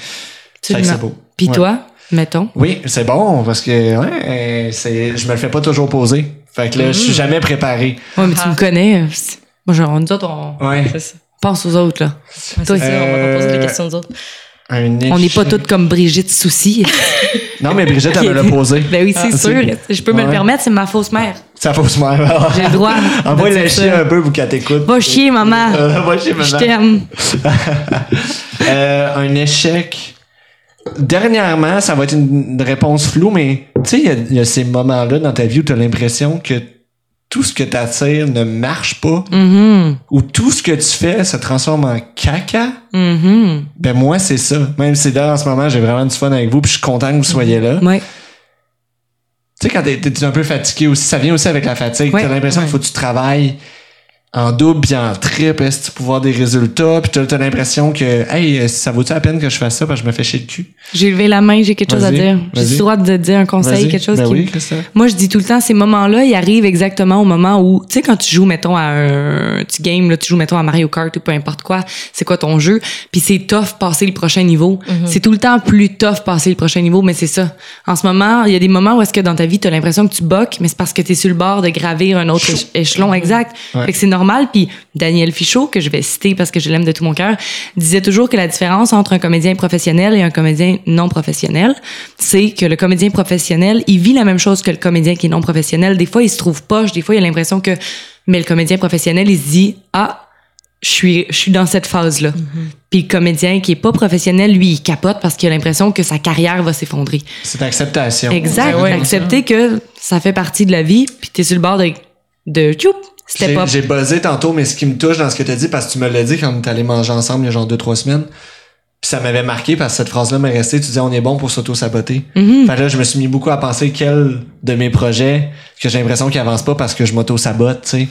Fait que c'est beau.
Puis
Ouais.
toi, mettons.
Oui, c'est bon parce que, ouais, euh, c'est, je me le fais pas toujours poser. Fait que là, je
Mm.
suis jamais préparé.
Ouais, mais tu me connais. euh, c'est- Moi, genre, nous autres, on
Ouais.
pense aux autres, là. Toi,
C'est ça, on va pas poser
Euh,
des questions aux autres.
Un
on n'est pas
échec.
toutes comme Brigitte Souci.
Non, mais Brigitte, elle me l'a posé.
ben oui, c'est
Ah,
sûr. Je peux me
Ouais.
le permettre, c'est ma fausse mère.
Ça fausse mère.
J'ai le droit.
Envoie
de
la
dire
chier
ça.
un peu pour qu'elle t'écoute.
Va chier, maman.
Euh, va chier,
Je
maman.
t'aime.
Euh, un échec. Dernièrement, ça va être une une réponse floue, mais tu sais, il y a- il y, a ces moments-là dans ta vie où tu as l'impression que tout ce que tu attires ne marche pas,
Mhm,
ou tout ce que tu fais se transforme en caca.
mhm.
Ben moi, c'est ça. Même si là, en ce moment, j'ai vraiment du fun avec vous, puis je suis content que vous soyez là.
Ouais.
Tu sais, quand t'es, t'es un peu fatigué aussi, ça vient aussi avec la fatigue.
Ouais,
T'as l'impression
ouais.
qu'il faut que tu travailles en double puis en triple est-ce pour voir des résultats. Puis t'as, t'as l'impression que, hey, euh, ça vaut-tu la peine que je fasse ça parce que je me fais chier le cul?
J'ai levé la main, j'ai quelque chose à
Vas-y,
dire. J'ai
vas-y.
le droit de dire un conseil,
Vas-y.
quelque chose
ben
qui
oui, Christophe.
Moi, je dis tout le temps, ces moments-là, ils arrivent exactement au moment où, tu sais, quand tu joues, mettons, à un petit game, là, tu joues, mettons, à Mario Kart ou peu importe quoi, c'est quoi ton jeu, puis c'est tough passer le prochain niveau. C'est tout le temps plus tough passer le prochain niveau, mais c'est ça. En ce moment, il y a des moments où est-ce que dans ta vie, t'as l'impression que tu boques, mais c'est parce que t'es sur le bord de gravir un autre éche- échelon exact.
Ouais.
Fait que c'est normal, puis Daniel Fichot, que je vais citer parce que je l'aime de tout mon cœur, disait toujours que la différence entre un comédien professionnel et un comédien non professionnel, c'est que le comédien professionnel, il vit la même chose que le comédien qui est non professionnel. Des fois, il se trouve poche, des fois, il a l'impression que... Mais le comédien professionnel, il se dit, ah, je suis, je suis dans cette phase-là.
Mm-hmm.
Puis le comédien qui est pas professionnel, lui, il capote parce qu'il a l'impression que sa carrière va s'effondrer.
C'est acceptation.
Ben Exact. Accepter que ça fait partie de la vie, puis t'es sur le bord de de Tchoup, Step
J'ai-
Up.
J'ai buzzé tantôt, mais ce qui me touche dans ce que t'as dit, parce que tu me l'as dit quand on est allé manger ensemble il y a genre deux, trois semaines, puis ça m'avait marqué parce que cette phrase-là m'est restée. Tu disais, on est bon pour s'auto-saboter.
Mhm.
Fait que là, je me suis mis beaucoup à penser quel de mes projets que j'ai l'impression qu'il avance pas parce que je m'auto-sabote, tu sais.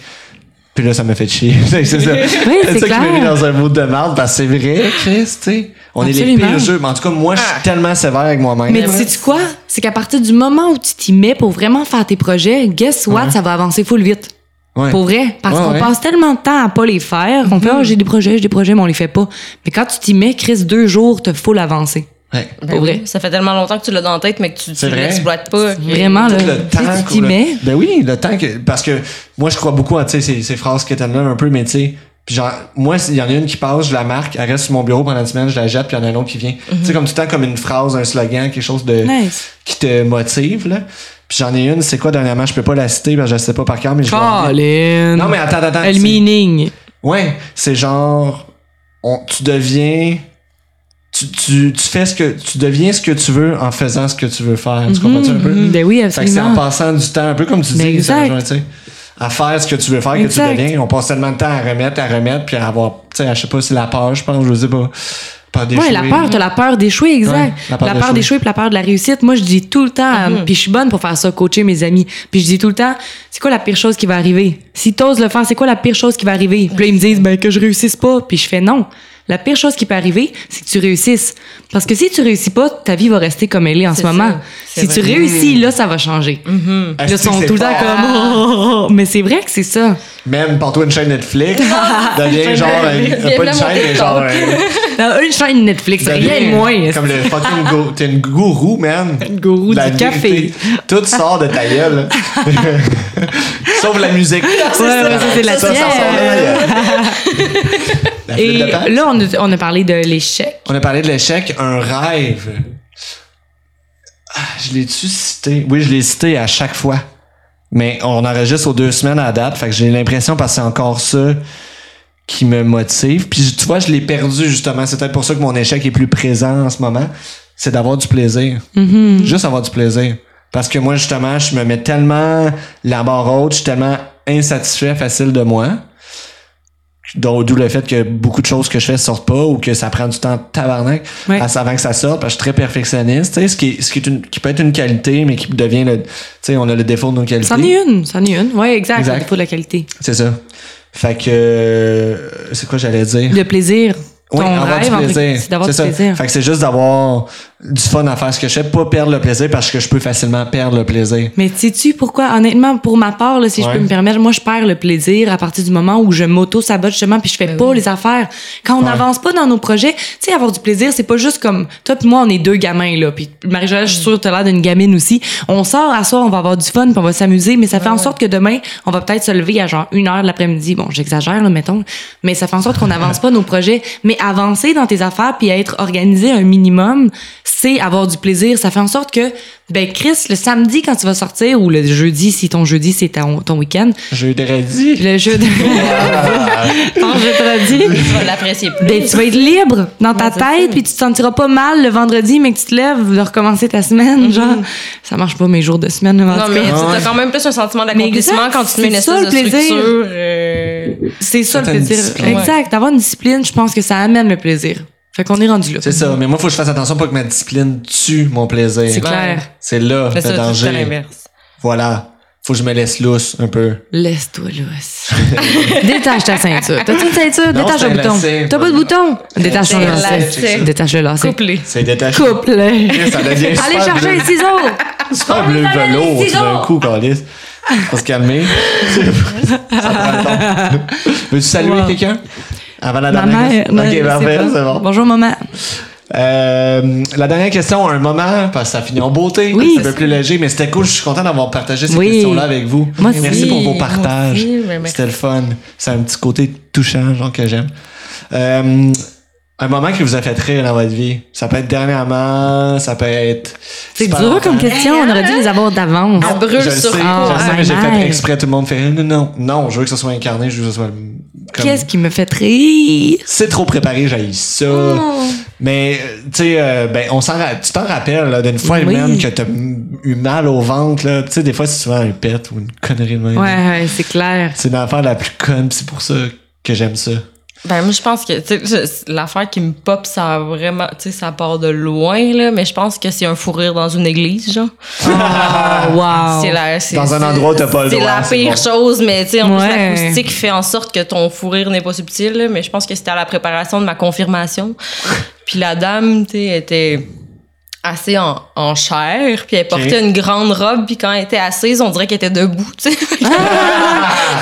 Puis là, ça m'a fait chier. c'est ça.
c'est
ça qui m'a mis
clair.
dans un mot de merde parce que c'est vrai, Chris, tu sais. On est les
Absolument.
pires jeux. Mais en tout cas, moi, je suis tellement sévère avec moi-même.
Mais sais-tu quoi? C'est qu'à partir du moment où tu t'y mets pour vraiment faire tes projets, guess what?
Ouais.
Ça va avancer full vite.
Ouais.
Pour vrai. Parce
Ouais,
qu'on
ouais.
passe tellement de temps à pas les faire. On fait, Ah, j'ai des projets, j'ai des projets, mais on les fait pas. Mais quand tu t'y mets, Chris, deux jours, t'as full avancé.
Ouais.
Ben oui, Ça fait tellement longtemps que tu l'as dans la tête, mais que tu,
C'est
tu
vrai.
l'exploites pas.
Vraiment, là.
Tout le
tu sais,
temps
tu t'y
qu'on a-
mets.
Ben oui, le temps que. Parce que moi, je crois beaucoup à tu sais, ces, ces phrases que t'aimes là un peu, mais tu sais. Puis genre, moi, s'il y en a une qui passe, je la marque, elle reste sur mon bureau pendant une semaine, je la jette, puis il y en a un autre qui vient. Tu sais, comme tout le temps, comme une phrase, un slogan, quelque chose de
Nice.
qui te motive, là. Puis j'en ai une, c'est quoi dernièrement, je peux pas la citer, parce que je la sais pas par cœur, mais je vais en venir.
Colin.
Non, mais attends, attends.
Le
c'est-
meaning.
Ouais, c'est genre, on, tu deviens, tu, tu, tu fais ce que, tu deviens ce que tu veux en faisant ce que tu veux faire. Tu comprends-tu un peu?
Ben oui,
Fait que c'est en
absolument.
passant du temps, un peu comme tu
Mais
dis, ça
exact.
rejoint, tu sais, à faire ce que tu veux faire,
Exact.
que tu deviens. On passe tellement de temps à remettre, à remettre, puis à avoir, tu sais, à- je sais pas, c'est la peur, je pense, je sais pas. Peur d'échouer.
Ouais, la peur, t'as la peur d'échouer, exact.
Ouais, la peur
la peur
d'échouer.
d'échouer puis la peur de la réussite. Moi, je dis tout le temps, euh,
Mm-hmm.
puis je suis bonne pour faire ça, coacher mes amis. Puis je dis tout le temps, c'est quoi la pire chose qui va arriver? Si t'oses le faire, c'est quoi la pire chose qui va arriver? Puis là, ils me disent, ben, que je réussisse pas. Puis je fais non. La pire chose qui peut arriver, c'est que tu réussisses. Parce que si tu réussis pas, ta vie va rester comme elle est en ce
C'est ça.
moment.
C'est
Si tu
vrai. Mm-hmm.
réussis, là, ça va changer. Puis là, ils
Est-ce que
sont
c'est
tout le temps
fort?
comme, Oh, oh, oh. mais c'est vrai que c'est ça.
Même, porte-toi une chaîne Netflix, deviens genre, un-
Viens
pas une
là, mon
chaîne, mais genre, un-
Dans une chaîne Netflix, rien de
Deviens
moins.
Comme le fucking go, t'es une gourou, man. Une
gourou du café.
Tout sort de ta gueule. Sauf la musique.
ça, ça, c'est la
ça, ça
tienne.
sort de ta gueule. La flûte
Et
de Pan.
là, on a, on a parlé de l'échec.
On a parlé de l'échec, un rêve. Ah, Je l'ai-tu cité? Oui, je l'ai cité à chaque fois. Mais on enregistre aux deux semaines à la date, fait que j'ai l'impression parce que c'est encore ça qui me motive. Puis tu vois, je l'ai perdu justement. C'est peut-être pour ça que mon échec est plus présent en ce moment. C'est d'avoir du plaisir. Juste avoir du plaisir. Parce que moi, justement, je me mets tellement la barre haute, je suis tellement insatisfait facile de moi. Donc, D'où le fait que beaucoup de choses que je fais sortent pas ou que ça prend du temps tabarnak
Ouais.
à- avant que ça sorte parce que je suis très perfectionniste, tu sais, ce qui, est- ce qui, est une, qui peut être une qualité, mais qui devient le. Tu sais, on a le défaut de nos qualités.
C'en est une, c'en est une. Oui, exact.
Exact.
Ça dépend de la qualité.
C'est ça. Fait que. euh, C'est quoi j'allais dire?
Le plaisir.
Oui,
ton
avoir
rêve, en
du
fait,
plaisir.
c'est d'avoir du
ça.
plaisir.
Fait que c'est juste d'avoir du fun à faire ce que je fais, pas perdre le plaisir parce que je peux facilement perdre le plaisir.
Mais sais-tu pourquoi, honnêtement, pour ma part, là, si
Ouais.
je peux me permettre, moi, je perds le plaisir à partir du moment où je m'auto-sabote justement puis je fais pas les affaires. Quand on
Ouais.
n'avance pas dans nos projets, tu sais, avoir du plaisir, c'est pas juste comme toi puis moi, on est deux gamins, là. Puis Marie-Joëlle, je suis sûre, t'as l'air d'une gamine aussi. On sort à soir, on va avoir du fun puis on va s'amuser, mais ça fait en sorte que demain, on va peut-être se lever à genre une heure de l'après-midi. Bon, j'exagère, là, mettons. Mais ça fait en sorte qu'on n'avance pas nos projets. Mais avancer dans tes affaires puis être organisé un minimum, c'est avoir du plaisir. Ça fait en sorte que, ben, Chris, le samedi quand tu vas sortir ou le jeudi, si ton jeudi c'est ton, ton week-end,
J'ai eu des radis.
le jeudi, ton jeudi,
Tu vas l'apprécier plus.
ben, tu vas être libre dans ta tête puis tu te sentiras pas mal le vendredi, mais que tu te lèves de recommencer ta semaine. Genre, ça marche pas mes jours de semaine, mais en
Mm-hmm. Non,
tout
mais
cas,
t'as quand même plus un sentiment
Mais
d'accomplissement
exact,
quand tu te mets une
c'est ça,
espèce de
le plaisir.
structure. euh,
c'est ça le
Certaines
plaisir.
disciplines.
Exact. Avoir une discipline, je pense que ça amène le plaisir. Fait qu'on est rendu là.
C'est ça. Mais moi, faut que je fasse attention pas que ma discipline tue mon plaisir.
C'est clair.
C'est là
Mais ça,
le
c'est à
danger.
l'inverse.
Voilà. Faut que je me laisse lousse un peu.
Laisse-toi lousse. Détache ta ceinture. T'as-tu une ceinture?
Non,
Détache
c'est
le
un
bouton.
lacet.
T'as pas de bouton? Détache ton
un
lacet.
lacet.
Détache le lacet.
Couplé.
C'est détaché.
Couple.
Ça devient
Allez
super
chercher
bleu.
les ciseaux.
Super
Oh,
bleu velours tout d'un coup, Carlis. Faut se calmer. Ça prend le temps. Veux-tu saluer
Wow.
quelqu'un? Avant la
Ma
dernière
mère.
question?
non, je sais
Ok, parfait,
pas.
c'est bon.
Bonjour, maman.
Euh, la dernière question, un moment, parce que ça finit en beauté,
Oui.
c'est un peu plus léger, mais c'était cool. Je suis content d'avoir partagé ces
Oui.
questions-là avec vous.
Moi
merci
aussi.
pour vos
Moi
partages.
aussi, mais merci.
C'était le fun. C'est un petit côté touchant, genre que j'aime. Euh, un moment qui vous a fait rire dans votre vie. Ça peut être dernièrement, ça peut être.
C'est
super
dur
longtemps.
comme question. On aurait dû les avoir d'avance.
Elle
Je le
brûle
sais,
sur
je
Ah,
le sais,
my
mais j'ai fait
mind.
exprès, tout le monde fait non, non, non, je veux que ce soit incarné, je veux que ce soit comme-
Qu'est-ce qui me fait rire?
c'est trop préparé, j'ai ça.
Oh.
Mais euh, tu sais, euh, ben on s'en ra- tu t'en rappelles là, d'une fois
Oui.
même que t'as eu mal au ventre, là. Tu sais, des fois, c'est souvent un pet ou une connerie de même.
Ouais, ouais, c'est clair.
C'est l'affaire la plus conne, pis c'est pour ça que j'aime ça.
Ben, moi, je pense que, tu sais, je- l'affaire qui me pop, ça a vraiment, tu sais, ça part de loin, là, mais je pense que c'est un fou rire dans une église, genre.
wow.
Ah, C'est la, c'est-
Ah, Dans un
c'est-
endroit où t'as pas le
C'est
droit,
la
c'est
pire
bon.
chose, mais, tu sais, en
Ouais.
plus, l'acoustique fait en sorte que ton fou rire n'est pas subtil, là, mais je pense que c'était à la préparation de ma confirmation. puis la dame, tu sais, était assez en, en chair, puis elle portait une grande robe, puis quand elle était assise, on dirait qu'elle était debout, tu sais.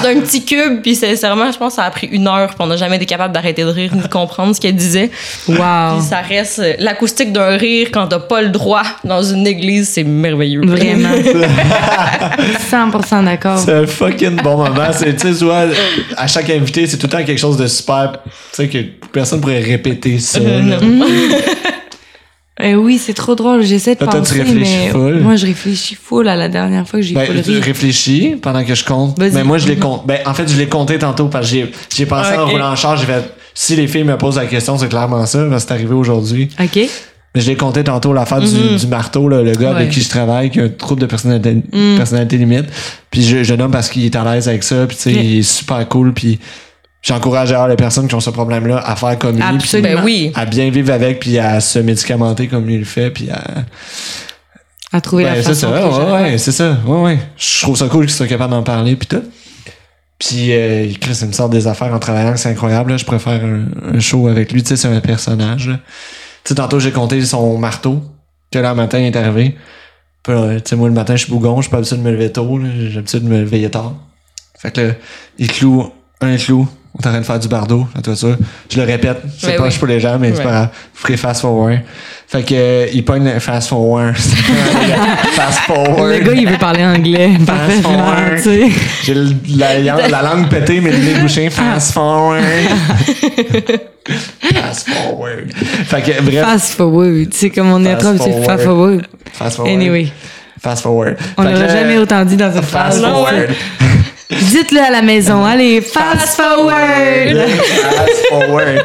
D'un petit cube, puis sincèrement, je pense que ça a pris une heure, puis on n'a jamais été capable d'arrêter de rire ni de comprendre ce qu'elle disait.
Wow.
Puis ça reste euh, l'acoustique d'un rire quand t'as pas le droit dans une église, c'est merveilleux.
Vraiment. 100% d'accord.
C'est un fucking bon moment. C'est, tu sais, souvent, à chaque invité, c'est tout le temps quelque chose de super, tu sais, que personne pourrait répéter ça. là.
Mm-hmm.
Eh oui, c'est trop drôle. J'essaie de
Là, toi, tu
penser,
réfléchis
mais
full.
moi, je réfléchis full à la dernière fois que j'ai full
Ben, tu
ri.
réfléchis pendant que je compte.
Vas-y.
Mais moi, je l'ai compté. Ben, en fait, je l'ai compté tantôt parce que j'ai, j'ai pensé en
Ok.
roulant en charge. J'ai fait, si les filles me posent la question, c'est clairement ça, parce que c'est arrivé aujourd'hui.
OK.
Mais je l'ai compté tantôt l'affaire
Mhm.
du, du marteau, là, le gars avec qui je travaille, qui a un trouble de personnalité,
Mhm.
personnalité limite. Puis je, je le nomme parce qu'il est à l'aise avec ça. Puis tu sais, il est super cool. Puis j'encourage d'ailleurs les personnes qui ont ce problème-là à faire comme lui. puis
Absolument.
Ben oui.
À bien vivre avec, puis à se médicamenter comme lui le fait, puis à.
À trouver
Ben,
la
c'est
façon.
ça,
que
ouais, ouais, c'est ça, ouais, ouais. Je trouve ça cool qu'ils soient capables d'en parler, puis tout. Puis, euh, Chris, il me sort des affaires en travaillant, que c'est incroyable, là. Je préfère un, un show avec lui, tu sais, c'est un personnage, là. Tu sais, tantôt, j'ai compté son marteau, que là, le matin, il est arrivé. Puis, là, tu sais, moi, le matin, je suis bougon, je suis pas habitué de me lever tôt, là. J'ai l'habitude de me lever tard. Fait que là, il cloue un clou. On est en train de faire du bardeau, la toiture. Je le répète, c'est
Ben
pas
oui.
pour les gens, mais c'est
Ouais.
pas grave. Vous ferez fast forward. Fait que, euh, il pogne le fast forward. fast forward.
Le gars, il veut parler anglais parfaitement,
forward.
tu sais. Ah.
J'ai le- la, la- la langue pétée, mais le nez bouché. Fast forward. fast forward. Fait que, bref.
Fast forward. Tu sais, comme on est
Fast
trop habitué de fast forward.
Fast forward.
Anyway,
Fast forward.
on
Fait que
l'aurait
là,
jamais autant dit dans une
Fast
phrase.
forward.
Dites-le à la maison. Allez, fast forward!
Fast forward.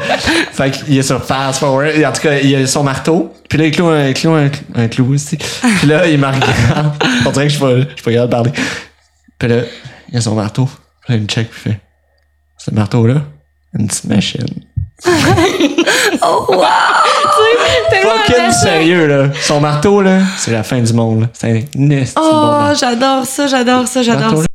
fait qu'il est sur fast forward. Et En tout cas, il a son marteau. Puis là, il cloue un, il cloue un, un clou aussi. Puis là, il me regarde. On dirait que je suis pas, je suis pas capable de parler. Puis là, il a son marteau. Puis là, il me check. Puis il fait Ce marteau-là, une petite machine. oh wow! Fucking sérieux, là. Son marteau, là, c'est la fin du monde. là. C'est un esti de bon
Oh,
marteau.
j'adore ça, j'adore ça, j'adore ça.
Marteau,